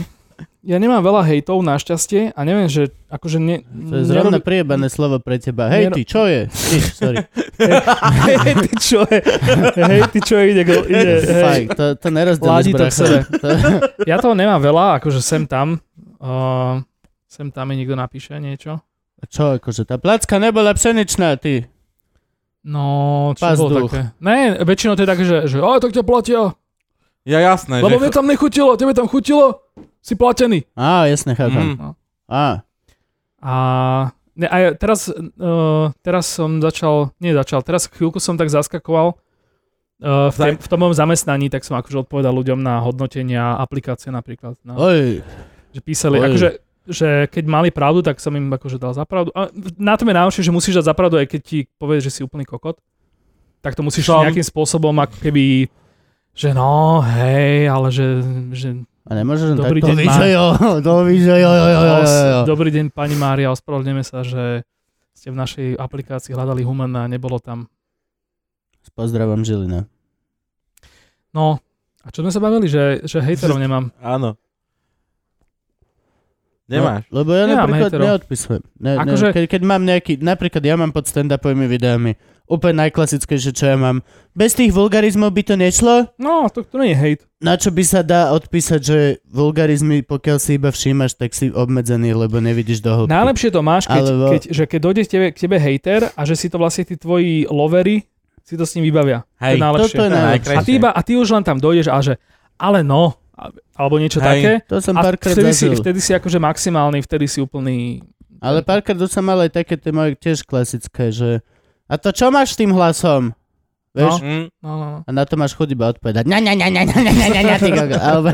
Ja nemám veľa hejtov našťastie a neviem, že akože ne, To je zrovna nerobi- priebané slovo pre teba. Hej Nero- ty, čo je? Ty, sorry. hej, ty čo je? Hej, ty čo je? Ide, go- ide hej. Fakt, to, to nerozdelíš, Ládi to k bracho. sebe. To, Ja toho nemám veľa, akože sem tam. Uh, sem tam mi niekto napíše niečo. čo akože, tá placka nebola pšeničná, ty. No, čo Pás bolo duch. také? Ne, väčšinou to je také, že, že a tak ťa platia, Ja jasné, že... lebo mne tam nechutilo, tebe tam chutilo, si platený. Á, jasne, chápem. Mhm. Mm. Á, A, ne, a ja teraz, uh, teraz som začal, nie začal, teraz chvíľku som tak zaskakoval uh, v, tej, v tom mojom zamestnaní, tak som akože odpovedal ľuďom na hodnotenia aplikácie napríklad. Na, oj, Že písali, Oj. akože, že keď mali pravdu, tak som im akože dal za pravdu. A na tom je najhoršie, že musíš dať za pravdu, aj keď ti povie, že si úplný kokot. Tak to musíš Som. som. nejakým spôsobom ako keby, že no, hej, ale že, že a nemôžeš len Dobrý takto. deň, Dovíš, Mar- jo, dovíš, jo, jo, jo, jo, jo, jo. dobrý deň pani Mária, ospravedlňujeme sa, že ste v našej aplikácii hľadali humana a nebolo tam. S pozdravom Žilina. No, a čo sme sa bavili, že, že hejterov nemám. Áno. Nemáš. No, lebo ja Nemám napríklad heterov. neodpisujem. Ne, ne, Akože- keď, keď mám nejaký, napríklad ja mám pod stand-upovými videami úplne najklasickejšie, čo ja mám. Bez tých vulgarizmov by to nešlo? No, to, to nie je hejt. Na čo by sa dá odpísať, že vulgarizmy, pokiaľ si iba všímaš, tak si obmedzený, lebo nevidíš do hĺbky. Najlepšie to máš, keď, Alebo- keď, že keď dojde k tebe, k tebe hejter a že si to vlastne tí tvoji lovery si to s ním vybavia. Hej, to je najlepšie. toto je najlepšie. najkrajšie. A ty, iba, a ty už len tam dojdeš a že ale no, a- alebo niečo Hej. také. To som A párkrát vtedy si, zažil. vtedy si akože maximálny, vtedy si úplný Ale párkrát už som mal aj také tie moje tiež klasické, že a to čo máš s tým hlasom? Vieš? No. Mm. No, no, no. A na to máš chuť iba odpovedať. Na, na, na, na, na, na, na, na, na, ty kokos. Alebo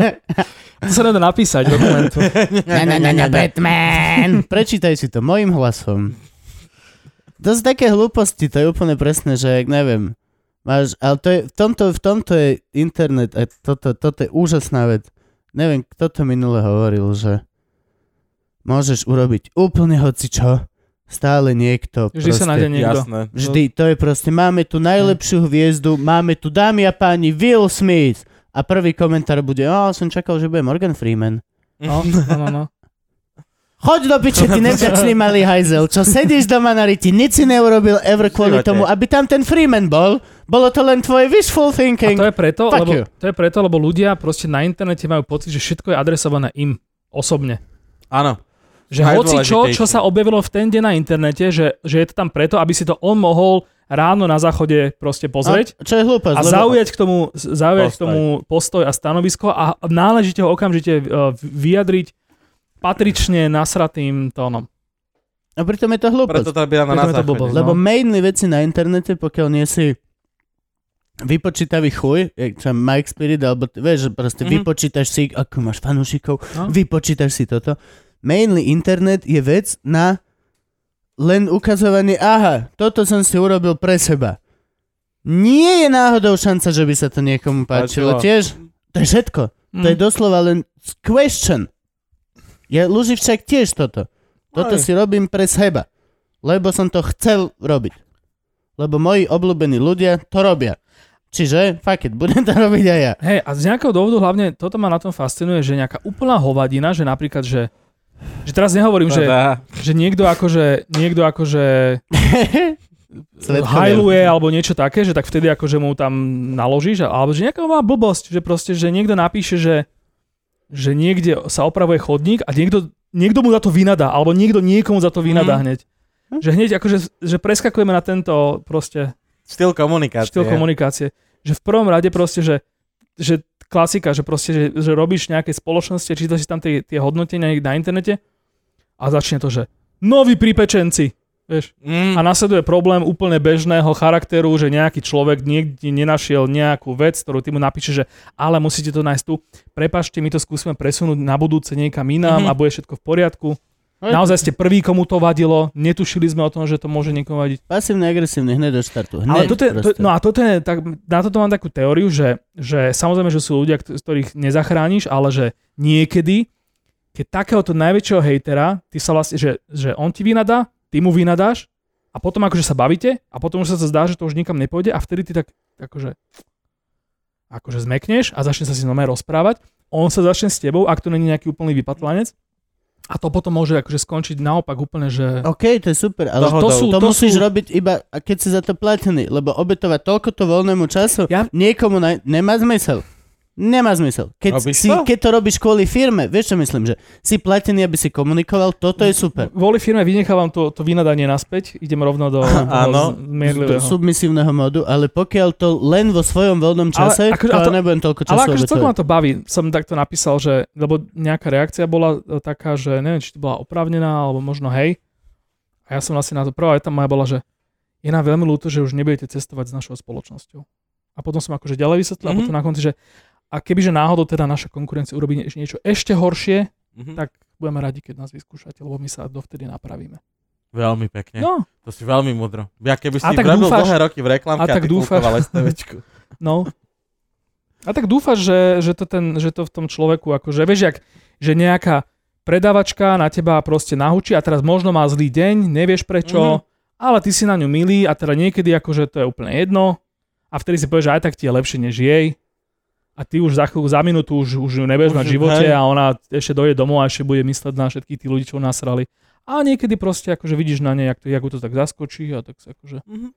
To sa nedá napísať v dokumentu. na, na, na, na, Batman. Prečítaj si to mojim hlasom. To sú také hlúposti, to je úplne presné, že jak neviem. Máš, ale to je, v, tomto, v tomto je internet a toto, toto je úžasná vec. Neviem, kto to minule hovoril, že môžeš urobiť úplne hocičo, stále niekto. Vždy sa proste- nájde Hm. niekto. Jasné. Vždy, to je proste, máme tu najlepšiu hviezdu, máme tu dámy a páni Will Smith. A prvý komentár bude, o, som čakal, že bude Morgan Freeman. No, no, no, no. Choď do piče, ty nevďačný malý hajzel, čo sedíš doma na riti, nič si neurobil ever kvôli Živote. tomu, aby tam ten Freeman bol. Bolo to len tvoje wishful A thinking. to je preto, Fuck lebo, you. to je preto, lebo ľudia proste na internete majú pocit, že všetko je adresované im osobne. Áno. Že hoci čo, čo sa objavilo v ten deň na internete, že, že je to tam preto, aby si to on mohol ráno na záchode proste pozrieť A, čo je hlúposť. a, lebo- zaujať, k tomu, zaujať k Postoj. tomu postoj a stanovisko a náležite ho okamžite eh, vyjadriť patrične nasratým tónom. A pritom je to hlúposť. Preto to byla na Preto nás je to blbosť. Lebo No. mainly veci na internete, pokiaľ nie si vypočítavý chuj, jak čo Mike Spirit, alebo t- vieš, že proste Mhm. mm-hmm. vypočítaš si, ako máš fanúšikov, no. No. vypočítaš si toto. Mainly internet je vec na len ukazovanie, aha, toto som si urobil pre seba. Nie je náhodou šanca, že by sa to niekomu páčilo. Páčilo. Tiež, to je všetko. To Hm. Mm. je doslova len question. Ja Luživčák tiež toto. Toto Aj. si robím pre seba. Lebo som to chcel robiť. Lebo moji obľúbení ľudia to robia. Čiže, fuck it, budem to robiť aj ja. Hej, a z nejakého dôvodu hlavne toto ma na tom fascinuje, že nejaká úplná hovadina, že napríklad, že, že teraz nehovorím, že, že niekto akože, niekto akože Svetkovia. hajluje alebo niečo také, že tak vtedy akože mu tam naložíš, alebo že nejaká má blbosť, že proste, že niekto napíše, že, že niekde sa opravuje chodník a niekto, niekto mu za to vynadá, alebo niekto niekomu za to vynadá Mhm. hneď. Že hneď akože, že preskakujeme na tento proste Styl komunikácie. štýl komunikácie. Že v prvom rade proste, že, že klasika, že proste, že, že robíš nejaké spoločnosti, čítaš si tam tie, tie hodnotenia niekde na internete a začne to, že noví pripečenci. Vieš, Mm. a nasleduje problém úplne bežného charakteru, že nejaký človek niekde nenašiel nejakú vec, ktorú ty mu napíše, že ale musíte to nájsť tu. Prepašte, my to skúsime presunúť na budúce niekam inám Mhm. No a bude všetko v poriadku. Hej. Naozaj ste prví, komu to vadilo, netušili sme o tom, že to môže niekomu vadiť. Pasívne agresívne, hneď do štartu. Hneď Ale toto je, to, proste. no a toto je, tak, na toto mám takú teóriu, že, že samozrejme, že sú ľudia, kto- z ktorých nezachrániš, ale že niekedy, keď takéhoto najväčšieho hejtera, ty sa vlastne, že, že on ti vynadá, ty mu vynadáš a potom akože sa bavíte a potom už sa to zdá, že to už nikam nepôjde a vtedy ty tak akože akože zmekneš a začne sa si normálne rozprávať, on sa začne s tebou, ak to není nejaký úplný vypatlanec a to potom môže akože skončiť naopak úplne, že... OK, to je super, ale to, Dohodou. sú, To to, sú- musíš robiť iba, a keď si za to platený, lebo obetovať toľko to voľnému času ja... Ja- niekomu na... nemá zmysel. Nemá zmysel. Keď, Robíš si, to? keď to robíš kvôli firme, vieš čo myslím, že si platený, aby si komunikoval, toto je super. Kvôli firme vynechávam to, to vynadanie naspäť, idem rovno do, Áno. Do do zmierlivého. submisívneho modu, ale pokiaľ to len vo svojom voľnom čase, ale, akože, akože- a to, to- nebudem toľko času Ale akože celkom ma obetovať. to baví, som takto napísal, že, lebo nejaká reakcia bola e, taká, že neviem, či to bola oprávnená, alebo možno hej. A ja som vlastne na to, prvá veta moja bola, že je nám veľmi ľúto, že už nebudete cestovať s našou spoločnosťou. A potom som akože ďalej vysvetlil a Mhm. potom na konci, že a kebyže náhodou teda naša konkurencia urobí nie- niečo ešte horšie, Mhm. tak budeme radi, keď nás vyskúšate, lebo my sa dovtedy napravíme. Veľmi pekne. No, To si veľmi mudro. Ja keby si A tak robil dúfáš- dlhé roky v reklamke a ty tak dúfáš- kúkoval STVčku. No. A tak dúfaš, že, že, to ten, že to v tom človeku, akože, vieš, jak, že nejaká predavačka na teba proste nahučí a teraz možno má zlý deň, Mhm. nevieš prečo, ale ty si na ňu milý a teda niekedy akože to je úplne jedno a vtedy si povieš, že aj tak ti je lepšie než jej a ty už za chvíľu, za minútu už, už ju nebudeš Už mať v ju- živote hej. a ona ešte dojde domov a ešte bude mysleť na všetkých tých ľudí, čo ju nasrali. A niekedy proste akože vidíš na nej, jak, to, jak ju to tak zaskočí a tak sa akože Mhm.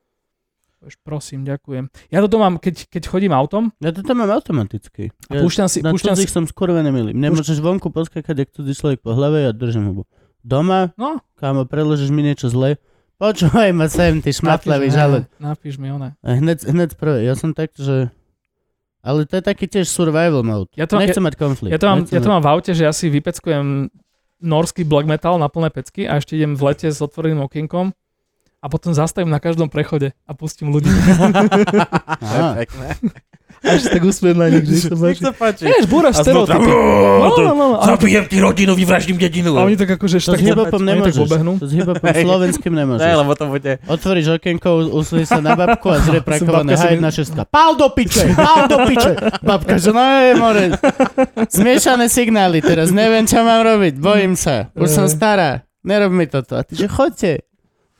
povieš, prosím, ďakujem. Ja toto mám, keď, keď chodím autom, Ja to tam mám automaticky. Ja a púšťam si, na púšťam si, cudzích som skurvený milý. Nemôžeš vonku poskakať, ak cudzí človek po hlave, ja držím hubu. Doma no, Kámo, preložíš mi niečo zle? Počúvaj ma sem, ty šmatlavý napíš mi, žalec. Napíš mi, one. A Hneď, hneď prvé, ja som tak, že... Ale to je taký tiež survival mode. Ja Ja to- to, Nechcem mať konflikt. Ja to, mám, Nechcem ja to mať- mám v aute, že ja si vypeckujem norský black metal na plné pecky a ešte idem v lete s otvoreným okienkom a potom zastavím na každom prechode a pustím ľudí. Aha. Pekné. Až tak usmiem na nich, že to Nech páči. sa páči. Vieš, A búraš znovu teda- stereotypy. No, no, no, no. A, Zabijem ti rodinu, vyvraždím dedinu. a oni tak To akože ešte s tak, hip-hopom oni tak nemôžeš. pobehnú. To s hip-hopom Hej. slovenským nemôžeš. Ne, lebo to bude... Otvoríš okienko, uslíš sa na babku a zrie Som prakované babka, som- haj na šestka. Pál do piče, pál do piče. Babka, že no je more. Zmiešané signály teraz, neviem čo mám robiť, bojím sa. Už som stará, nerob mi toto. A ty, že chodte.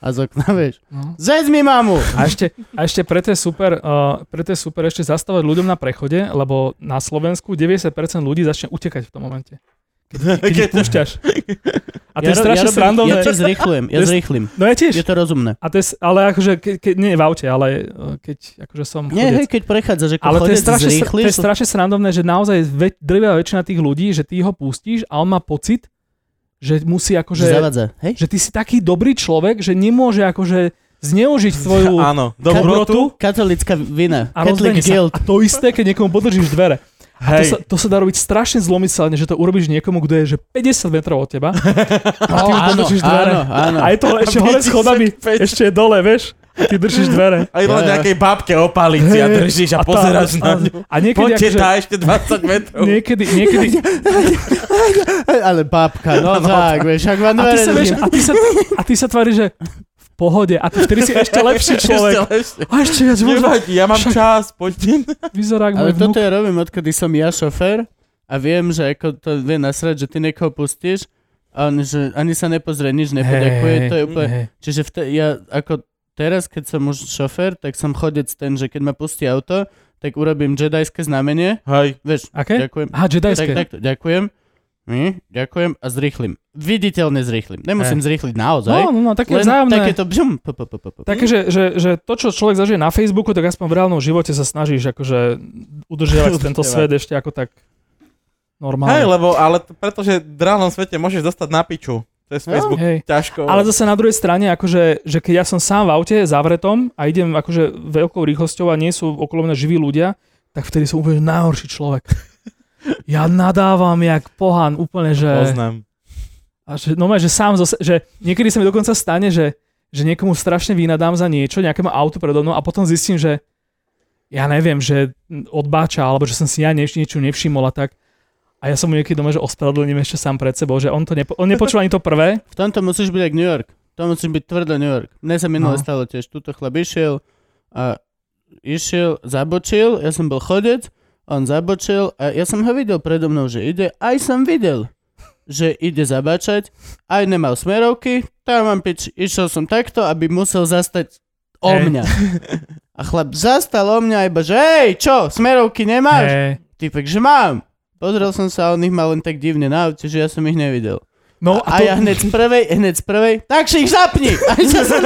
A z okna, vieš. No. Zez mi mamu. A ešte, a ešte preto, je super, uh, preto je super ešte zastavať ľuďom na prechode, lebo na Slovensku 90% ľudí začne utekať v tom momente. Keď ich púšťaš. A to je strašne robím- Ja srandovné. to zrýchlujem, ja To je- zrýchlim. No ja Je tiež. to rozumné. A to je, s- ale akože, keď, keď nie v aute, ale eh, keď akože som Nie, hej, chodec. keď prechádzaš, ako Ale to je, chodec strašne, sr- to zrýchliš, je strašne srandovné, že naozaj ve- drvivá väčšina tých ľudí, že ty ho pustíš a on má pocit, že musí že akože, zavadza. Hej? že ty si taký dobrý človek, že nemôže akože zneužiť svoju Áno, dobrotu dobrotu. Katolická vina. a Catholic rozbehne sa. guilt. A to isté, keď niekomu podržíš dvere. A to Hej. sa, to sa dá robiť strašne zlomyselne, že to urobíš niekomu, kto je že 50 metrov od teba. A ty No, mu áno, podržíš dvere. áno, áno. A je to ešte hore schodami, ešte je dole, vieš? A ty držíš dvere. A iba Ja, ja. nejakej babke opalici a držíš a tá- pozeráš na ňu. A niekedy, Poďte akože, tá ešte 20 metrov. niekedy, niekedy, Ale babka, no tak, vieš, ak vám a ty dvere sa, vieš, zjem. a ty sa, a ty sa tvári, že v pohode, a ty vtedy si ešte lepší Ešte človek. lepšie. A ešte viac možno Nevadí, ja mám Však- čas, poďte. vyzerá ako Ale môj vnúk. toto ja robím, odkedy som ja šofér a viem, že ako to vie nasrať, že ty niekoho pustíš a on, že ani sa nepozrie, nič nepoďakuje, to je úplne... hej. Čiže v te, ja ako teraz, keď som už šofér, tak som chodec ten, že keď ma pustí auto, tak urobím jedajské znamenie, Hej. vieš, Aké? ďakujem. Aha, Tak, jedajské. takto, ďakujem. Hm, ďakujem a zrýchlim. Viditeľne zrýchlim. Nemusím zrýchliť naozaj. No, no, no, také len vzájomné. takéto bžum, p, p, p, p, p. Také, že, že, že to, čo človek zažije na Facebooku, tak aspoň v reálnom živote sa snažíš akože udržiavať tento svet ešte ako tak Hej, normálne. lebo, ale t- pretože v reálnom svete môžeš dostať na piču. Cez Facebook Hej. ťažko. Ale zase na druhej strane, akože, že keď ja som sám v aute zavretom a idem akože veľkou rýchlosťou a nie sú okolo mňa živí ľudia, tak vtedy som úplne najhorší človek. Ja nadávam jak pohán úplne, že... Poznám. A že, no, že sám zase, že niekedy sa mi dokonca stane, že, že niekomu strašne vynadám za niečo, nejakému autu predo mnou a potom zistím, že ja neviem, že odbáča, alebo že som si ja niečo, niečo nevšimol a tak. A ja som mu niekedy doma, že ospravedlním ešte sám pred sebou, že on to nepo, on nepočul ani to prvé. V tomto musíš byť jak New York. To musíš byť tvrdo New York. Mne sa minule No. stalo tiež. Tuto chlap išiel a išiel, zabočil, ja som bol chodec, on zabočil a ja som ho videl predo mnou, že ide. Aj som videl, že ide zabačať. Aj nemal smerovky, tam mám pič. Išiel som takto, aby musel zastať o Hej. mňa. A chlap zastal o mňa iba, že hej, čo, smerovky nemáš? Hej. Typek, že mám. Pozrel som sa, on ich mal len tak divne na aute, že ja som ich nevidel. No A, ja hneď z prvej, hneď z prvej, takže ich zapni! A ja sa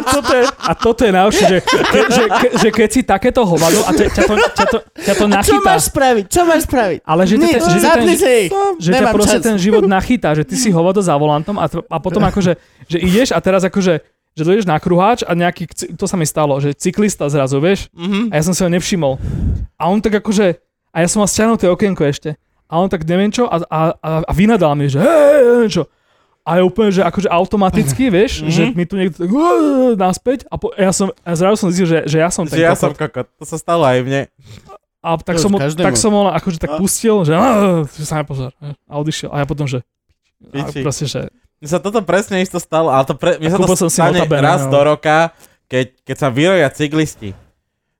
a toto je, a toto je najhoršie, že, ke, že, ke, že keď si takéto hovado a te, ťa, to, ťa, to, ťa to a čo nachytá, máš spraviť? Čo máš spraviť? ale že, Nič, te, že, te ten, zapni si ich! že ťa Nemám proste čas. ten život nachytá, že ty si hovado za volantom a, tv- a potom akože, že ideš a teraz akože, že dojdeš na kruháč a nejaký, cy- to sa mi stalo, že cyklista zrazu, vieš, Mhm. a ja som si ho nevšimol. A on tak akože, a ja som mal stiahnuté okienko ešte. A on tak neviem čo a, a, a, a vynadal mi, že hej, hej, neviem čo. A je úplne, že akože automaticky, vieš, Mhm. že mi tu niekto tak "Uuu", naspäť a, po, a ja som, a zrazu som zistil, že, že ja som Že ten ja som kokot. kokot. To sa stalo aj mne. A tak To som, už ho, každému. tak som ho akože tak pustil, že, "Á, že sa nepozor. A odišiel. A ja potom, že a Piči. proste, že Mne sa toto presne isto stalo, ale to pre, mne sa to Kubo som si stane notabene, raz no. do roka, keď, keď sa vyroja cyklisti.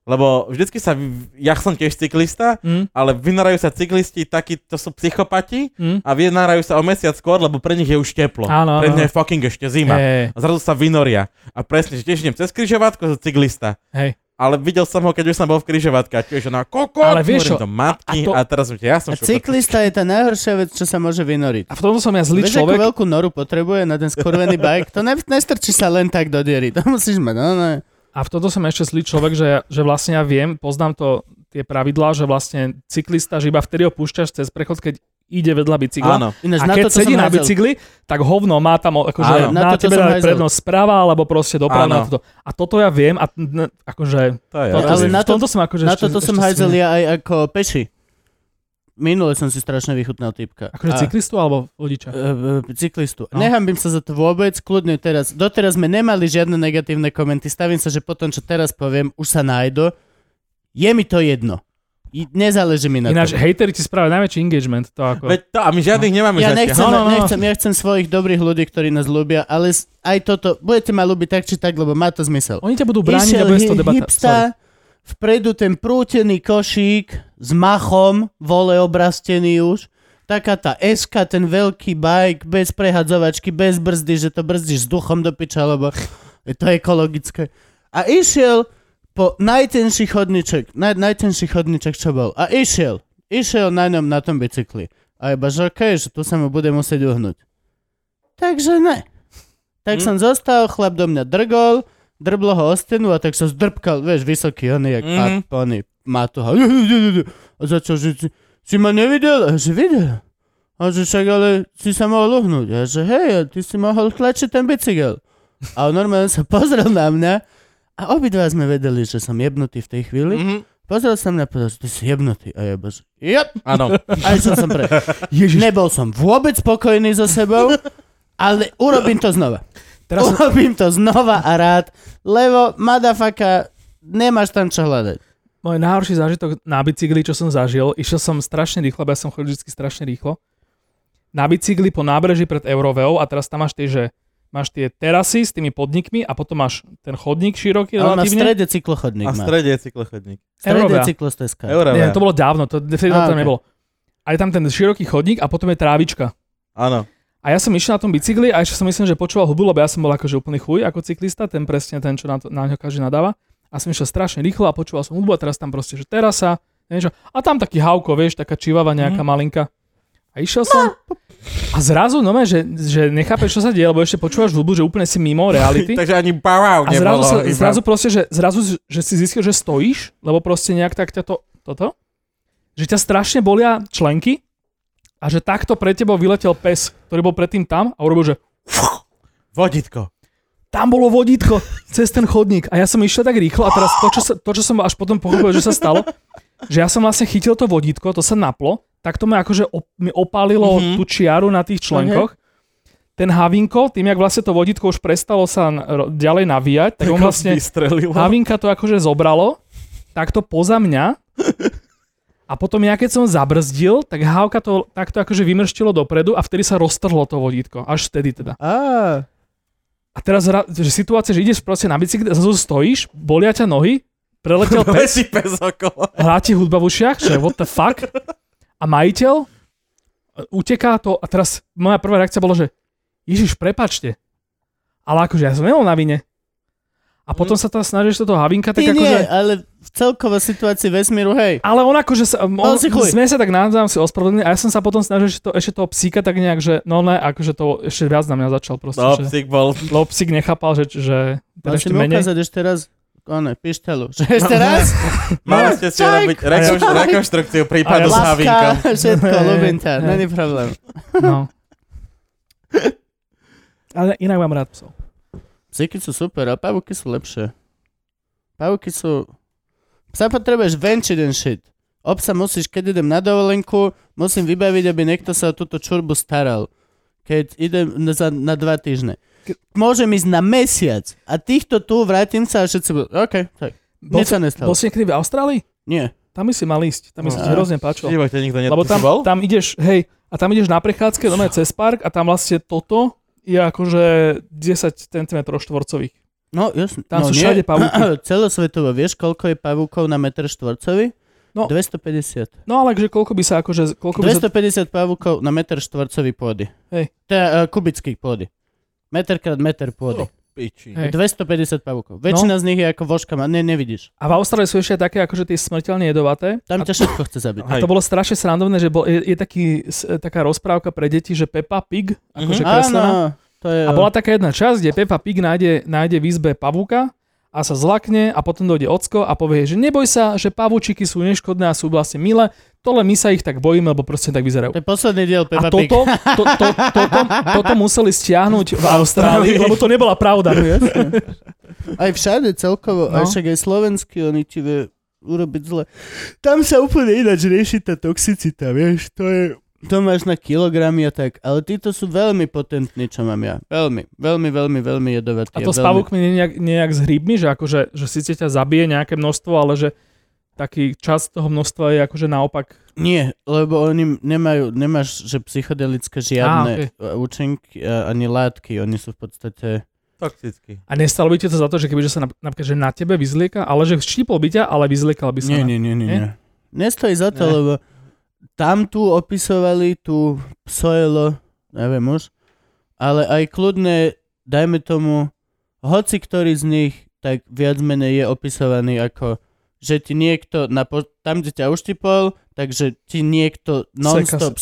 Lebo vždycky sa, vy- ja som tiež cyklista, mm, ale vynarajú sa cyklisti takí, to sú psychopati mm, a vynárajú sa o mesiac skôr, lebo pre nich je už teplo. Áno, pre áno. nich je fucking ešte zima. hej, A zrazu sa vynoria. A presne, že tiež idem cez križovatko, som cyklista. hej. Ale videl som ho, keď už som bol v križovatke. A tiež na koko, Ale vieš čo, to matky. a to- A, teraz som, ja A som šofer. cyklista je tá najhoršia vec, čo sa môže vynoriť. A v tomto som ja zlý Vieš, človek. akú veľkú noru potrebuje na ten skurvený bike? To ne, nestrčí sa len tak do diery. To musíš mať, no, no. A v toto som ešte zlý človek, že, že vlastne ja viem, poznám to tie pravidlá, že vlastne cyklista, že iba vtedy ho púšťaš cez prechod, keď ide vedľa bicykla. Áno. Ináč, A na keď to, čo sedí som na hádzal. bicykli, tak hovno má tam o- Áno. akože Na na, toto tebe som dá hajzel. prednosť správa, alebo proste doprava. Áno. Toto. A toto ja viem a n- akože To je, toto, ale si- na v tomto som akože Na ešte, toto som ešte hajzel svinia. ja aj ako peši. minule som si strašne vychutnal typka. Akože A- cyklistu alebo vodiča? E, e, cyklistu. No. No. Nehambím sa za to vôbec, kľudne teraz. Doteraz sme nemali žiadne negatívne komenty. Stavím sa, že po tom, čo teraz poviem, už sa nájdu. Je mi to jedno. I- Nezáleží mi na Ináč, tom. hejteri ti spravia najväčší engagement. To ako... Veď to, a my žiadnych nemáme Ja zatiaľ. nechcem, No, no, no. nechcem, ja chcem svojich dobrých ľudí, ktorí nás ľúbia, ale s- aj toto, budete ma ľúbiť tak či tak, lebo má to zmysel. Oni ťa budú brániť a Išiel bude to hi- debata. hipsta, Sorry. vpredu ten prútený košík s machom, vole obrastený už, taká tá SK, ten veľký bajk, bez prehadzovačky, bez brzdy, že to brzdíš s duchom do piča, lebo je to ekologické. A išiel po najtenší chodniček, naj, najtenší chodniček, čo bol. A išiel, išiel na ňom, na tom bicykli. A iba, že okej, že tu sa mu bude musieť uhnúť. Takže ne. Tak Hm. som zostal, chlap do mňa drgol, drblo ho o stenu a tak sa zdrbkal, vieš, vysoký, on jak Mhm. mm. pony, má to a, a začal, že si, si ma nevidel? A že videl. A že však, ale si sa mohol uhnúť. A že hej, a ty si mohol tlačiť ten bicykel. A on normálne sa pozrel na mňa a obidva sme vedeli, že som jebnutý v tej chvíli. Mhm. Pozrel sa na mňa a povedal, že ty si jebnutý. A ja bože, jep, Áno. a išiel som pre. Nebol som vôbec spokojný so sebou, ale urobím to znova. Teraz som- Urobím to znova a rád, lebo madafaka, nemáš tam čo hľadať. Môj najhorší zážitok na bicykli, čo som zažil, išiel som strašne rýchlo, lebo ja som chodil vždy strašne rýchlo. Na bicykli po nábreží pred Euroveou a teraz tam máš tie, že máš tie terasy s tými podnikmi a potom máš ten chodník široký Ale na relatívne. strede cyklochodník A v má. strede je cyklochodník. V strede Eurovia. cyklosteska. Eurové. Nie, to bolo dávno, to, vtedy to Á, tam ok. nebolo. A je tam ten široký chodník a potom je trávička. Áno. A ja som išiel na tom bicykli a ešte som myslím, že počúval hubu, lebo ja som bol akože úplný chuj ako cyklista, ten presne ten, čo na, to, na ňo každý nadáva. A som išiel strašne rýchlo a počúval som hudbu a teraz tam proste, že terasa, neviem čo. A tam taký hauko, vieš, taká čivava nejaká mm. malinka. A išiel som a zrazu, no že, že nechápeš, čo sa deje, lebo ešte počúvaš hudbu, že úplne si mimo reality. Takže ani barau A zrazu, nebolo. sa, iba- zrazu proste, že, zrazu, že si zistil, že stojíš, lebo proste nejak tak ťa to, toto, že ťa strašne bolia členky a že takto pre tebou vyletel pes, ktorý bol predtým tam a urobil, že Voditko. tam bolo vodítko cez ten chodník a ja som išiel tak rýchlo a teraz to, čo, sa, to, čo som až potom pochopil, že sa stalo, že ja som vlastne chytil to vodítko, to sa naplo, tak to ma akože op- mi opálilo Mhm. mm-hmm. tú čiaru na tých členkoch. Ten havinko, tým, jak vlastne to vodítko už prestalo sa n- ro- ďalej navíjať, tak on vlastne Vystrelilo. Havinka to akože zobralo, takto poza mňa a potom ja keď som zabrzdil, tak Hávka to takto akože vymrštilo dopredu a vtedy sa roztrhlo to vodítko. Až vtedy teda. Á, A teraz ra- že situácia, že ideš proste na bicykli, zrazu stojíš, bolia ťa nohy, preletel pes, Pesí pes okolo. hrá ti hudba v ušiach, že what the fuck? A majiteľ e, uteká to a teraz moja prvá reakcia bola, že Ježiš, prepačte. Ale akože ja som nebol na vine. A potom sa tam snažíš toto havinka, tak ty nie, akože... ale v celkovej situácii vesmíru, hej. Ale on akože, sa, on, Mal si chuj. sme sa tak navzájom si ospravedlnili a ja som sa potom snažil ešte, to, ešte toho psíka tak nejak, že no ne, akože to ešte viac na mňa začal proste, No, že, psík bol. lebo psík nechápal, že, že teda Mal si ešte mi menej. ukázať ešte raz, one, pištelu. Že ešte raz? Mali ste si Čak, robiť rekonš- čak. rekonštrukciu prípadu s Havinkom. Lavka, všetko, ľúbim ťa, Hej. není problém. No. Ale inak mám rád psov. Psíky sú super a pavúky sú lepšie. Pavúky sú... Psa potrebuješ venčiť ten shit. Obsa musíš, keď idem na dovolenku, musím vybaviť, aby niekto sa o túto čurbu staral. Keď idem na, za, na dva týždne. Ke- Môžem ísť na mesiac a týchto tu vrátim sa a všetci budú, OK, tak. Bol, Nič sa nestalo. bol si niekedy v Austrálii? Nie. Tam by si mal ísť, tam by sa ti No. hrozne V páčilo. živote nikto nie... Lebo Ty tam, si bol? tam ideš, hej, a tam ideš na prechádzke, no cez park a tam vlastne toto je akože 10 cm štvorcových. No, jasne. no, Tam sú nie. všade pavúky. Celosvetovo, vieš, koľko je pavúkov na meter štvorcový? No. 250. No ale že koľko by sa akože, koľko by sa 250 pavúkov na meter štvorcový pôdy. Hej. Teda, uh, kubický pôdy. Meter krát meter pôdy. Piči. Hej. 250 pavúkov. Väčšina z nich je ako vožka, a ne, nevidíš. A v Austrálii sú ešte aj také, akože tie smrteľne jedovaté. Tam ťa všetko chce zabiť. A to bolo strašne srandovné, že bol, je, je taký, s- taká rozprávka pre deti, že Peppa Pig, Mhm. akože kreslená. Áno, to je... A bola taká jedna časť, kde Peppa Pig nájde, nájde v izbe pavúka a sa zlakne a potom dojde ocko a povie, že neboj sa, že pavúčiky sú neškodné a sú vlastne milé, tole my sa ich tak bojíme, lebo proste tak vyzerajú. To je posledný diel Peppa A toto, Pig. to, to, toto, toto museli stiahnuť v Austrálii, lebo to nebola pravda. Aj všade celkovo, No. aj však aj slovenský, oni ti vie urobiť zle. Tam sa úplne ináč rieši tá toxicita, vieš, to je... To máš na kilogramy a tak, ale títo sú veľmi potentní, čo mám ja. Veľmi, veľmi, veľmi, veľmi jedovatí. A to s veľmi... pavúkmi nie je nejak, nejak s hrybmi, že akože, že síce ťa zabije nejaké množstvo, ale že taký čas toho množstva je akože naopak. Nie, lebo oni nemajú, nemáš, že psychedelické žiadne okay. účinky a- ani látky, oni sú v podstate... Toxicky. A nestalo by ti to za to, že kebyže sa nap- napríklad, že na tebe vyzlieka, ale že štípol by ťa, ale vyzliekal by sa. Nie, na... nie, nie, nie, Nie? nie. Nestojí za to, Ne. lebo tam tu opisovali tú psoelo, neviem už, ale aj kľudne, dajme tomu, hoci ktorý z nich, tak viac menej je opisovaný ako, že ti niekto, na po- tam, kde ťa uštipol, takže ti niekto non-stop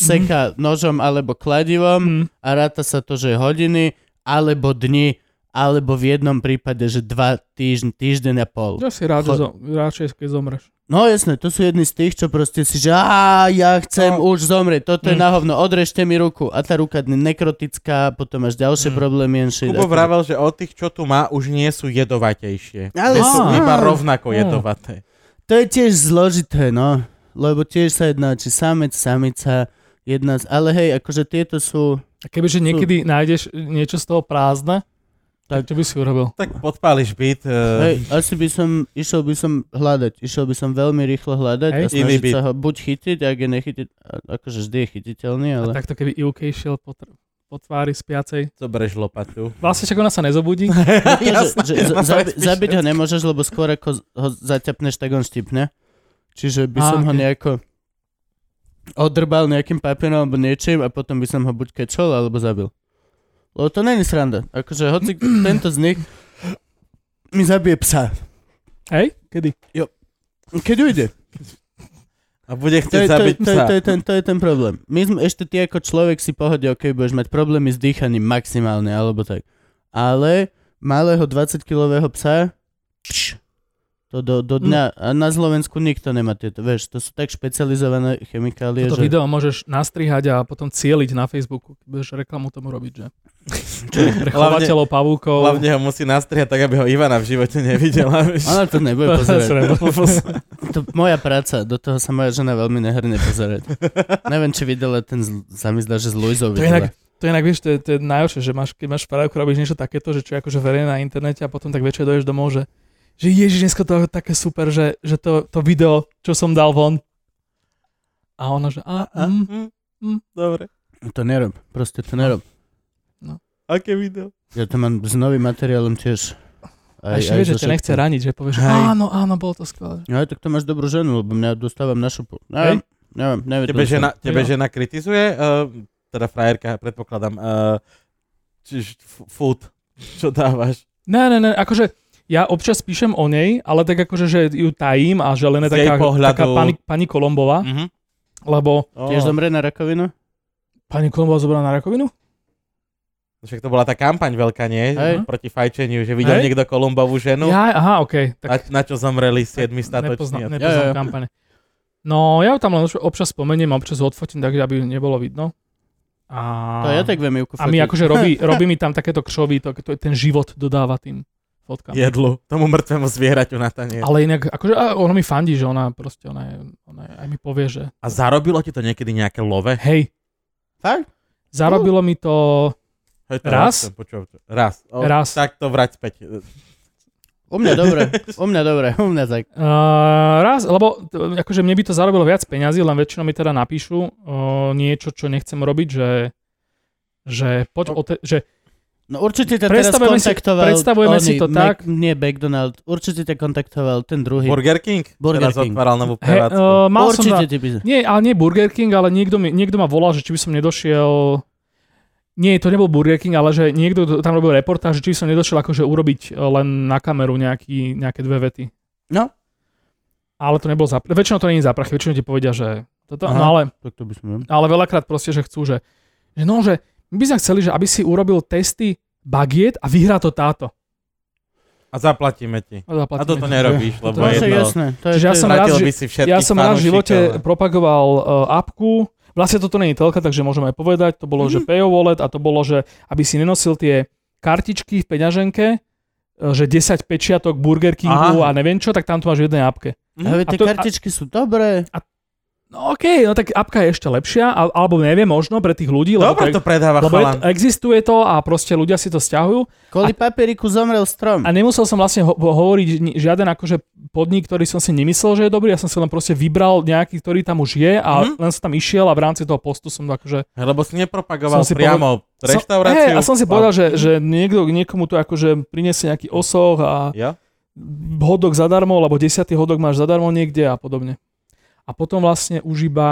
seka Seka nožom alebo kladivom Hm. a ráta sa to, že hodiny, alebo dni, alebo v jednom prípade, že dva týždň, týždeň a pol. Ja si rád, Chod- že zo- radšej, keď zomreš. No jasné, to sú jedni z tých, čo proste si, že á, ja chcem No. už zomrieť, toto je Mm. na hovno, odrežte mi ruku. A tá ruka je nekrotická, potom máš ďalšie Mm. problémy. and shit. Kubo Ako- vravel, že od tých, čo tu má, už nie sú jedovatejšie. Ale Že sú sú- iba á. rovnako Á. jedovaté. To je tiež zložité, no. Lebo tiež sa jedná, či samec, samica, jedna z... Ale hej, akože tieto sú... A kebyže niekedy nájdeš niečo z toho prázdne, tak čo by si urobil? Tak podpáliš byt, e, Hej, asi by som, išiel by som hľadať, išiel by som veľmi rýchlo hľadať a Hej. Iný snažiť byt. sa ho buď chytiť, ak je nechytiť, akože vždy je chytiteľný, ale... A takto keby Ivkej šiel po, tr- po tvári spiacej. zobereš lopatu. Vlastne však ona sa nezobudí. No To, že, Jasné, že za, na zabi, fajn zabiť ho nemôžeš, lebo skôr ako z- ho zaťapneš, tak on štipne. Čiže by Á, som ho ok. nejako odrbal nejakým papierom alebo niečím a potom by som ho buď kečol alebo zabil. Lebo to není sranda. Akože hoci tento z nich mi zabije psa. Hej? Kedy? Keď ujde. A To bude je, chcieť to, je, zabiť to, je, psa. to, je ten, to je ten problém. My sme, ešte ty ako človek si pohode, ok, budeš mať problémy s dýchaním maximálne, alebo tak. Ale malého 20-kilového psa, pš, to do, do Mm. dňa, a na Slovensku nikto nemá tieto, vieš, to sú tak špecializované chemikálie, Toto že... video môžeš nastrihať a potom cieliť na Facebooku. keď Budeš reklamu tomu robiť, že? Pre chovateľov pavúkov. Hlavne ho musí nastriať tak, aby ho Ivana v živote nevidela. vieš. Ona to nebude To- pozerať. Lebo sa- To moja práca, do toho sa moja žena veľmi nehrne pozerať. Neviem, či videla ten, zl- sa mi zdá, že z Luizou To je inak, videla. to je inak, vieš, to je, to je najhoršie, že máš, keď máš parádku, robíš niečo takéto, že čo je akože verejné na internete a potom tak večer doješ domov, že, že ježiš, dneska to je také super, že, že to, to video, čo som dal von. A ona, že a, A, mm, mm, mm. Dobre, To nerob, proste to nerob. aké video? Ja to mám s novým materiálom tiež. a ešte vieš, so že ťa nechce všetkým. raniť, že povieš, Hej. áno, áno, bolo to skvelé. No aj tak to máš dobrú ženu, lebo mňa dostávam na šupu. Neviem, neviem, neviem. Tebe žena, tebe Jo. žena kritizuje, uh, teda frajerka, predpokladám, uh, čiž f- food, čo dávaš. Ne, ne, ne, akože ja občas píšem o nej, ale tak akože, že ju tajím a že len je Z jej taká, pohľadu. taká pani, pani Kolombová, Mhm. lebo Ó, Tiež zomrie na rakovinu? pani Kolombová zobrala na rakovinu? Však to bola tá kampaň veľká, nie? Hej. no. Proti fajčeniu, že videl Hej. niekto Kolumbovú ženu Ja, aha, okej. tak- No. a na čo zomreli siedmi Nepoznám, statoční. nepoznám Jo, jo. kampane. No, ja ju tam len občas spomeniem a občas ho odfotím tak, aby ju nebolo vidno. A, To ja tak viem ju a mi akože robí, robí mi tam takéto křovy, to, to, ten život dodáva tým fotkám. Jedlu, tomu mŕtvemu zvieraťu na tanier. Ale inak, akože a ona mi fandí, že ona proste, ona, je, ona je, aj mi povie, že A zarobilo ti to niekedy nejaké love? hej, Fakt? zarobilo mi to, Hej, to Raz? som počul. Raz. O, Raz. Tak to vrať späť. U mňa dobre, u mňa dobre, u mňa tak. Uh, raz, lebo t- akože mne by to zarobilo viac peňazí, len väčšinou mi teda napíšu uh, niečo, čo nechcem robiť, že, že poď o te, že No určite ťa teraz Predstavujeme si- kontaktoval... predstavujeme oný si to Mac- tak. Nie, McDonald. Určite ťa kontaktoval ten druhý. Burger King? Burger Teraz King. otváral novú he, prevádzku. uh, mal som na, určite ti by... Nie, ale nie Burger King, ale niekto, mi, niekto ma volal, že či by som nedošiel... Nie, to nebol Burger King, ale že niekto to- tam robil reportáž, že či by som nedošiel akože urobiť e, len na kameru nejaký, nejaké dve vety. No. Ale to nebolo za... Väčšinou to nie je za prachy, väčšinou ti povedia, že... Toto, Aha. no ale, Tak to by som... ale veľakrát proste, že chcú, že... že no, že my by sme chceli, že aby si urobil testy bagiet a vyhrá to táto. A zaplatíme ti. A, zaplatíme A toto ti. nerobíš, lebo No, je však jedno. jasné. To je, Čiže ja to je- som rád, Stratil že- by si všetkých Ja som raz v živote fanúšikov. propagoval uh, apku, vlastne toto nie je telka, takže môžeme aj povedať, Mhm. to bolo, mm-hmm. že payo wallet a to bolo, že aby si nenosil tie kartičky v peňaženke, že 10 pečiatok Burger Kingu Aha. a neviem čo, tak tam to máš v jednej apke. Ale A tie to- a- kartičky sú dobré. No okej, no tak apka je ešte lepšia, al- alebo neviem, možno pre tých ľudí, lebo, Dobre to, to predáva lebo je, chalan. existuje to a proste ľudia si to stiahujú. Kvôli papieriku zomrel strom. A nemusel som vlastne ho- hovoriť ni- žiaden akože podnik, ktorý som si nemyslel, že je dobrý, ja som si len proste vybral nejaký, ktorý tam už je a Mhm. len som tam išiel a v rámci toho postu som akože... Lebo si nepropagoval Som si priamo reštauráciu. Som, hej, a som si povedal, že, že niekto, niekomu tu akože priniesie nejaký osoch a Ja? hodok zadarmo, alebo desiatý hodok máš zadarmo niekde a podobne. A potom vlastne už iba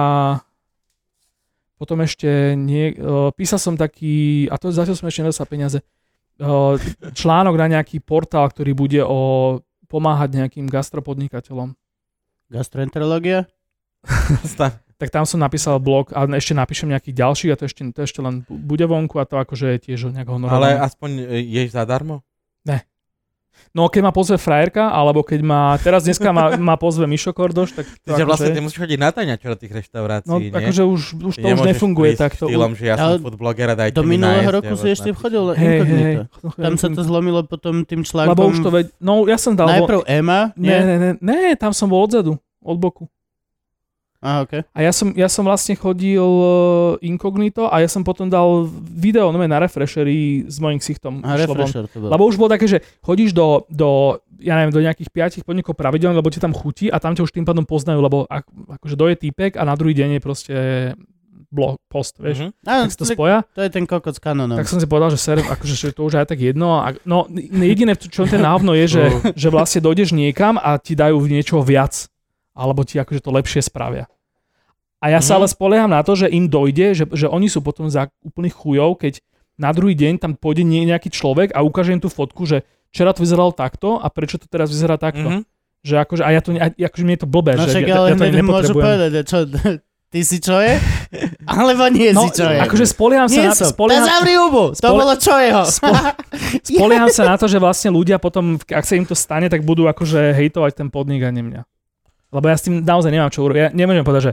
potom ešte nie, uh, písal som taký, a to zatiaľ som ešte nedostal peniaze, uh, článok na nejaký portál, ktorý bude o pomáhať nejakým gastropodnikateľom. Gastroenterológia? Sta- Tak tam som napísal blog a ešte napíšem nejaký ďalší a to ešte, to ešte len bu- bude vonku a to akože je tiež nejak Ale honorované. Ale... aspoň e, ješ zadarmo? No keď ma pozve frajerka, alebo keď ma, teraz dneska ma, ma pozve Mišo Kordoš, tak to Čiže vlastne akože- ty musíš chodiť na tajňačo do tých reštaurácií, No nie? akože už, už to už Nemôžeš nefunguje prísť takto. Štýlom, že ja som Ale food bloger a dajte Do mi minulého nájsť, roku ja si vás ešte napíšem. vchodil Hej, hej, inkognito. Tam sa to zlomilo potom tým článkom. Lebo už to ved... No ja som dal... Najprv Ema, Ne, nie? ne, ne, ne, tam som bol odzadu, od boku. Aha, okej. A ja som, ja som vlastne chodil eh, inkognito a ja som potom dal video no, na refresheri s mojim ksichtom. A išlo von. refresher to bol. Lebo už bolo také, že chodíš do, do, ja neviem, do nejakých piatich podnikov pravidelne, lebo ti tam chutí a tam ťa už tým pádom poznajú, lebo ak, akože doje týpek a na druhý deň je proste blog, post, vieš. Mhm. Áno, Tak si to tak spoja. to je ten kokot s No. kanonom. Tak som si povedal, že ser, akože že to už aj tak jedno. A, no jediné, čo ten návno je, že, No. že vlastne dojdeš niekam a ti dajú niečo viac. Alebo ti akože to lepšie spravia. A ja sa Mhm. ale spolieham na to, že im dojde, že, že oni sú potom za úplných chujov, keď na druhý deň tam pôjde nie- nejaký človek a ukáže im tú fotku, že včera to vyzeralo takto a prečo to teraz vyzerá takto. Mhm. Mm-hmm. Že akože, a ja to, ne- a, akože mne je to blbé, No že však ja, ale ja to ani hneď môžu nepotrebujem. povedať, že čo, ty si čo je? Alebo nie No, si čo je? akože spolieham sa nie na to. som. spolieham- Tá zavri hubu, to spole- bolo čo jeho. Spo- spolieham sa na to, že vlastne ľudia potom, ak sa im to stane, tak budú akože hejtovať ten podnik a nie mňa. Lebo ja s tým naozaj nemám čo urobiť. Ja nemôžem povedať, že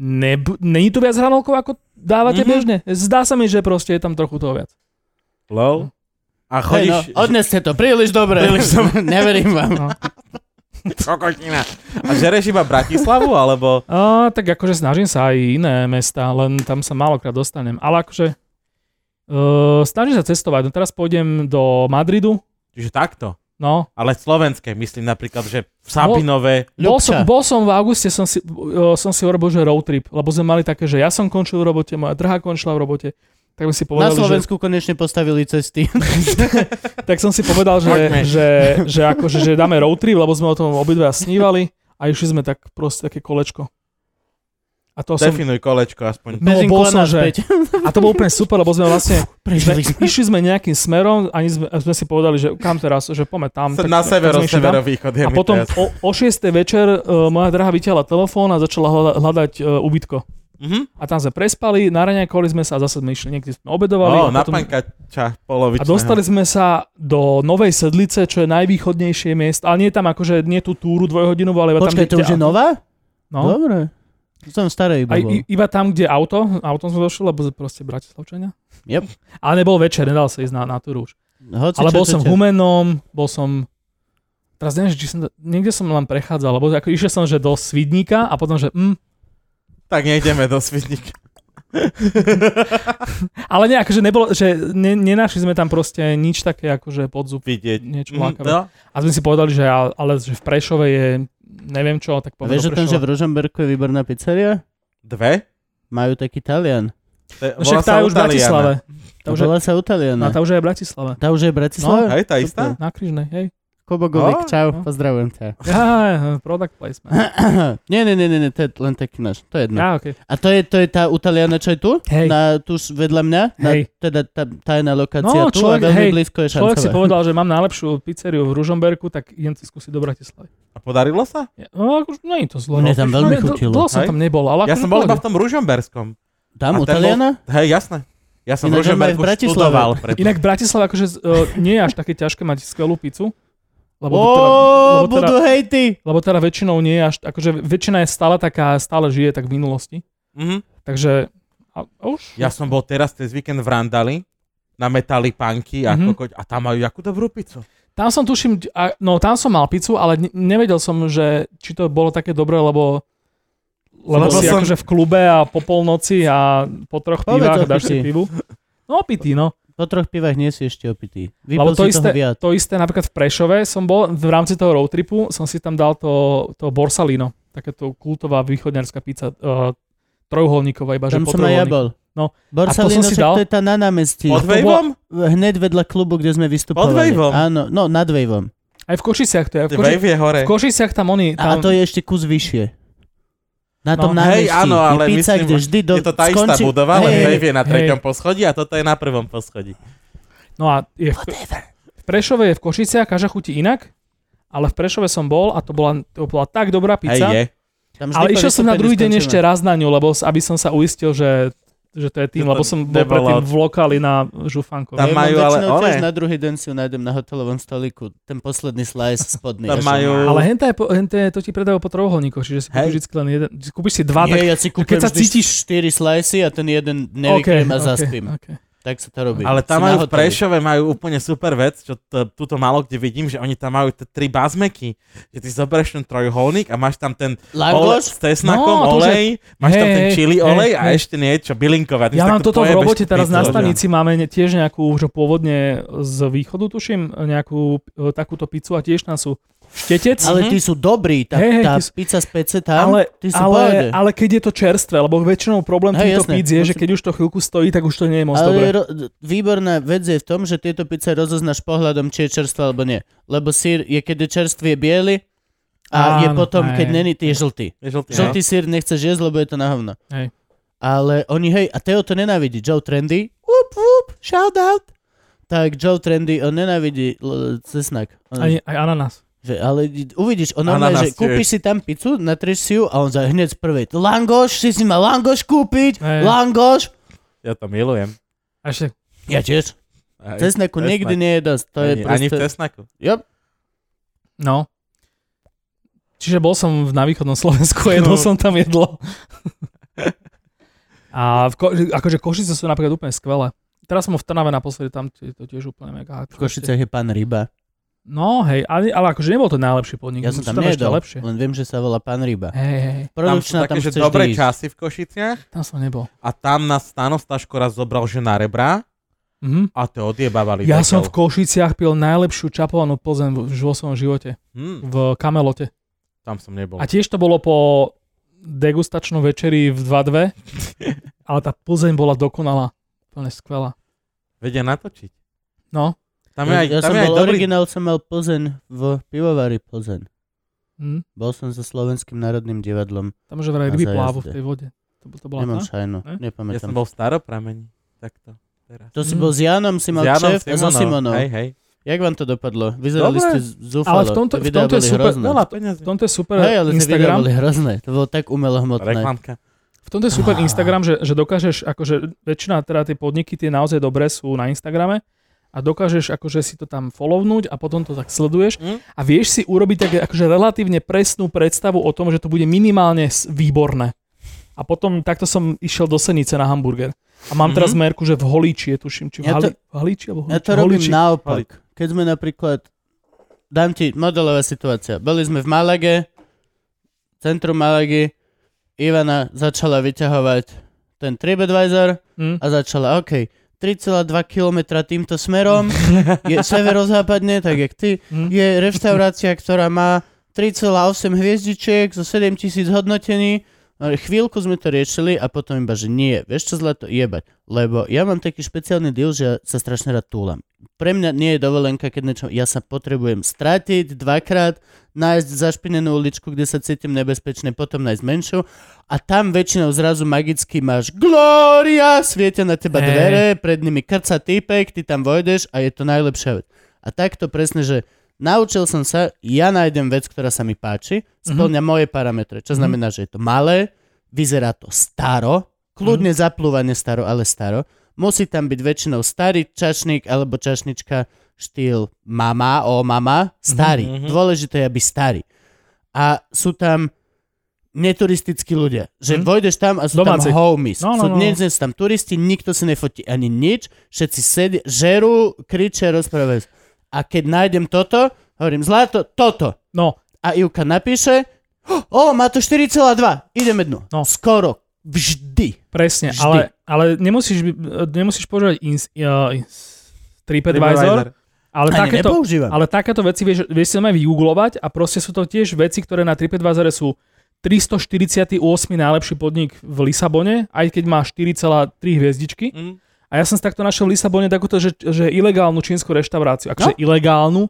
nebu- není tu viac hranolkov, ako dávate Mhm. mm-hmm. bežne. Zdá sa mi, že proste je tam trochu toho viac. Lol. A Hej, no, chodíš... odneste to, príliš dobre. Príliš dobre. Neverím vám. No. Kokotina. A žereš iba Bratislavu, alebo... A, tak akože snažím sa aj iné mesta, len tam sa málokrát dostanem. Ale akože uh, snažím sa cestovať. No teraz pôjdem do Madridu. Čiže takto. No, Ale slovenské, myslím napríklad, že v Sabinove... Ľubča. Bol som, bol som v auguste, som si, o, som si urobil, že road trip, lebo sme mali také, že ja som končil v robote, moja drahá končila v robote, tak, by si Na povedal, že, No, Slovensku konečne postavili cesty. tak som si povedal, že, Poďme. že, že, akože, že dáme road trip, lebo sme o tom obidva snívali a išli sme tak proste také kolečko. A to, som, Definuj kolečko aspoň. No, Bežím bol koná som, že- späť. a to bolo úplne super, lebo sme vlastne Prežili sme, išli sme nejakým smerom a sme, sme si povedali, že kam teraz, že poďme tam. Som na severo, sme išli tam. severovýchod. je teda. A mi to potom jasné. o, o 6. večer uh, moja drahá vytiahla telefón a začala hľada, hľadať uh, ubytko. Mhm. A tam sme prespali, na raňajkovali sme sa a zase sme išli, niekde sme obedovali. Ó, No, a, na no. potom, pankača a polovičného. dostali sme sa do Novej Sedlice, čo je najvýchodnejšie miesto, ale nie tam akože, nie tú túru dvojhodinovú, ale iba Počkaj, to tam, kde... už je nová? no, Dobre. Som starý iba aj, bol. i- iba tam, kde auto, autom sme došli, lebo proste Bratislavčania. Yep. Ale nebol večer, nedal sa ísť na, na túru už. Hoci Ale čo, bol čo som ťa- v Humenom, bol som... Teraz neviem, že či som... Niekde som len prechádzal, lebo ako išiel som, že do Svidníka a potom, že... Mm, Tak nejdeme do Svidníka. ale nie, akože nebolo, že ne, nenašli sme tam proste nič také, akože podzup, Vidieť. niečo Mhm, lákavé. no. A sme si povedali, že ale, ale že v Prešove je neviem čo, tak povedal Vieš o tom, že v Ružomberku je výborná pizzeria? Dve? Majú taký Talian. To je- no však volá tá sa je už v Utaliana. Bratislave. Tá už, je, Volá sa u no, Taliana. tá už je aj v Bratislave. Tá už je Bratislava? Hej, tá istá? Super. Na Križnej, hej. Kubo Gulik, Á, čau, no. pozdravujem ťa. Á, product placement. nie, nie, nie, nie, nie, to je len taký náš, to je jedno. Á, okay. A to je, to je tá utaliana, čo je tu? Hej. No. Na, tu s- vedľa mňa? Na, Hej. teda tá tajná lokácia No, tu a človek- veľmi hej, blízko je Človek si šancové. povedal, že mám najlepšiu pizzeriu v Ružomberku, tak idem to skúsiť do Bratislavy. A podarilo sa? Ja- No, akože nie je to zlo. Mne tam veľmi chutilo. Dlho som Hej. tam nebol, ale Ja akože som bol v iba pohode. v tom Ružomberskom. Tam A ten utaliana? Hej, jasné. Ja som Ináč on má aj v v Ružomberku Bratislave. študoval. Pre... Inak Bratislava akože uh, nie je až také ťažké mať skvelú pizzu. Lebo, Ó, teda, lebo, teda, budú hejty! lebo teda väčšinou nie je až, akože väčšina je stále taká, stále žije tak v minulosti. Mhm. Takže a, a už Ja som bol teraz cez víkend v Randali na metali panky a, mm-hmm. Mhm. kokoť, a tam majú jakú dobrú pizzu. Tam som tuším, a- no tam som mal pizzu, ale ne- nevedel som, že či to bolo také dobré, lebo lebo Lebo si som- akože v klube a po polnoci a po troch Povedz o pivách dáš si pití. pivu. No opitý, no. Po troch pivách nie si ešte opitý. Vypil Lebo to si toho isté, viac. to isté napríklad v Prešove som bol, v rámci toho road tripu som si tam dal to, to Borsalino, takéto kultová východňarská pizza, uh, trojuholníková iba, Tam že po som aj ja trojuholníku. bol. No, Borsalino, a to som si však dal? to je tá na námestí. Pod vejvom? Hneď vedľa klubu, kde sme vystupovali. Pod Vejvom? Áno, no nad Vejvom. Aj v Košiciach to je. V, Koši, Vejv je hore. v Košiciach tam oni... A, a to Tam, je ešte kus vyššie. Na No, tom námestí. hej, áno, ale je pizza, myslím, kde vždy do... Je to tá istá skončí... budova, len Hej, Vejv je na hej. treťom poschodí a toto je na prvom poschodí. No a je v, v Prešove je v Košiciach, každá chutí inak, ale v Prešove som bol a to bola, to bola tak dobrá Hej, pizza. je. Tam vždy ale po išiel som na vystúpení druhý deň skončíme. ešte raz na ňu, lebo s- aby som sa uistil, že, že to je Že tým, to lebo som bol nebolo- predtým v lokáli na Žufánkovi. Tam Hej, mám majú ale väčšinou tiež one. na druhý deň si ju nájdem na hotelovom stoliku. Ten posledný slice spodný. Ja Tam som- majú... Ale henta je, po- henta je to ti predávajú po trojuholníkoch, čiže si Hej. kúpiš vždy len jeden, si kúpiš si dva, tak... Nie, ja si kúpim keď sa vždy cítiš- 4 slice a ten jeden nevykriem a zaspím. okay. Tak sa to robí. Ale Som tam na majú v hoteli. Prešove majú úplne super vec, čo to, túto málo kde vidím, že oni tam majú tie tri bazmeky. Že ty zoberieš ten trojholník a máš tam ten ole, Langoš? s tesnakom, No, to už je- olej, máš tam Hej, ten hej, chili hej, olej a hej. ešte niečo, bylinkové. Ty Ja si mám takto toto v pojebeš robote, teraz na pizzu. stanici máme ne- tiež nejakú, že pôvodne z východu tuším, nejakú e, takúto pizzu a tiež tam sú štetec. Ale tí sú dobrí, tá, Hej, hej, tá tí sú- pizza z pece tam, ale, ty sú ale, ale, ale keď je to čerstvé, lebo väčšinou problém Hej, týchto jasné. pizz je, že Musí- keď už to chvíľku stojí, tak už to nie je moc ale dobré. ro- výborná vec je v tom, že tieto pizze rozoznáš pohľadom, či je čerstvá alebo nie. Lebo sír je, keď je čerstvý, je biely a je Áno, potom, hej. keď není, je žltý. Je žltý, no. Žltý sír nechceš jesť, lebo je to na hovno. Hej. Ale oni, hej, a Teo to nenávidí. Joe Trendy, whoop, whoop, shout out. Tak Joe Trendy, on nenávidí l- cesnak. On, Ani, aj ananás. Že, ale i- uvidíš, on normálne, že Ananás kúpiš si tam pizzu, natrieš si ju a on za hneď z prvej. Langoš, si si mal langoš kúpiť, Hej. langoš. Ja to milujem. A ešte, Ja tiež. Aj, Cesnaku cesnak. nikdy nie je dosť. To je ani, proste... ani v tesnaku. Jop. no. Čiže bol som v- na východnom Slovensku, jedol No. som tam jedlo. A v ko- akože Košice sú napríklad úplne skvelé. Teraz som v Trnave naposledy, tam je to tiež úplne mega. V Košicach je pán Ryba. No hej, ale, ale akože nebol to najlepší podnik. Ja som sú tam ešte nejedol, lepšie. len viem, že sa volá pán Ryba. Hej, hej, Tam sú Produkčná tam, také, že chceš dobré vždy ísť. časy v Košiciach tam som nebol. a tam nás stanostaško raz zobral, že na rebra Mhm. a to odjebávali. Ja dekel. som v Košiciach pil najlepšiu čapovanú plzeň v, vo svojom živote. Hm, V Kamelote. tam som nebol. A tiež to bolo po degustačnom večeri v 2-2, ale tá plzeň bola dokonalá. Úplne skvelá. Vedia natočiť. No. Tam je aj, ja som tam je aj bol dobrý... originál, som mal Plzeň v pivovári Plzeň. Hm. Bol som so Slovenským národným divadlom. Tam že A vraj za ryby plávu v jazdy. tej vode. To, to bola Nemám tá? šajnu, Ne? Ja som nepamätám. bol v staropramení. Takto. Teraz. To si Mm. bol s Janom, si mal S Janom šéf a so Simonou. Hej, hej. Jak vám to dopadlo? Vyzerali Dobre. ste z- zúfalo. Ale v tomto, Tie v videá tomto je boli super, hrozné. veľa, Peniaze. v tomto je super Hej, ale tie videá Instagram. boli hrozné. To bolo tak umelohmotné. Reklamka. V tomto je super Ah. Instagram, že, že dokážeš, akože väčšina teda tie podniky, tie naozaj dobré sú na Instagrame a dokážeš akože si to tam follownúť a potom to tak sleduješ Hm? a vieš si urobiť tak akože relatívne presnú predstavu o tom, že to bude minimálne s- výborné. A potom takto som išiel do Senice na hamburger. A mám teraz Mhm. merku, že v Holíči je, tuším, či v, Ja to- Hali, v Halíči alebo Ja Holíči. to robím Holíči. naopak. Keď sme napríklad... Dám ti modelová situácia. Boli sme v Malage, centrum Malagy. Ivana začala vyťahovať ten TripAdvisor Hm? a začala, OK, 3,2 km týmto smerom, je severozápadne, tak jak ty, Hm? je reštaurácia, ktorá má 3,8 hviezdičiek zo 7000 hodnotení. Ale Chvíľku sme to riešili a potom iba, že nie, vieš čo zlato, jebať. Lebo ja mám taký špeciálny deal, že ja sa strašne rád túlam. Pre mňa nie je dovolenka, keď niečo, ja sa potrebujem stratiť dvakrát, nájsť zašpinenú uličku, kde sa cítim nebezpečne, potom nájsť menšiu a tam väčšinou zrazu magicky máš Gloria, svietia na teba Hej. dvere, pred nimi krca týpek, ty tam vojdeš a je to najlepšia vec. A takto presne, že naučil som sa, ja nájdem vec, ktorá sa mi páči, splňa Mhm. moje parametre, čo znamená, že je to malé, vyzerá to staro, kľudne Mhm. zaplúvanie staro, ale staro. Musí tam byť väčšinou starý čašník alebo čašnička štýl mama, o mama, starý. Mhm, mhm. Dôležité je, aby starý. A sú tam neturistickí ľudia. Že Mhm. Hm. vojdeš tam a sú Domáci. tam homies. No, sú, no, no. Nie nie sú tam turisti, nikto si nefotí ani nič. Všetci sedia, žerú, kričia, rozprávajú. sa. A keď nájdem toto, hovorím, zlato, toto. No, A Ivka napíše, o, má to 4,2, ideme dnu. No. Skoro, vždy. presne, Vždy. ale, ale nemusíš, by- eh, nemusíš používať ins, uh, ins, TripAdvisor, ale Ani takéto, nepoužívam. Ale takéto veci vieš, vieš si tam aj vygooglovať a proste sú to tiež veci, ktoré na TripAdvisor sú 348 najlepší podnik v Lisabone, aj keď má 4,3 hviezdičky. Mm. A ja som si takto našiel v Lisabone takúto, že, že ilegálnu čínsku reštauráciu. Akože ilegálnu,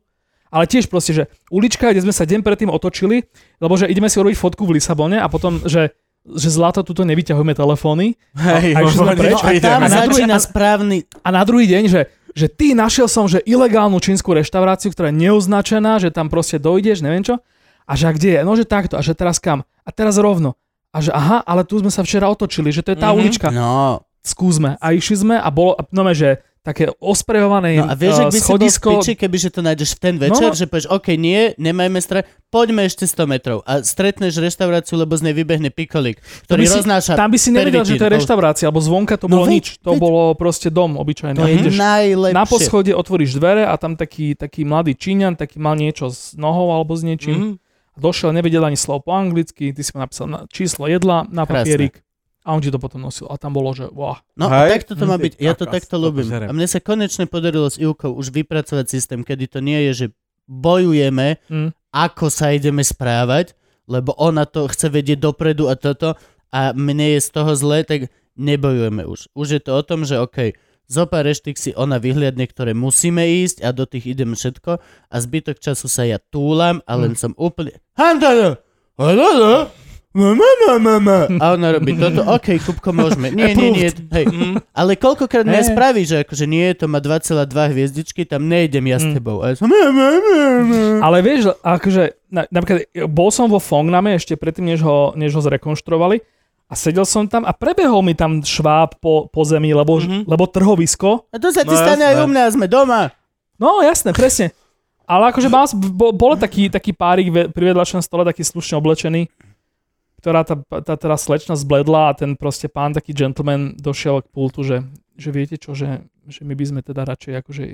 ale tiež proste, že ulička, kde sme sa deň predtým otočili, lebo že ideme si urobiť fotku v Lisabone a potom, že, že zlato tuto nevyťahujeme telefóny. Hej, No, A- a išli sme hovorím, preč? čo a tam ideme? na druhý- začína a- správny... A na druhý deň, že, že ty našiel som, že ilegálnu čínsku reštauráciu, ktorá je neoznačená, že tam proste dojdeš, neviem čo. A že a kde je? No, že takto. A že teraz kam? A teraz rovno. A že aha, ale tu sme sa včera otočili, že to je tá Mhm. mm-hmm. ulička. No, Skúsme. A išli sme a bolo, a, no, že také osprejované no a vieš, ak eh, by si bol v schodisko. piči, keby že to nájdeš v ten večer, No, no. že povieš, OK, nie, nemajme stre, poďme ešte 100 metrov a stretneš reštauráciu, lebo z nej vybehne pikolik, ktorý by si- roznáša Tam by si nevedel, že to je pervitín. reštaurácia, alebo zvonka to No bolo veď, nič. To veď. bolo proste dom obyčajný. To A je ideš najlepšie. Mhm. na poschode otvoríš dvere a tam taký, taký mladý Číňan, taký mal niečo s nohou alebo s niečím. Mhm. Došiel, nevedel ani slovo po anglicky, ty si mu napísal na, číslo jedla na Krásne. papierik a on ti to potom nosil. A tam bolo, že wow. No a Hej. takto to má Ty byť. Ja to kokos, takto to ľúbim. pozerám. A mne sa konečne podarilo s Ivkou už vypracovať systém, kedy to nie je, že bojujeme, Mm. ako sa ideme správať, lebo ona to chce vedieť dopredu a toto a mne je z toho zle, tak nebojujeme už. Už je to o tom, že OK, zo pár reštik si ona vyhliadne, ktoré musíme ísť a do tých idem všetko a zbytok času sa ja túlam a Hm. len som úplne... Hantano! Halala! Ma, ma, ma, ma, ma. A ona robí toto, OK, Kupko, môžeme. Nie, nie, nie. Hej. Mhm. Ale koľkokrát mňa Hé. spraví, že akože nie, to má 2,2 hviezdičky, tam nejdem ja Mhm. s tebou. A ja som, ma, ma, ma, ma. Ale vieš, akože, na, napríklad, bol som vo Fongname ešte predtým, než ho, než ho zrekonštruovali a sedel som tam a prebehol mi tam šváb po, po zemi, lebo, mm-hmm. lebo trhovisko A to sa ti No, stane jasné. aj u mňa, sme doma. No jasné, presne. Ale akože mal, bo, bol taký, taký párik ve- pri vedľačnom stole, taký slušne oblečený, ktorá tá, tá teda slečna zbledla a ten proste pán, taký gentleman, došiel k pultu, že, že viete čo, že, že my by sme teda radšej akože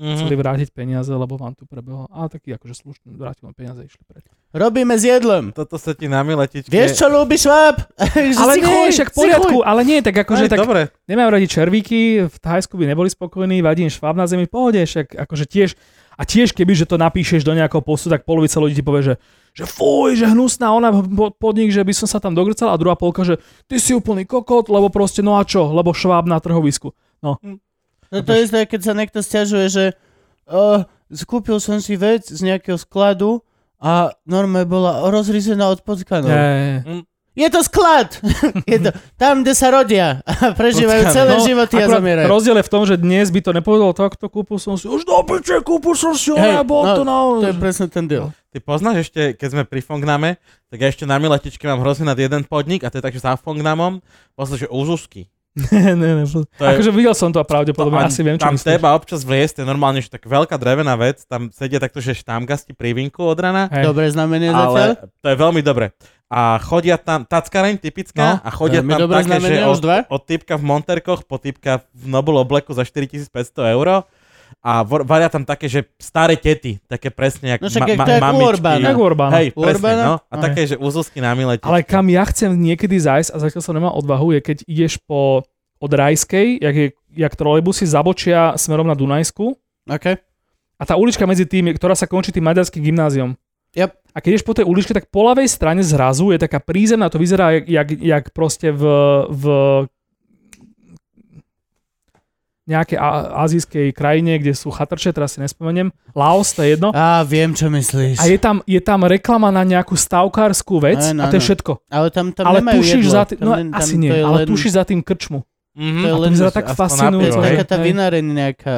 chceli Mhm. vrátiť peniaze, lebo vám tu prebehlo. A taký akože slušný, vrátil vám peniaze, išli preč. Robíme s jedlom. Toto sa ti na miletičke... Vieš, čo ľúbi šváb? Že Ale si nie, chuj, však v si poriadku, chuj. ale nie, tak akože Aj, tak Dobre. Nemajú radi červíky, v Thajsku by neboli spokojní, vadí im šváb na zemi, v pohode, však akože tiež, a tiež keby, že to napíšeš do nejakého postu, tak polovica ľudí ti povie, že, že fuj, že hnusná ona po- podnik, že by som sa tam dogrcal a druhá polka, že ty si úplný kokot, lebo proste no a čo, lebo šváb na trhovisku. No, No to je isté, keď sa niekto stiažuje, že uh, kúpil som si vec z nejakého skladu a norma bola rozrizená od no. potkanov. Je, Je to sklad! je to tam, kde sa rodia a prežívajú Potkanov. celé No, životy a akurát zomierajú. rozdiel je v tom, že dnes by to nepovedal takto, kúpil som si, už do piče, kúpil som si, Hej, ale bol no, to na... To je presne ten deal. Ty poznáš ešte, keď sme pri Fongname, tak ja ešte na miletičke mám hrozne nad jeden podnik a to je tak, že za Fongnamom, vlastne, že Úzusky. ne, ne, ne, To je- akože videl som to a pravdepodobne a asi viem, čo Tam myslíš. teba občas vliesť, to je normálne, že tak veľká drevená vec, tam sedia takto, že štámgasti pri vinku od rana, Hej. Dobré znamenie zatiaľ. ale to je veľmi dobre. A chodia tam, tackareň typická, No, a chodia veľmi tam dobré také, že znamenie, už od, dva. od typka v Monterkoch po typka v Nobel obleku za 4500 eur a vor- varia tam také, že staré tety, také presne jak No však ma- jak ma- to je jak u mamičky. Orbána. Tak Urbana. Hej, U presne, Orbána? no. A Aj. také, že úzusky na miletičke. Ale kam ja chcem niekedy zajsť a zatiaľ som nemal odvahu, je keď ideš po od Rajskej, jak, je, jak trolejbusy zabočia smerom na Dunajsku Okay. a tá ulička medzi tým, je- ktorá sa končí tým maďarským gymnáziom. Yep. A keď ideš po tej uličke, tak po ľavej strane zrazu je taká prízemná, to vyzerá jak, jak, jak proste v, v nejakej a- azijskej krajine, kde sú chatrče, teraz si nespomeniem. Laos, to je jedno. Á, viem, čo myslíš. No. A je tam, je tam reklama na nejakú stavkárskú vec Áno, a to je áno. všetko. Ale tam, tam ale nemajú tušíš jedlo. za tým, Tam no len- tam asi to nie, je ale len- tušíš za tým krčmu. to je Mhm. A to len vyzerá z- tak To aspoň na je fascinujúco. pivo, taká hej, tá hej. vináreň nejaká.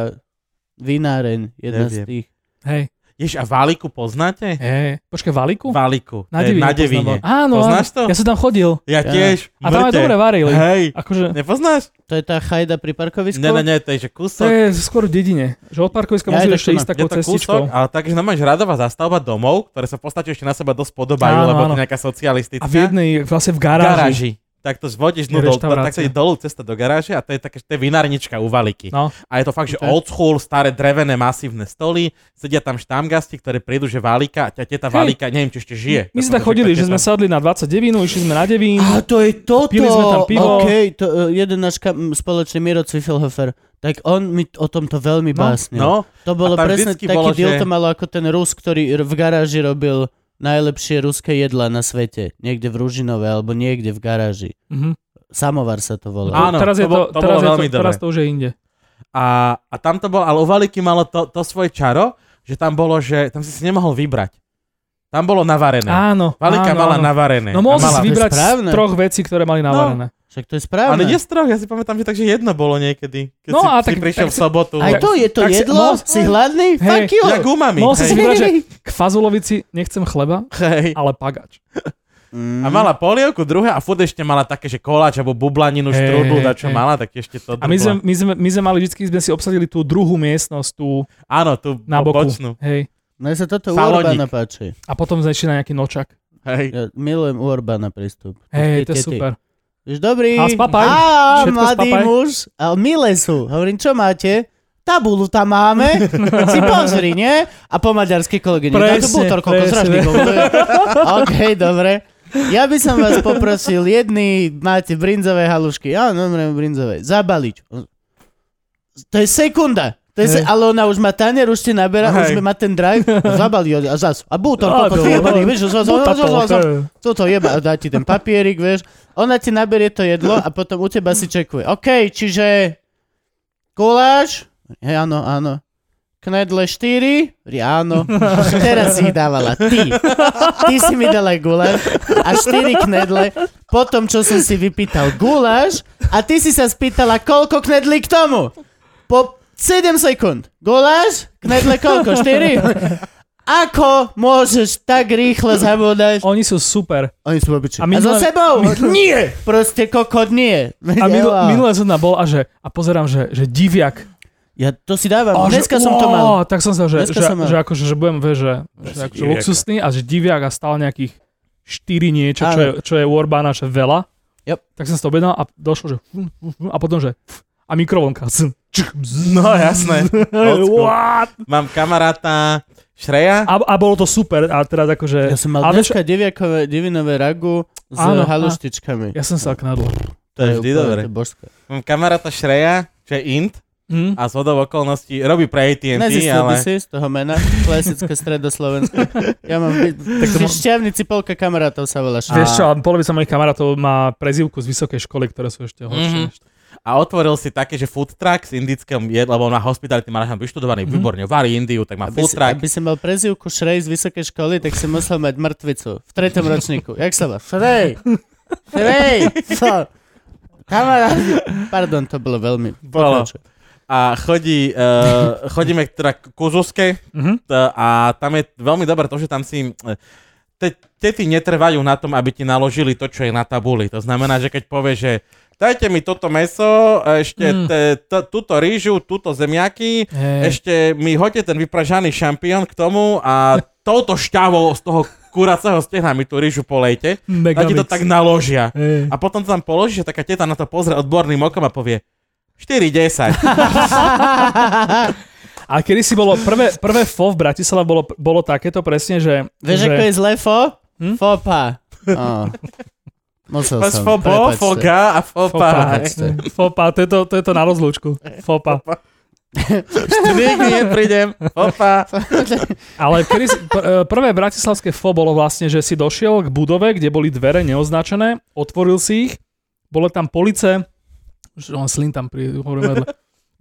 Vináreň, jedna z Neviem. tých. Hej. Jež, a Váliku poznáte? Hej. Počkaj, Valiku? Váliku. Na To je Divine. Na poznám. divine. Áno, Poznáš áno. to? Ja som tam chodil. Ja Ja. tiež. A tam aj mŕte. dobre varili. Hej. Akože, Nepoznáš? To je tá chajda pri parkovisku? Ne, ne, ne, to je že to kúsok. je skôr v dedine. Že od parkoviska Ja musíš aj ešte takto ísť Je takou to kúsok, cestičkou. ale takže tam máš radová zastavba domov, ktoré sa v podstate ešte na seba dosť podobajú, Áno, lebo to áno. je nejaká socialistická. A v jednej, vlastne v garáži. garáži. Tak to zvodíš no, Je dol, tak reštaurácia. sa ide dolu cesta do garáže a to je také, to je vinárnička u Valiky. No. A je to fakt, že Ok. old school, staré drevené masívne stoly, sedia tam štamgasti, ktoré prídu, že Valika, a ťa teta Hej. Valika, neviem, či ešte žije. My Dokonca, sme tam chodili, tá že sme teta- sadli na 29, išli sme na 9. A to je toto! Pili sme tam pivo. OK, to, e, jeden náš kam, spoločný Miro Cvifelhofer, tak on mi o tomto veľmi No. básnil. No, To bolo A tam presne vždycky taký bolo, bolo, deal že- to malo ako ten Rus, ktorý r- v garáži robil najlepšie ruské jedla na svete. Niekde v Ružinove alebo niekde v garáži. Mhm. Samovar sa to volá. A- Áno, teraz je to bol- to, to teraz bolo je to, veľmi dobre. teraz to už je inde. A, a tam to bolo, ale u Valiky malo to, to svoje čaro, že tam bolo, že tam si si nemohol vybrať. Tam bolo navarené. Áno, No. Valika áno, mala áno. navarené. No A mohol si mala... No. si vybrať To je z správne. troch vecí, ktoré mali navarené. Však to je Ale správne. nie z troch, ja si pamätám, že takže jedno bolo niekedy. Keď No si, a si tak- prišiel tak v si- sobotu. Aj to je to Tak si- jedlo? mohol- Si hladný? Hej. Fuck you! Jak umami. Mohol si hej. si vybrať, že k fazulovici nechcem chleba, Hej. ale pagač. Mm. A Mhm. mala polievku, druhé a furt ešte mala také, že koláč alebo bublaninu, Hej, štrúdlu, hej, na čo hej. mala, tak ešte to A drbla. my sme, my, sme, my sme mali vždy, sme si obsadili tú druhú miestnosť, tú Áno, tu na No, boku. bočnú. Hej. Mne sa toto u Salónik. Orbána páči. A potom sme išli na nejaký nočak. Hej. Ja milujem u Orbána prístup. Hej, Tie to je tety. super. Vieš, dobrý. A s papaj? Á, Všetko s mladý papaj? muž. A milé sú. Hovorím, čo máte? Tabulu tam máme, si pozri, nie? A po maďarsky kolegyne. Presne, to Presne, bol torko, presne. koľko OK, dobre. Ja by som vás poprosil, jedný máte brinzové halušky. Áno, dobre, brinzové. Zabaliť. To je sekunda. To je se, Hej. ale ona už má tanier, už ti naberá, už Hej. má ten drive, zabali ho a zas. A bútor, Á, koľko to- vyjebaný, vieš, zas, zas, zas, zas, Butato, to zas, je- toto jeba, a dá ti ten papierik, vieš. Ona ti naberie to jedlo a potom u teba si čekuje. OK, čiže koláč, hej, áno, áno. Knedle 4, Hovorí, áno. Teraz si ich dávala ty. Ty si mi dala guláš a 4 knedle. Potom, čo som si vypýtal guláš a ty si sa spýtala, koľko knedlí k tomu. Po 7 sekúnd. Guláš, knedle koľko? 4? Ako môžeš tak rýchlo zabúdať? Oni sú super. Oni sú babiči. A A, a my so sme- sebou? Nie! Proste kokot nie. A minule, Ja- minule som tam bol a, že, a pozerám, že, že diviak. Ja to si dávam. A že, Dneska som to ó, mal. Tak som sa, že, Dneska že, som mal. že, akože, že budem, vieš, že, že akože diviaka. luxusný a že diviak a stále nejakých 4 niečo, čo Áno. je, čo je u Orbána, že veľa. Yep. Tak som si to objednal a došlo, že a potom, že a mikrovlnka. No jasné. Old school. What? Mám kamaráta Šreja. A, a bolo to super a teraz akože... Ja som mal ale vieš- dneska deviakové, devinové ragu s Áno, áno. haluštičkami. Ja som sa knadol. To je vždy úplne- dobre. to je božské. Mám kamaráta Šreja, čo je int Hm? a z hodov okolností robí pre AT&T, Nezistil by ale... si z toho mena. Klasické stredoslovenské. Ja mám... by- to Si mo- šťavnici polka kamarátov sa volá. Vieš čo, ale polovica mojich kamarátov má prezývku z vysokej školy, ktoré sú ešte horšie. Mhm. A otvoril si také, že food truck s indickým jedlom, lebo on má hospitality manažment vyštudovaný, Mhm. výborne, varí Indiu, tak má Aby food si, truck. aby si mal prezivku Šrej z vysokej školy, tak si musel mať mŕtvicu. V tretom ročníku. Jak sa volá? Šrej! Šrej! Co? Kamarádi. Pardon, to bolo veľmi... Bolo. Pokračuj. A chodí, uh, chodíme teda k Kuzuskej, Mhm. T- a tam je veľmi dobré to, že tam si... e, Te, tety netrvajú na tom, aby ti naložili to, čo je na tabuli. To znamená, že keď povieš, že dajte mi toto meso, ešte Mm. te, t- túto rýžu, túto zemiaky, Hej. ešte mi hoďte ten vypražaný šampión k tomu a touto šťavou z toho kuracého stehna mi tú rýžu polejte. A ti to Megamix. tak naložia. Hej. A potom to tam položíš a taká teta na to pozrie odborným okom a povie 4,10. A kedy si bolo, prvé, prvé FO v Bratislave bolo, bolo takéto presne, že... Vieš, že, ako je zle fo? Hm? Fopa. Ó. Musel Pas som. fobo, no, Prepačte. foga a Fopa. fopa. Prepačte. Fopa, to je to, to, je to na rozlúčku. Fopa. Nikdy neprídem. Opa. Ale kedy si, pr- e, prvé bratislavské FO bolo vlastne, že si došiel k budove, kde boli dvere neoznačené, otvoril si ich, bolo tam police, že on slin tam pri, hovorím vedľa.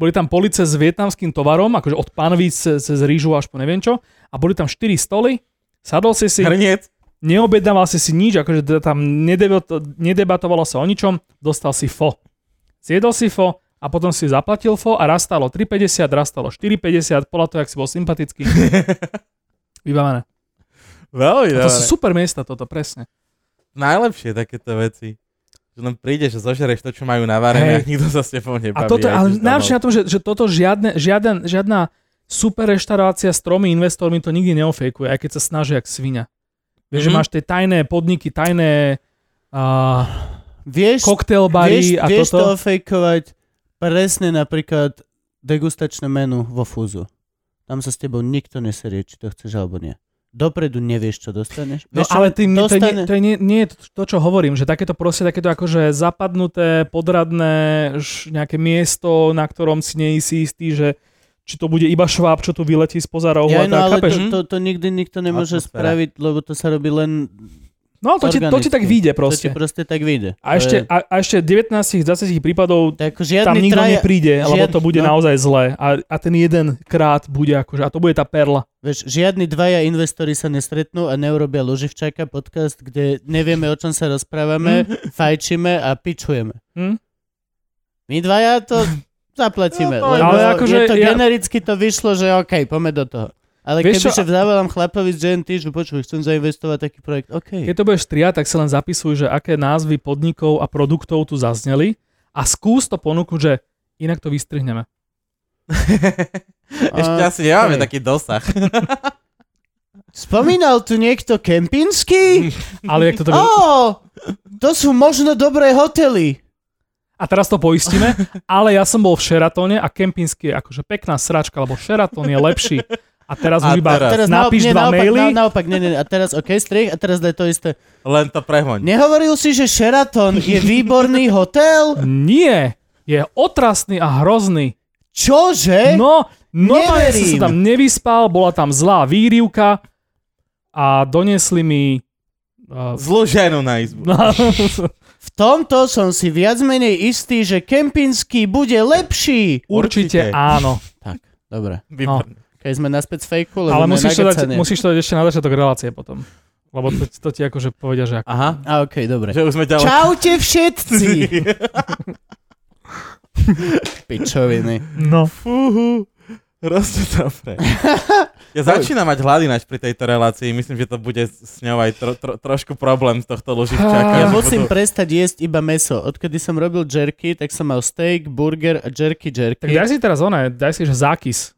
Boli tam police s vietnamským tovarom, akože od panvíc cez, cez rýžu až po neviem čo, a boli tam 4 stoly, sadol si si, Hrniec. neobjednával si si nič, akože teda tam nedebato- nedebatovalo sa o ničom, dostal si fo. Zjedol si fo a potom si zaplatil fo a raz stálo 3,50, raz stálo 4,50, podľa toho, jak si bol sympatický. Vybavené. Veľmi A to sú dobre. super miesta toto, presne. Najlepšie takéto veci. Že len prídeš a zožereš to, čo majú navarené Hej. a nikto sa s tebou nebaví. A toto, aj ale ideš najlepšie domov. na tom, že, že toto žiadne, žiaden, žiadna super reštaurácia s tromi investormi to nikdy neofejkuje, aj keď sa snažia jak svinia. Mhm. Vieš, že máš tie tajné podniky, tajné uh, Vieš, cocktail bary vieš, a vieš to toto. ofejkovať presne napríklad degustačné menu vo fúzu. Tam sa s tebou nikto neserie, či to chceš alebo nie. Dopredu nevieš, čo dostaneš. No Vieš, čo ale ty, to, je, nie- dostane... to, je, nie, nie je to, to, čo hovorím, že takéto proste, takéto akože zapadnuté, podradné, š, nejaké miesto, na ktorom si nie si istý, že či to bude iba šváb, čo tu vyletí spoza rohu Ja, a no, tak, ale chápeš? Mhm. to, to, to nikdy nikto nemôže Atmosféra. spraviť, lebo to sa robí len... No ale to ti, to ti tak organicky. vyjde To ti proste. proste tak vyjde. To A ešte, je- a, a ešte 19 z 20 prípadov Tak ako tam žiadny nikto traja, nepríde, lebo žiadny- to bude no. naozaj zlé. A, a ten jeden krát bude akože, a to bude tá perla. Vieš, žiadni dvaja investori sa nestretnú a neurobia Loživčáka podcast, kde nevieme, o čom sa rozprávame, Mhm. fajčíme a pičujeme. Hm? My dvaja to zaplatíme, No, to- lebo Ale ale akože akože je to ja- ja... genericky to vyšlo, že OK, poďme do toho. Ale Vieš keby čo, sa zavolám chlapovi z GNT, že počuj, chcem zainvestovať taký projekt, OK. Keď to budeš triať, tak sa len zapisuj, že aké názvy podnikov a produktov tu zazneli a skús to ponúknuť, že inak to vystrihneme. Ešte A- asi nemáme hej. taký dosah. Spomínal tu niekto Kempinski? Ale jak to Ó, to sú možno dobré hotely. A teraz to poistíme, ale ja som bol v Sheratone a Kempinsky je akože pekná sračka, lebo Sheraton je lepší. A teraz A už iba teraz. Teraz naopak, napíš nie, dva naopak, maily. na- naopak, nie, nie, a teraz OK, strich, a teraz daj to isté. Len to prehoň. Nehovoril si, že Sheraton je výborný hotel? Nie, je otrasný a hrozný. Čože? No, E? normálne som Neverím. sa tam nevyspal, bola tam zlá výrivka a donesli mi... Uh, Zlú ženu na izbu. no, V tomto som si viac menej istý, že Kempinský bude lepší. Určite. určite áno. Tak, dobre. Výborné. Keď sme naspäť z fejku, lebo Ale sme musíš to, dať, nagacanie. musíš to dať ešte na začiatok relácie potom. Lebo to, to ti akože povedia, že ako. Aha, A okej, dobre. že už sme ďalej. Čaute všetci! Pičoviny. No. Fúhu, hrozne dobre. Ja začínam mať hladinač pri tejto relácii. Myslím, že to bude s ňou aj tro, tro, trošku problém z tohto Ah, Ja loživčáka. že musím budú- prestať jesť iba meso. Odkedy som robil jerky, tak som mal steak, burger a jerky Tak jerky. daj si teraz oné, daj si, že zákis.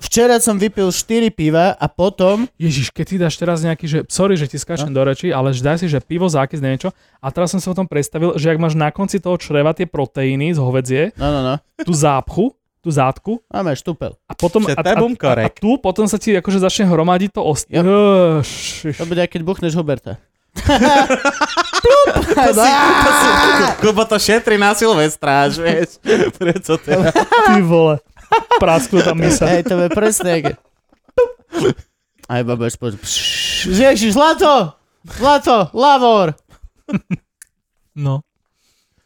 Včera som vypil 4 piva a potom... Ježiš, keď si dáš teraz nejaký, že sorry, že ti skáčem do reči, ale že daj si, že pivo, zákis, niečo. A teraz som si o tom predstavil, že ak máš na konci toho čreva tie proteíny z hovedzie, No, no, no. tú zápchu, tú zátku, Máme štúpel. A potom, Že a, a, to je a, a bunkorek. tu potom sa ti akože začne hromadiť to ost... Ja- To Ježiš. bude, keď buchneš Huberta. To si, to si, Kubo to šetri na Silvestra, až vieš. Prečo teda? Ty vole. Prasklo tam mysa. Hej, to je presne. jak- Aj baba spôr. Ježiš, zlato! Zlato! Lavor! No.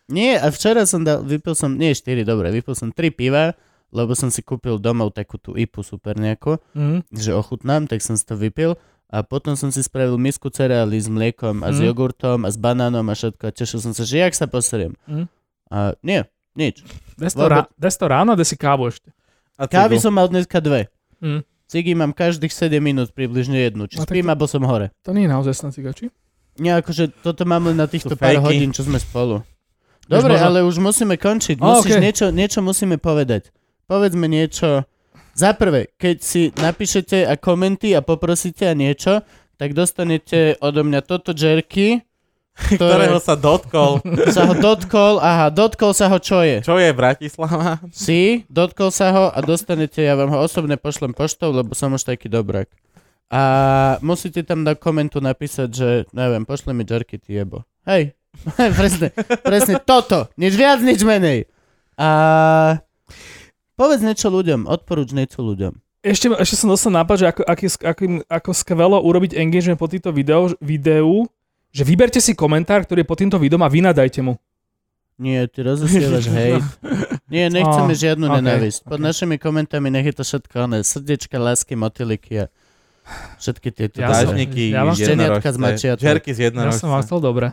Nie, a včera som dal, vypil som, nie 4, dobre, vypil som 3 piva, lebo som si kúpil domov takú tú ipu super nejakú, Mm. že ochutnám, tak som si to vypil a potom som si spravil misku cereály s mliekom a s Mm. jogurtom a s banánom a všetko a tešil som sa, že jak sa poseriem. Mm. A nie, nič. Daj si to rá- daj si to ráno a daj si kávu ešte. A Kávy cigu. som mal dneska dve. Mm. Cigy mám každých 7 minút približne jednu. Či No tak spím, to- alebo som hore. To nie je naozaj stan cigači. Nie, akože toto mám len na týchto Sú pár fejky. hodín, čo sme spolu. Dobre, možno- ale už musíme končiť. A, Musíš okej. niečo, niečo musíme povedať. Povedzme niečo. Za prvé, keď si napíšete a komenty a poprosíte a niečo, tak dostanete odo mňa toto jerky, ktorého Ktorého sa dotkol. sa ho dotkol. Aha, dotkol sa ho čo je? Čo je Bratislava? Si, dotkol sa ho a dostanete, ja vám ho osobne pošlem poštou, lebo som už taký dobrák. A musíte tam do komentu napísať, že no neviem, pošle mi jerky, ty jebo. Hej, presne, presne toto, nič viac, nič menej. A povedz niečo ľuďom, odporúč niečo ľuďom. Ešte, ešte som dostal nápad, že ako, aký, aký, ako skvelo urobiť engagement po týmto videu, videu, že vyberte si komentár, ktorý je pod týmto videom a vynadajte mu. Nie, ty rozosielaš hejt. Nie, nechceme Á, žiadnu okej, nenávisť. Pod okej. našimi komentami nech je to všetko oné, srdiečka, lásky, motiliky a všetky tieto. Ja som- dobré. Dážniky, ja mám šteniatka z jednorožce. mačiatka. Žerky z Ja jednorožca. som vám chcel dobre.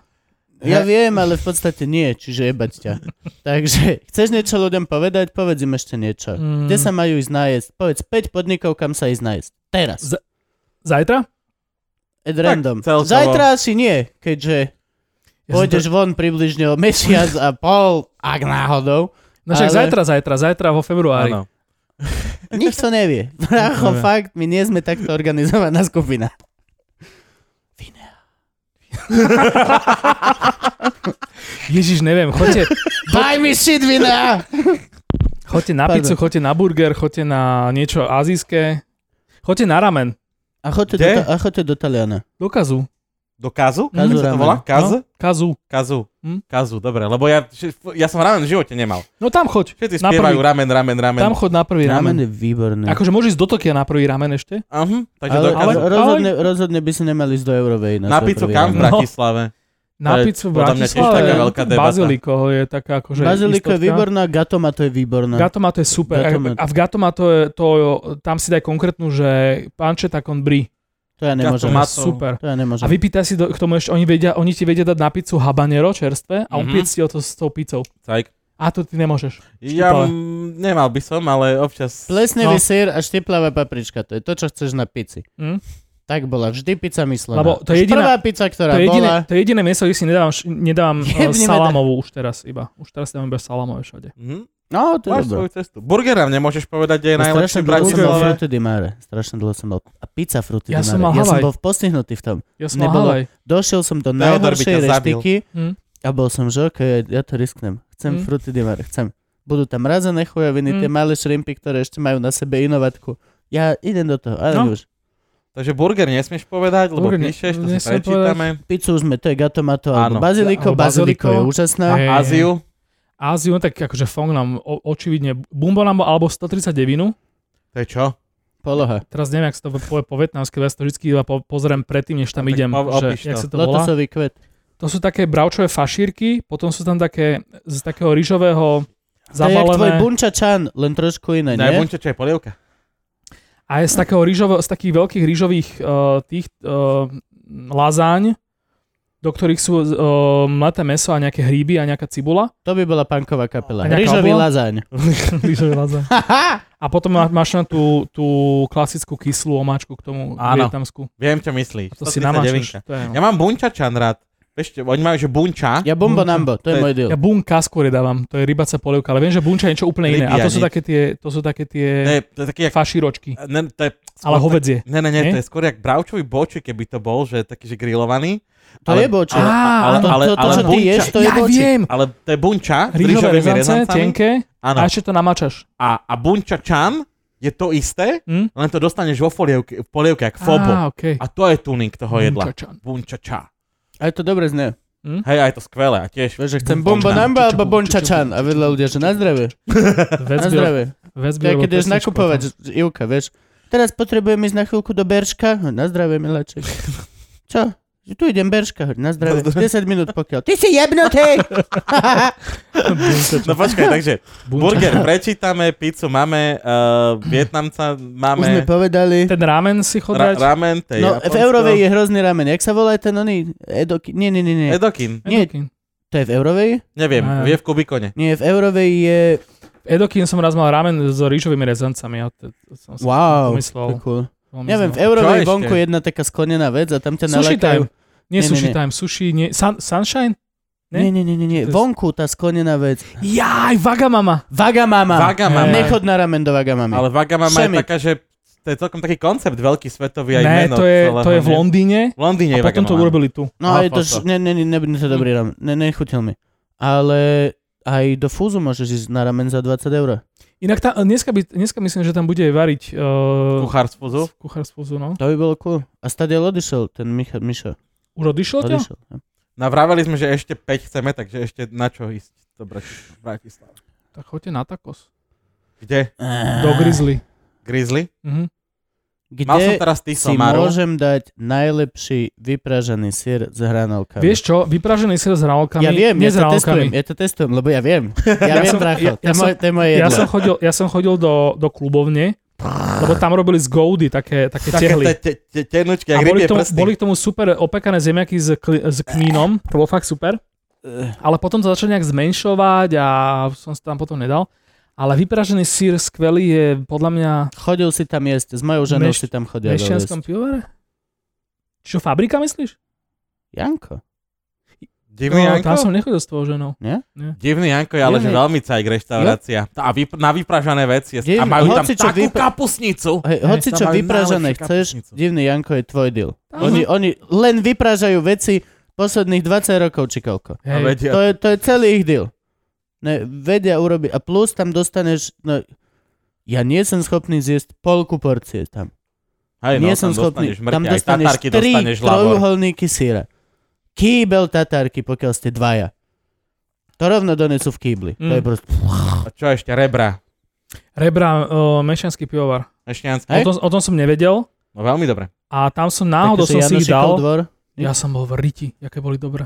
Ja viem, ale v podstate nie, čiže jebať ťa. Takže chceš niečo ľuďom povedať, povedz im ešte niečo. Mm. Kde sa majú ísť nájsť? Povedz 5 podnikov, kam sa ísť nájsť. Teraz. Z- Zajtra? At random. celkovo. Zajtra asi nie, keďže Ja som pôjdeš von približne o mesiac a pol, ak náhodou. No však ale- zajtra, zajtra, zajtra vo Áno. februári. Nikto nevie. Bracho, fakt, my nie sme takto organizovaná skupina. Ježiš, neviem, choďte, Buy me shit, vina! choďte na Pardon. pizzu, choďte na burger, choďte na niečo azijské. Choďte na ramen. A chodte do, Kde? a chodte do Taliana. Do kazu. Do kazu? Kazu Kazu sa to ramen. volá? Kaz? No, kazu. Kazu. Hm? Kazu, dobre, lebo ja, ja som ramen v živote nemal. No tam choď. Všetci Na spievajú prvý. ramen, ramen, ramen. Tam choď na prvý ramen. Ramen je výborný. Akože môžeš ísť do Tokia na prvý ramen ešte? Aha, Mhm, takže Ale, do ale, kazu. ale- rozhodne, rozhodne by si nemali ísť do Eurovej. Na pizzu kam v No. ramen. Bratislave? To Na je pizzu v podľa mňa tiež Bratislave. taká veľká debata. Baziliko je taká akože Baziliko je no. istotka. výborná, Gatomato je výborná. Gatomato je super. Gatomato. A v Gatomato je to, tam si daj konkrétnu, že pančeta con brie. to ja nemôžem. Gatomato. To je super. To ja nemôžem. A vypýtaj si do, k tomu ešte, oni, vedia, oni ti vedia dať na pizzu habanero čerstvé a Mhm. upiec si o to s tou pizzou. Cajk. A to ty nemôžeš. Ja Štipale. m, nemal by som, ale občas... Plesnevý No. sír a štiplavá paprička, to je to, čo chceš na pici. Hm? Tak bola vždy pizza myslená. Lebo to Už je jediná- Prvá pizza, ktorá To je, jediné, bola, to je jediné miesto, kde si nedávam, š- nedávam eh, Jebneme salamovú už teraz iba. Už teraz dávam iba salamové všade. Mhm. no to je Máš dobré. svoju cestu. Burger nám nemôžeš povedať, kde je Ja najlepší strašne v dlho som bol Bratislave. Fruity di Mare. Strašne dlho som bol. A pizza Fruity Ja di som Mare. mal ja som Havaj. bol postihnutý v tom. Ja som mal Nebolo. Havaj. Došiel som do Teodor by najhoršej ťa zabil. reštiky Hm? a bol som, že ok, ja to risknem. Chcem Hm. Fruity di Mare, chcem. Budú tam razené chujoviny, Hm. tie malé šrimpy, ktoré ešte majú na sebe inovatku. Ja idem do toho, ale No. už. Takže burger nesmieš povedať, lebo Burger ne- píšeš, to si nesmiem prečítame. Pizzu už sme, to je gatomato, alebo Áno. baziliko, Alebo baziliko je baziliko. úžasná. Hej, hej. Áziu. Áziu, tak akože Fong nám o, očividne, Bumbo nám bol alebo 139, To je čo? Poloha. teraz neviem, ak sa to povie po vietnamsky, ale ja si to vždycky iba po, pozriem predtým, než tam No, tak idem, po- že, opíš jak to. sa to volá. Lotosový kvet. To sú také bravčové fašírky, potom sú tam také z takého ryžového To je jak tvoj zabalené. bunčačan, len trošku iné, nie? Najbunče, čo je polievka. A je z takého rýžového, z takých veľkých rýžových uh, tých uh, lazáň, do ktorých sú uh, mleté meso a nejaké hríby a nejaká cibula. To by bola panková kapela. A nejaká Mhm. Rýžový obloha? lazaň. Rýžové lazáň. A potom má- máš na tú, tú klasickú kyslú omáčku k tomu Áno. vietnamskú. Viem, čo myslíš. To si 139. namáčaš. To je, no. Ja mám bunčačan rád. Vieš, čo, oni majú, že bunča. Ja bombo nambo, to je To je- môj deal. Ja bunka skôr dávam, to je rybaca polievka, ale viem, že bunča je niečo úplne iné. A to sú Rybia, také tie, to sú také tie To je, to je taký, jak... fašíročky, Ne, to je skôr ale tak- hovedzie. Ne, ne, ne, Nie? to je skôr jak bravčový boček, keby to bol, že taký, že grillovaný. To Ale- je bočo. Ale, ale, To- ale, to- to, ale, čo ty bunča- ješ, to je ja bočík. viem! Ale to je bunča s Rýžové rýžovými rezance, rezancami. tenké, Áno. a ešte to namačaš. A, a bunča čan je to isté, Hm? len to dostaneš vo folievke, v polievke, jak Á, Hm, fobo. okay. A to je tuning toho jedla. Bunčačan. Bunča ča. Aj to dobre znie. Hej, a je to skvelé. A tiež... Vieš, že chcem bombo nambo alebo bončačan. A vedľa ľudia, že na zdravie. Na Väzby- zdravie. väzby To je, alebo keď ideš pesničky nakupovať, že- že Ivka, vieš. Teraz potrebujem ísť na chvíľku do Berška. Na zdravie, miláček. Čo? Že Tu idem Berška, hovorí, na zdravie. 10 minút pokiaľ. Ty si jebnutý! potom. Bunčačan. No počkaj, takže Bunčačan. burger prečítame, pizzu máme, uh, Vietnamca Už sme máme, povedali. Ten ramen si chod ra- dať. ramen, to je No, v Japonsko. Eurovej je hrozný ramen. Jak sa volá ten oný? Edoki? Nie, nie, nie, nie. Edokin, nie. Edokin. To je v Eurovej? neviem, Á. je v Kubikone. Nie, v Eurovej je... V Edokin som raz mal ramen s rýžovými rezancami. Ja to, to som si Wow. pomyslel. To je cool. veľmi Neviem, v znel. Eurovej ešte? vonku je jedna taká sklonená vec a tam ťa Sushi nalakajú. time. Nie, Nie, nie, sushi nie. time, sushi, nie. Sun, sunshine? Nie, Ne? nie, nie, nie, nie. To je- Vonku tá sklonená vec. Jaj, vagamama. Vagamama. Vagamama. Nechod na ramen do Vagamami. Ale Vagamama je Všemi. taká, že to je celkom taký koncept veľký svetový aj Ne, meno to je, celého, to je v nie? Londýne. V Londýne A je potom to Vagamama. urobili tu. No Aha, je to, foto. š- ne, ne, ne, nebude to dobrý ramen. Ne, nechutil mi. Ale aj do fúzu môžeš ísť na ramen za 20 eur. Inak tá, dneska, by, dneska myslím, že tam bude variť uh, Kuchár z Fuzu. kuchár z Fuzu, no. To by bolo cool. A stadiel odišiel, ten Micha, Mišo. Už odišlo ťa? Odišiel. Navraveli sme, že ešte 5 chceme, takže ešte na čo ísť do Brati- Bratislava. Tak choďte na takos. Kde? Do Grizzly. Grizzly? Mhm. Mal som Kde teraz ty si somaru. môžem dať najlepší vypražaný sír s hranolkami? Vieš čo, vypražený sír s hranolkami, ja viem, nie ja s to testujem, hranolkami. ja to testujem, lebo ja viem. Ja, Ja viem, som- bracho, ja- to, je ja moje, to je moje jedlo. Ja som chodil, ja som chodil do, do klubovne, lebo tam robili z goudy také, také Také tehly. te- te- te- tenučky, jak A boli rybie k, tomu, prsty. boli k tomu super opekané zemiaky s, kli, s kmínom, to Eh. bolo fakt super. Ale potom to začalo nejak zmenšovať a som sa tam potom nedal. Ale vypražený sír skvelý je podľa mňa Chodil si tam jesť, s mojou ženou Meš- si tam chodil v mešťanskom jesť. pivovare? Čo, fabrika myslíš? Janko. Divný no, Janko? tam som nechodil s tvojou ženou. Divný Janko je ale Divný. že No. veľmi cajk reštaurácia. A vyp- na vypražané veci. je- A Divný, majú tam hoci čo takú vypra- kapusnicu. Hej, Hej, hoci tam čo majú vypražané najlepšiu chceš, kapusnicu. divný Janko je tvoj deal. Áno. Oni, oni len vypražajú veci posledných 20 rokov, či koľko. A Hej, vedia, To je, to je celý ich deal. Ne, vedia urobiť. A plus tam dostaneš... No, ja nie som schopný zjesť polku porcie tam. hej, no, nie som tam schopný. dostaneš Tam mŕtve, aj dostaneš tatárky tri dostaneš lavor. trojuholníky síra. Kýbel tatárky, pokiaľ ste dvaja. To rovno donesú v kýbli. To je Mm. proste... A čo ešte, rebra. Rebra, o, mešťanský pivovar. Ešťanské. O Hej. tom, o tom som nevedel No veľmi dobre. a tam som náhodou Také, som že si ich Janošikov dal. Dvor. Ja som bol v riti, aké boli dobré.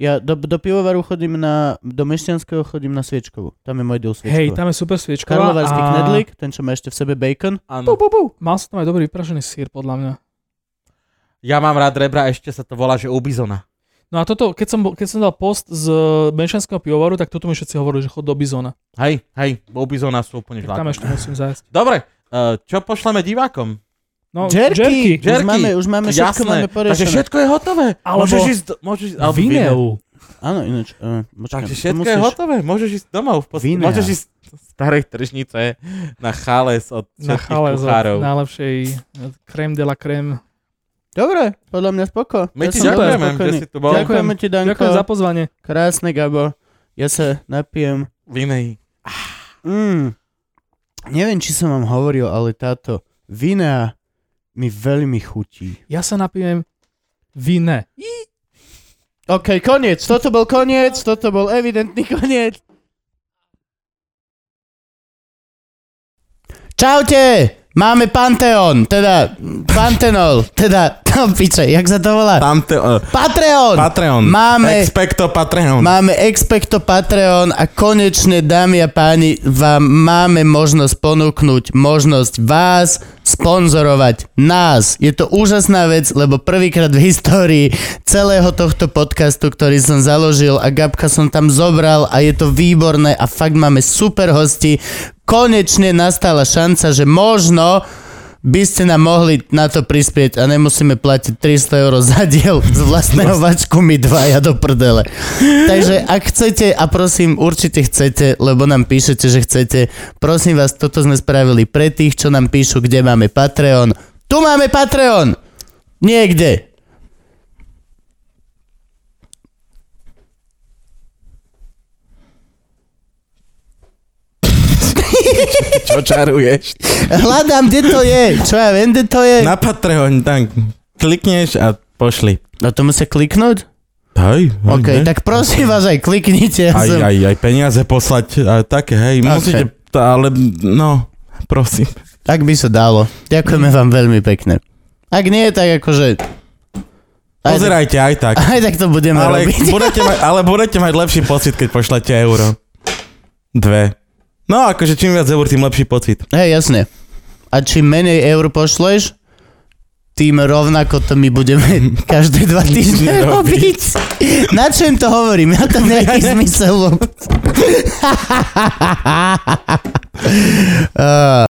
Ja do, do pivovaru chodím na... Do Mešťanského chodím na Sviečkovú. Tam je môj deal Sviečková. Hej, tam je super sviečková. Karlovarský a- knedlík, ten, čo má ešte v sebe bacon. Áno. Bu, bu, bu. Mal som tam aj dobrý vypražený sír, podľa mňa. Ja mám rád rebra, ešte sa to volá, že u bizona. No a toto, keď som, bol- keď som dal post z menšanského pivovaru, tak toto mi všetci hovorili, že chod do Bizona. Hej, hej, u bizona sú úplne Tak žlákom. tam ešte musím zájsť. Dobre, eh, čo pošleme divákom? No, Jerky! jerky. Už Jerky. máme, už máme všetko, máme Jasné, takže poriešené. všetko je hotové. Alebo- Môžeš ísť, do- môžeš ísť, alebo vineu. Vineu. Áno, ináč. Uh, Takže všetko je hotové, môžeš ísť domov. V podstate. Vinea. Môžeš ísť z starej tržnice na chales od Na všetkých chale z kuchárov. najlepšej e, crème de la crème. Dobre, podľa mňa spoko. My ti som veľmi ďakujeme, že spokojný. si tu bol. Ďakujem. Ďakujeme ti, Danko. Ďakujem za pozvanie. Krásne, Gabo. Ja sa napijem. Vinej. Mm. Neviem, či som vám hovoril, ale táto vina mi veľmi chutí. Ja sa napijem vine. OK, koniec. Toto bol koniec. Toto bol evidentný koniec. Čaute! Máme Panteon, teda Pantenol, teda, no piče, jak sa to volá? Tamte, uh, Patreon! Patreon. Máme- Expecto Patreon. Máme Expecto Patreon a konečne, dámy a páni, vám máme možnosť ponúknuť možnosť vás sponzorovať nás. Je to úžasná vec, lebo prvýkrát v histórii celého tohto podcastu, ktorý som založil a Gabka som tam zobral a je to výborné a fakt máme super hosti. Konečne nastala šanca, že možno by ste nám mohli na to prispieť a nemusíme platiť 300 eur za diel z vlastného vačku my dvaja do prdele. Takže ak chcete, a prosím, určite chcete, lebo nám píšete, že chcete, prosím vás, toto sme spravili pre tých, čo nám píšu, kde máme Patreon. Tu máme Patreon! Niekde. Čo čaruješ? Hľadám, kde to je. Čo ja viem, kde to je. Na Patreon, tak klikneš a pošli. No to musia kliknúť? Hej, OK, tak prosím vás aj kliknite. Ja aj, som... aj, aj peniaze poslať, aj také, hej, Okay. musíte, tá, ale no, prosím. Tak by sa dalo. Ďakujeme vám veľmi pekne. Ak nie, tak akože... Aj, Pozerajte aj tak. aj tak to budeme Ale robiť. budete, mať, ale budete mať lepší pocit, keď pošlete euro. Dve. No akože čím viac eur, tým lepší pocit. Hej, jasne. A čím menej eur pošleš, tým rovnako to my budeme každé dva týždne Robiť. robiť. Na čo im to hovorím? Ja to nejaký zmysel. vôbec.